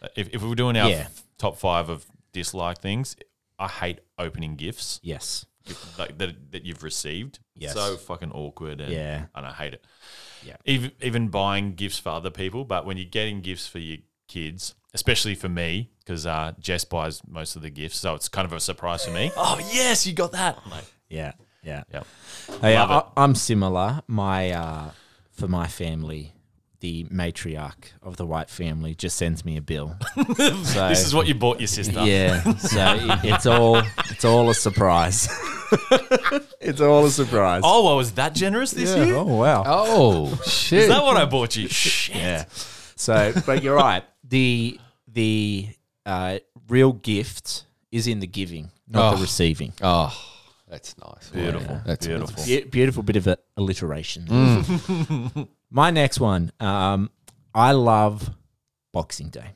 S4: Uh, If if we were doing our
S2: Yeah.
S4: f- top five of dislike things, I hate opening gifts
S2: Yes.
S4: like that that you've received.
S2: Yes.
S4: So fucking awkward. And,
S2: Yeah.
S4: And I hate it.
S2: Yeah.
S4: Even even buying gifts for other people, but when you're getting gifts for your kids, especially for me, because uh, Jess buys most of the gifts, so it's kind of a surprise for me. oh yes, you got that. I'm like,
S2: Yeah. Yeah.
S4: yeah.
S2: Hey,
S4: Love
S2: I, I'm similar. My uh, for my family, the matriarch of the white family just sends me a bill. so
S4: This is what you bought your sister.
S2: yeah, so i- it's all it's all a surprise. it's all a surprise.
S4: Oh, I was that generous this year.
S2: oh wow.
S3: Oh,
S4: Is
S3: shit.
S4: that what I bought you? Shit.
S2: Yeah. So, but you're right. The the uh, real gift is in the giving, not
S3: Oh.
S2: the receiving.
S3: oh, that's nice.
S4: Beautiful.
S3: Yeah, That's
S4: Beautiful.
S2: Be- beautiful bit of a alliteration. My next one. Um, I love Boxing Day.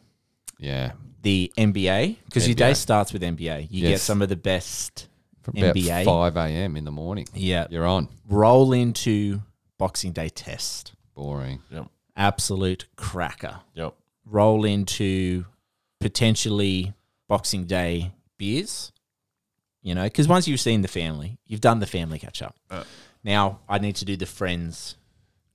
S3: Yeah.
S2: the NBA because your day
S3: NBA.
S2: starts with NBA. You get
S3: Yes.
S2: some of the best.
S3: From about
S2: NBA.
S3: 5 a.m. in the morning.
S2: Yeah.
S3: You're on.
S2: Roll into Boxing Day test.
S3: Boring.
S4: Yep.
S2: Absolute cracker.
S4: Yep.
S2: Roll into potentially Boxing Day beers. You know, because once you've seen the family, you've done the family catch up.
S4: Uh.
S2: Now I need to do the friends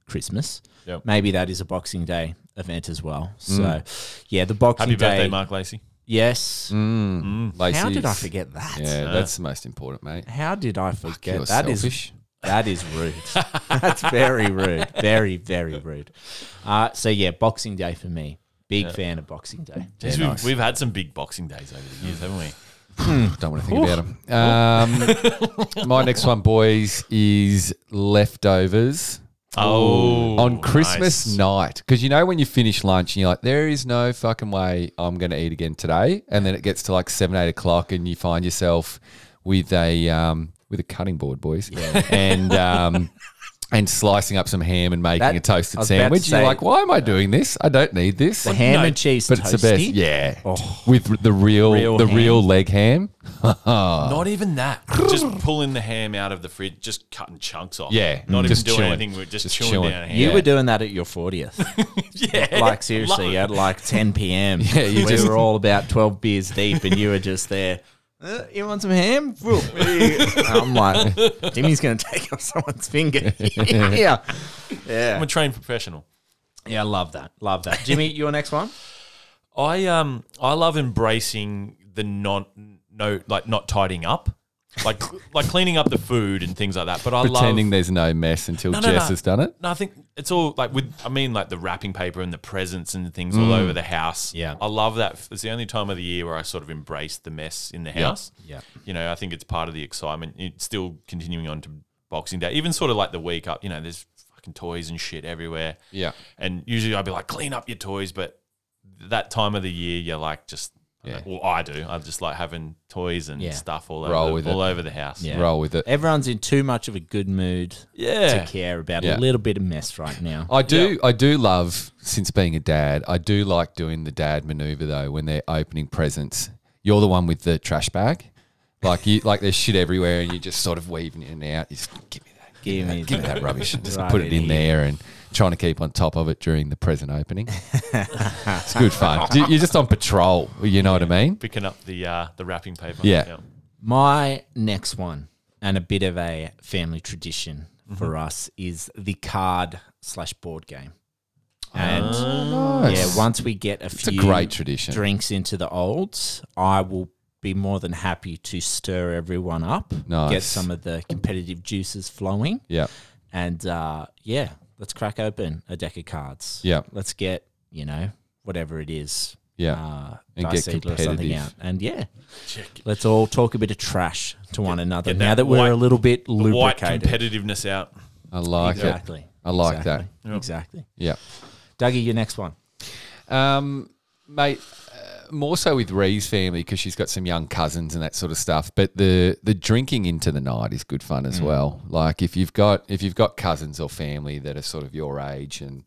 S2: Christmas.
S4: Yep.
S2: Maybe that is a Boxing Day event as well. So, yeah, the Boxing
S4: Mm. Happy
S2: Day.
S4: birthday, Mark Mm. Lacey.
S2: Yes.
S3: Lacey's.
S2: How did I forget that?
S4: Uh,
S3: Yeah, that's the most important, mate.
S2: How did I forget?
S3: you're
S2: that is
S3: selfish.
S2: that is rude. That's very rude. Very very rude. Uh, so yeah, Boxing Day for me. Big fan of Boxing Day.
S4: Jeez, we've, we've had some big boxing days over the years, haven't we?
S3: Don't want to think about them. Um, my next one, boys, is leftovers
S4: Oh,
S3: on Christmas
S4: nice.
S3: night. Because you know when you finish lunch and you're like, there is no fucking way I'm going to eat again today. And then it gets to like seven, eight o'clock, and you find yourself with a um, with a cutting board, boys, and um, and slicing up some ham and making
S2: That-
S3: a
S2: I
S3: toasted
S2: was about to
S3: sandwich. You're
S2: say-
S3: like, why am I doing this? I don't need this.
S2: The ham
S4: no,
S2: and cheese
S3: But
S2: toasty.
S3: it's the best, yeah.
S2: Oh.
S3: With the real,
S2: Real
S3: the
S2: ham.
S3: real leg ham.
S4: Not even that. just pulling the ham out of the fridge, just cutting chunks off.
S3: Yeah,
S4: Not even
S3: just
S4: doing
S3: chewing.
S4: anything. We're just,
S3: Just
S4: chewing,
S3: chewing.
S4: down a ham.
S2: You were doing that at your fortieth.
S4: yeah.
S2: Like
S4: Love
S2: seriously,
S4: it.
S2: at like ten p.m.
S3: Yeah, you
S2: we
S3: just-
S2: were all about twelve beers deep, and you were just there. "Uh, you want some ham? Whoop. I'm like, Jimmy's going to take off someone's finger. yeah, yeah.
S4: I'm a trained professional.
S2: Yeah, I love that. Love that. Jimmy, your next one?
S4: I um I love embracing the non no like not tidying up, like like cleaning up the food and things like that. But I
S3: pretending
S4: love
S3: there's no mess until
S4: No, no,
S3: Jess
S4: no.
S3: has done it.
S4: No, I think it's all like with. I mean, like the wrapping paper and the presents and things
S3: Mm.
S4: all over the house.
S2: Yeah.
S4: I love that. It's the only time of the year where I sort of embrace the mess in the house.
S2: Yeah.
S4: you know, I think it's part of the excitement. It's still continuing on to Boxing Day, even sort of like the week up. You know, there's fucking toys and shit everywhere.
S3: Yeah.
S4: and usually I'd be like, clean up your toys, but that time of the year, you're like just.
S3: Yeah.
S4: Well, I do. I just like having toys and
S2: Yeah.
S4: stuff all
S3: Roll
S4: over
S3: with
S4: the,
S3: it.
S4: all over the house.
S2: Yeah.
S3: Roll with it.
S2: Everyone's in too much of a good mood
S4: yeah.
S2: to care about
S3: Yeah. Oh,
S2: a little bit of mess right now.
S3: I do. I do love since being a dad. I do like doing the dad maneuver though when they're opening presents. You're the one with the trash bag, like you like there's shit everywhere, and you're just sort of weaving in and out. You just give me that, give,
S2: Give
S3: me
S2: me
S3: that, give me
S2: that.
S3: that rubbish, and just
S2: Right
S3: put it
S2: in
S3: in there, and trying to keep on top of it during the present opening. it's good fun. You- You're just on patrol. You know what I mean?
S4: Picking up the uh, the wrapping paper.
S3: Yeah.
S2: My next one, and a bit of a
S3: Mm-hmm.
S2: family tradition for us, is the card slash board game. And yeah,
S1: Nice.
S2: once we get a
S3: Ah. a
S2: few
S3: great tradition.
S2: drinks into the olds, I will be more than happy to stir everyone up, get
S3: Nice.
S2: some of the competitive juices flowing,
S3: Yeah.
S2: and uh, yeah, let's crack open a deck of cards.
S3: Yeah.
S2: let's get you know whatever it is.
S3: Yeah.
S2: uh,
S3: And
S2: dice
S3: get
S2: seedler or something
S3: competitive.
S2: out, and yeah, let's all talk a bit of trash to one another.
S4: get
S2: now
S4: that
S2: that we're
S4: white-
S2: a little bit
S4: The white
S2: lubricated,
S4: competitiveness out.
S3: I like it.
S2: exactly.
S3: I like
S2: exactly.
S4: that. Yep.
S2: Exactly.
S3: Yeah.
S2: Dougie, your next one.
S3: Um, mate, uh, more so with Ree's family because she's got some young cousins and that sort of stuff. But the the drinking into the night is good fun as well. Like if you've got if you've got cousins or family that are sort of your age and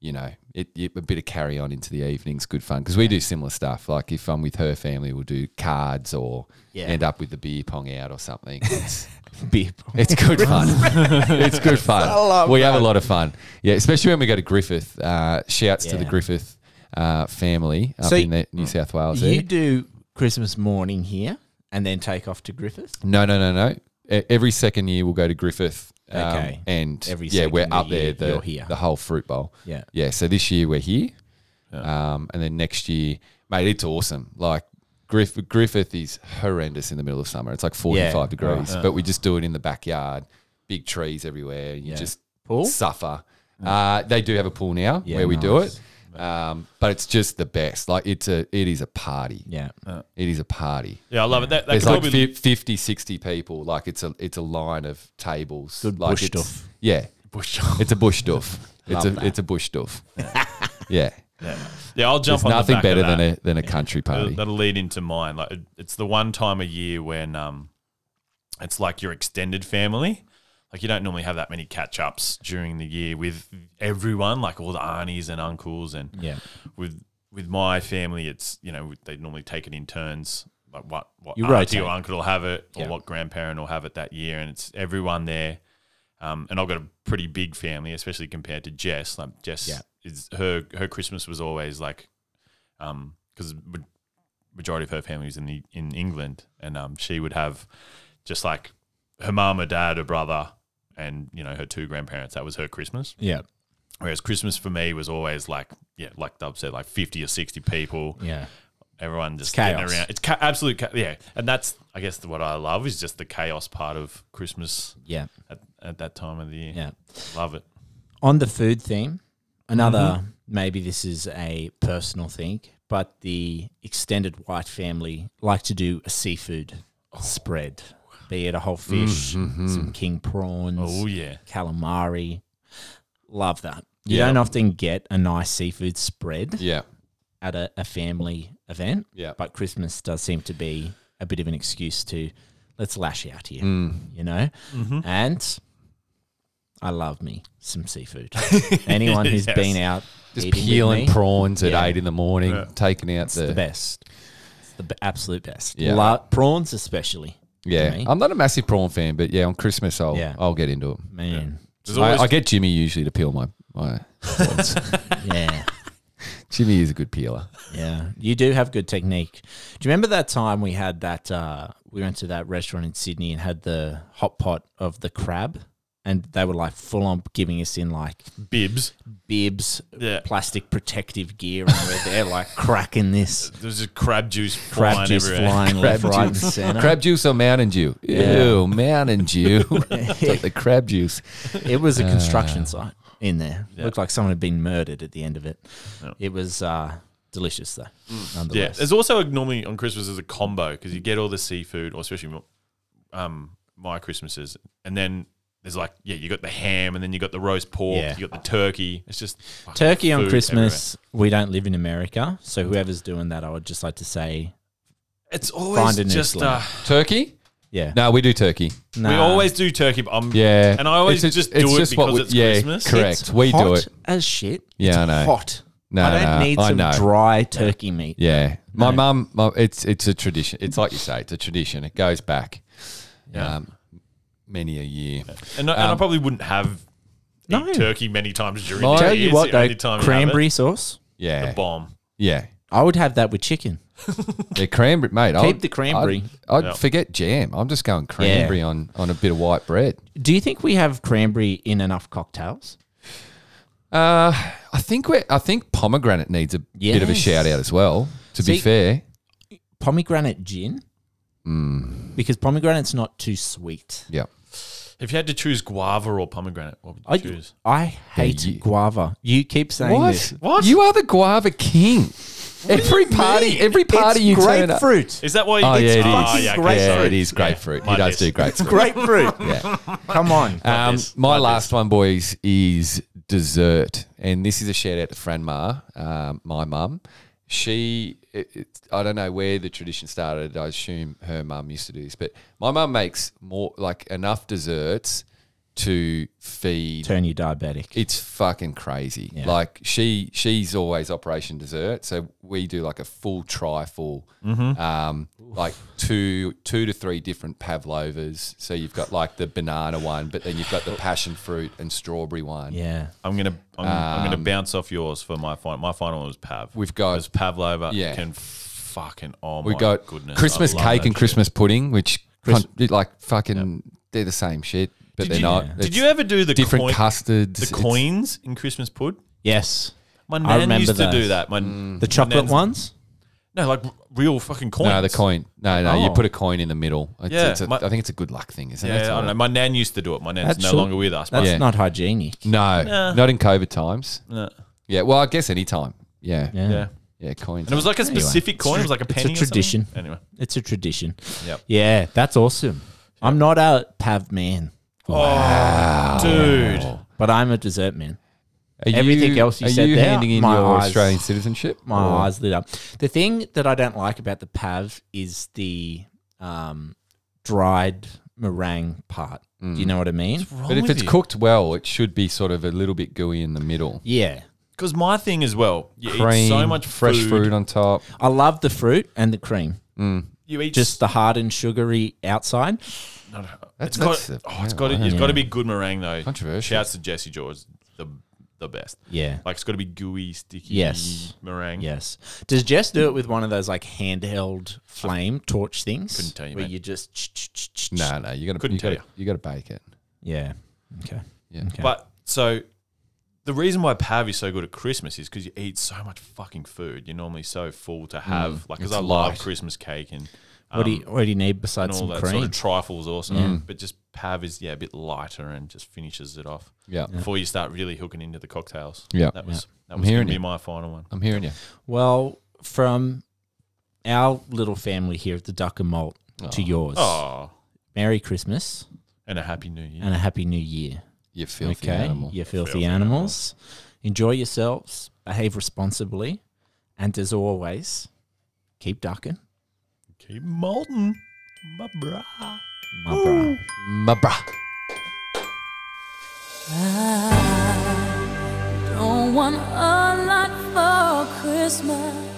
S3: you know it, it- a bit of carry on into the evening's good fun because we do similar stuff. Like if I'm with her family, we'll do cards or
S2: Yeah.
S3: end up with the beer pong out or something. It's-
S2: Beer.
S3: It's good fun. it's good fun. We have a lot of fun. Yeah, especially when we go to Griffith. Uh, shouts to the
S2: Yeah.
S3: Griffith uh, family up
S2: So
S3: in the New South Wales.
S2: You
S3: there.
S2: do Christmas morning here and then take off to Griffith.
S3: No, no, no, no. E- Every second year we'll go to Griffith. um,
S2: Okay.
S3: And
S2: Every
S3: yeah, we're
S2: second
S3: up
S2: year
S3: there. The,
S2: you're here.
S3: the whole fruit bowl.
S2: Yeah.
S3: Yeah. So this year we're here. Um, and then next year, mate, it's awesome. Like Griff, Griffith is horrendous in the middle of summer. It's like 45
S2: right.
S3: degrees, but we just do it in the backyard, big trees everywhere. You
S2: Yeah.
S3: just
S2: Pool?
S3: suffer. Uh, they do have a pool now
S2: Yeah,
S3: where we do
S2: nice.
S3: it. Um, but it's just the best. Like it's a, it is a party.
S2: Yeah.
S3: It is a party.
S4: Yeah, I love it. That, that
S3: There's
S4: could all
S3: like
S4: be
S3: fif- 50, 60 people. Like it's a it's a line of tables.
S2: Good
S3: like
S2: bush
S3: it's-
S2: stuff.
S3: Yeah,
S4: bush.
S3: it's a bush duff. it's
S2: Love
S3: a
S2: that.
S3: it's a bush duff. yeah,
S4: Yeah, I'll jump
S3: there's
S4: on
S3: nothing
S4: the back of
S3: better than
S4: that.
S3: a than a country
S4: That'll,
S3: party.
S4: that'll lead into mine. Like it- it's the one time a year when um, it's like your extended family. Like you don't normally have that many catch ups during the year with everyone, like all the aunties and uncles, and
S2: Yeah.
S4: with with my family, it's you know they normally take it in turns. Like what what
S2: You
S4: auntie or
S2: rotate.
S4: uncle will have it, or
S2: Yeah.
S4: what grandparent will have it that year, and it's everyone there. Um, and I've got a pretty big family, especially compared to Jess. Like Jess
S2: Yeah.
S4: is her her Christmas was always like, um, because majority of her family was in the in England, and um, she would have just like her mum, her dad, her brother, and you know her two grandparents. That was her Christmas.
S2: Yeah.
S4: Whereas Christmas for me was always like, yeah, like Dub said, like fifty or sixty people.
S2: Yeah.
S4: Everyone just
S2: It's
S4: getting
S2: chaos.
S4: around. It's ca- absolute, ca- yeah. And that's, I guess, what I love is just the chaos part of Christmas
S2: Yeah.
S4: at, at that time of the year.
S2: Yeah.
S4: Love it.
S2: On the food theme, another
S4: Mm-hmm.
S2: maybe this is a personal thing, but the extended white family like to do a seafood
S4: Oh.
S2: spread, be it a whole fish, some king prawns,
S4: Mm-hmm. Oh yeah,
S2: calamari. Love that. You
S3: Yeah.
S2: don't often get a nice seafood spread
S3: Yeah,
S2: at a, a family event.
S3: Yeah.
S2: But Christmas does seem to be a bit of an excuse to let's lash out here,
S3: Mm.
S2: you know? And I love me some seafood. Anyone who's
S4: Yes.
S2: been out
S3: just
S2: eating with
S3: peeling
S2: me,
S3: prawns at
S2: Yeah.
S3: eight in the morning,
S4: Yeah.
S3: taking out
S2: it's
S3: the,
S2: the best. It's the b- absolute best.
S3: Yeah.
S2: La- prawns, especially.
S3: yeah.
S2: me.
S3: I'm not a massive prawn fan, but yeah, on Christmas I'll
S2: Yeah.
S3: I'll get into it.
S2: Man.
S4: There's
S3: I,
S4: always-
S3: I get Jimmy usually to peel my my. prawns.
S2: Yeah.
S3: Jimmy is a good peeler.
S2: Yeah, you do have good technique. Do you remember that time we had that? Uh, we went to that restaurant in Sydney and had the hot pot of the crab, and they were like full on giving us in like
S4: bibs.
S2: bibs,
S4: Yeah.
S2: plastic protective gear, and we're there like cracking this
S4: There's just crab juice
S2: crab
S4: flying
S2: juice
S4: everywhere.
S2: flying left, right, and center.
S3: Crab juice or Mountain Dew? Ew, Mountain Dew. It's like the crab Uh. juice.
S2: It was a construction site in there. Looked like someone had been murdered at the end of it. It was uh, delicious though.
S4: Mm. Yeah,
S2: Nonetheless,
S4: there's also a- normally on Christmas there's a combo because you get all the seafood, or especially um, my Christmases, and then there's like yeah, you got the ham, and then you got the roast pork,
S2: Yeah.
S4: you got the turkey. It's just fucking
S2: Turkey on
S4: food
S2: Christmas. We don't live in America, so whoever's doing that, I would just like to say
S4: everywhere. It's always
S2: Find an
S4: just uh,
S2: excellent-
S3: Turkey?
S2: Yeah.
S3: No, we do turkey.
S4: we always do turkey. But I'm,
S3: Yeah,
S4: and I always
S3: It's
S4: just do
S3: it's
S4: it
S3: what
S4: because
S3: we-
S4: it's
S3: yeah,
S4: Christmas.
S3: Correct, we
S2: hot
S3: do it.
S2: as shit.
S3: Yeah,
S2: it's
S3: I know.
S2: Hot.
S3: No,
S2: I don't
S3: no,
S2: need
S3: I
S2: some
S3: know.
S2: dry turkey meat.
S3: Yeah, my mum. My, it's it's a tradition. It's like you say, it's a tradition. It goes back, um, many a year.
S4: and, I, and
S3: Um,
S4: I probably wouldn't have
S2: No.
S4: eat turkey many times during
S3: Tell
S4: the
S2: Tell
S4: year.
S2: you
S4: It's
S2: what,
S4: the
S2: though,
S4: only time you have it.
S2: cranberry sauce.
S3: Yeah,
S4: bomb.
S3: yeah.
S2: I would have that with chicken.
S3: Yeah, cranberry, mate. Keep
S2: the cranberry.
S3: I'd, I'd
S4: Yep.
S3: forget jam. I'm just going cranberry on on a bit of white bread.
S2: Do you think we have cranberry in enough cocktails?
S3: Uh, I think we are I think pomegranate needs a bit of a
S2: Yes.
S3: shout out as well. To be
S2: See-
S3: fair,
S2: Pomegranate gin,
S3: Mm.
S2: because pomegranate's not too sweet.
S3: yeah.
S4: If you had to choose guava or pomegranate, what would you
S2: I,
S4: choose?
S2: I hate
S3: you-
S2: guava. You keep saying this.
S4: What?
S3: You are the guava king. every party, every party you turn up.
S2: grapefruit.
S4: Is that why? You
S3: Oh yeah, it is.
S4: Ah,
S2: yeah,
S4: okay.
S2: grapefruit.
S3: Yeah, it is grapefruit.
S4: Yeah, my
S3: he does
S4: best.
S3: do grapefruit.
S2: grapefruit.
S3: Yeah.
S2: Come on.
S3: Um,
S4: this,
S3: my
S4: like
S3: last one, boys, is dessert, and this is a shout out to Fran Ma, um, my mum. She, it, it- I don't know where the tradition started. I assume her mum used to do this, but my mum makes more like enough desserts to feed
S2: Turn you diabetic.
S3: it's fucking crazy.
S2: Yeah.
S3: Like she she's always Operation Dessert, so we do like a full trifle,
S4: Mm-hmm.
S3: um, like two two to three different pavlovas. So you've got like the banana one, but then you've got the passion fruit and strawberry one.
S2: Yeah.
S4: I'm gonna I'm, I'm gonna bounce off yours for my final. My final was
S3: Um,
S4: Pav.
S3: We've got-
S4: It was Pavlova.
S3: Yeah.
S4: Can fucking oh my
S3: We got
S4: goodness. I
S3: Christmas
S4: love
S3: cake
S4: that
S3: and
S4: shit.
S3: Christmas pudding, which con- like fucking they're the same shit, but
S4: Did
S3: they're
S4: you,
S3: not.
S4: did
S3: It's
S4: you ever do the
S3: different
S4: coin,
S3: custards?
S4: the
S3: It's-
S4: coins in Christmas pud?
S2: Yes.
S4: My
S2: I
S4: nan
S2: remember
S4: used to do
S2: those.
S4: that. My
S3: Mm.
S2: The chocolate
S4: nan's-
S2: ones?
S4: No, like r- real fucking coins.
S3: No, the coin. No, no, you
S2: Oh.
S3: put a coin in the middle. It's,
S4: Yeah,
S3: it's a,
S4: my-
S3: I think it's a good luck thing, isn't
S4: Yeah,
S3: it? It's
S4: I
S3: all-
S4: don't know. My nan used to do it. My nan's
S2: That's
S4: no
S2: sure-
S4: longer with us. But
S2: That's
S3: Yeah.
S2: not hygienic.
S3: No,
S4: Nah.
S3: not in COVID times.
S4: No.
S3: Yeah, well, I guess any time. Yeah, yeah,
S2: Yeah.
S4: yeah.
S3: coins.
S4: And it was like a
S2: Anyway,
S4: specific coin. It was like a
S2: it's a
S4: penny. or something.
S2: tradition.
S4: Anyway.
S2: It's a tradition.
S4: Yep.
S2: Yeah, that's awesome. I'm not a pav man,
S4: Oh. Dude.
S2: but I'm a dessert man.
S3: Are
S2: everything else you
S3: are
S2: said
S3: you
S2: there,
S3: handing in
S2: my
S3: your
S2: eyes-
S3: Australian citizenship?
S2: My
S3: Or-
S2: eyes lit up. The thing that I don't like about the pav is the um, dried meringue part. Do
S4: Mm.
S2: you know what I mean?
S3: But if it's cooked well, it should be sort of a little bit gooey in the middle.
S2: Yeah.
S4: Because my thing as well, you
S3: Cream,
S4: eat so much
S3: fresh
S4: food.
S3: food. on top.
S2: I love the fruit and the cream.
S4: You eat
S2: Just the hard and sugary outside.
S3: That's,
S4: It's got,
S3: that's a-
S4: oh, it's got, it's got to be good meringue though.
S3: Controversial.
S4: Shouts to Jesse George, the the best.
S2: Yeah.
S4: Like it's got to be gooey, sticky.
S2: Yes.
S4: meringue.
S2: Yes. Does Jess do it with one of those like handheld flame torch things?
S4: Couldn't tell you,
S2: Where
S4: mate.
S2: you just. ch- ch- ch- ch- ch-
S3: no, no, you got to
S4: Couldn't
S3: you got
S4: tell
S3: to you got to bake it.
S2: Yeah. Okay.
S3: Yeah.
S2: Okay.
S4: But so the reason why pav is so good at Christmas is because you eat so much fucking food. You're normally so full to have like because
S3: Mm. it's
S4: I
S3: light.
S4: love Christmas cake and um,
S2: what do you what do you need
S4: and
S2: besides
S4: all
S2: some
S4: that
S2: cream?
S4: sort of trifles awesome.
S3: Mm.
S4: But just pav is yeah a bit lighter and just finishes it off
S3: Yeah,
S4: before you start really hooking into the cocktails.
S3: Yeah.
S4: that was that
S3: I'm
S4: was going
S3: hearing
S4: to be
S3: you.
S4: my final one.
S3: I'm hearing you.
S2: well, from our little family here at the Duck and Malt to yours.
S4: Oh,
S2: Merry Christmas
S4: and a happy new year.
S2: and a happy new year.
S3: You filthy
S2: okay,
S3: animal.
S2: you filthy,
S4: Filthy
S2: animals. Enjoy yourselves. Behave responsibly, and as always, keep ducking,
S4: Keep molten, my brah.
S2: my bro.
S3: My bruh.
S5: I don't want a lot for Christmas.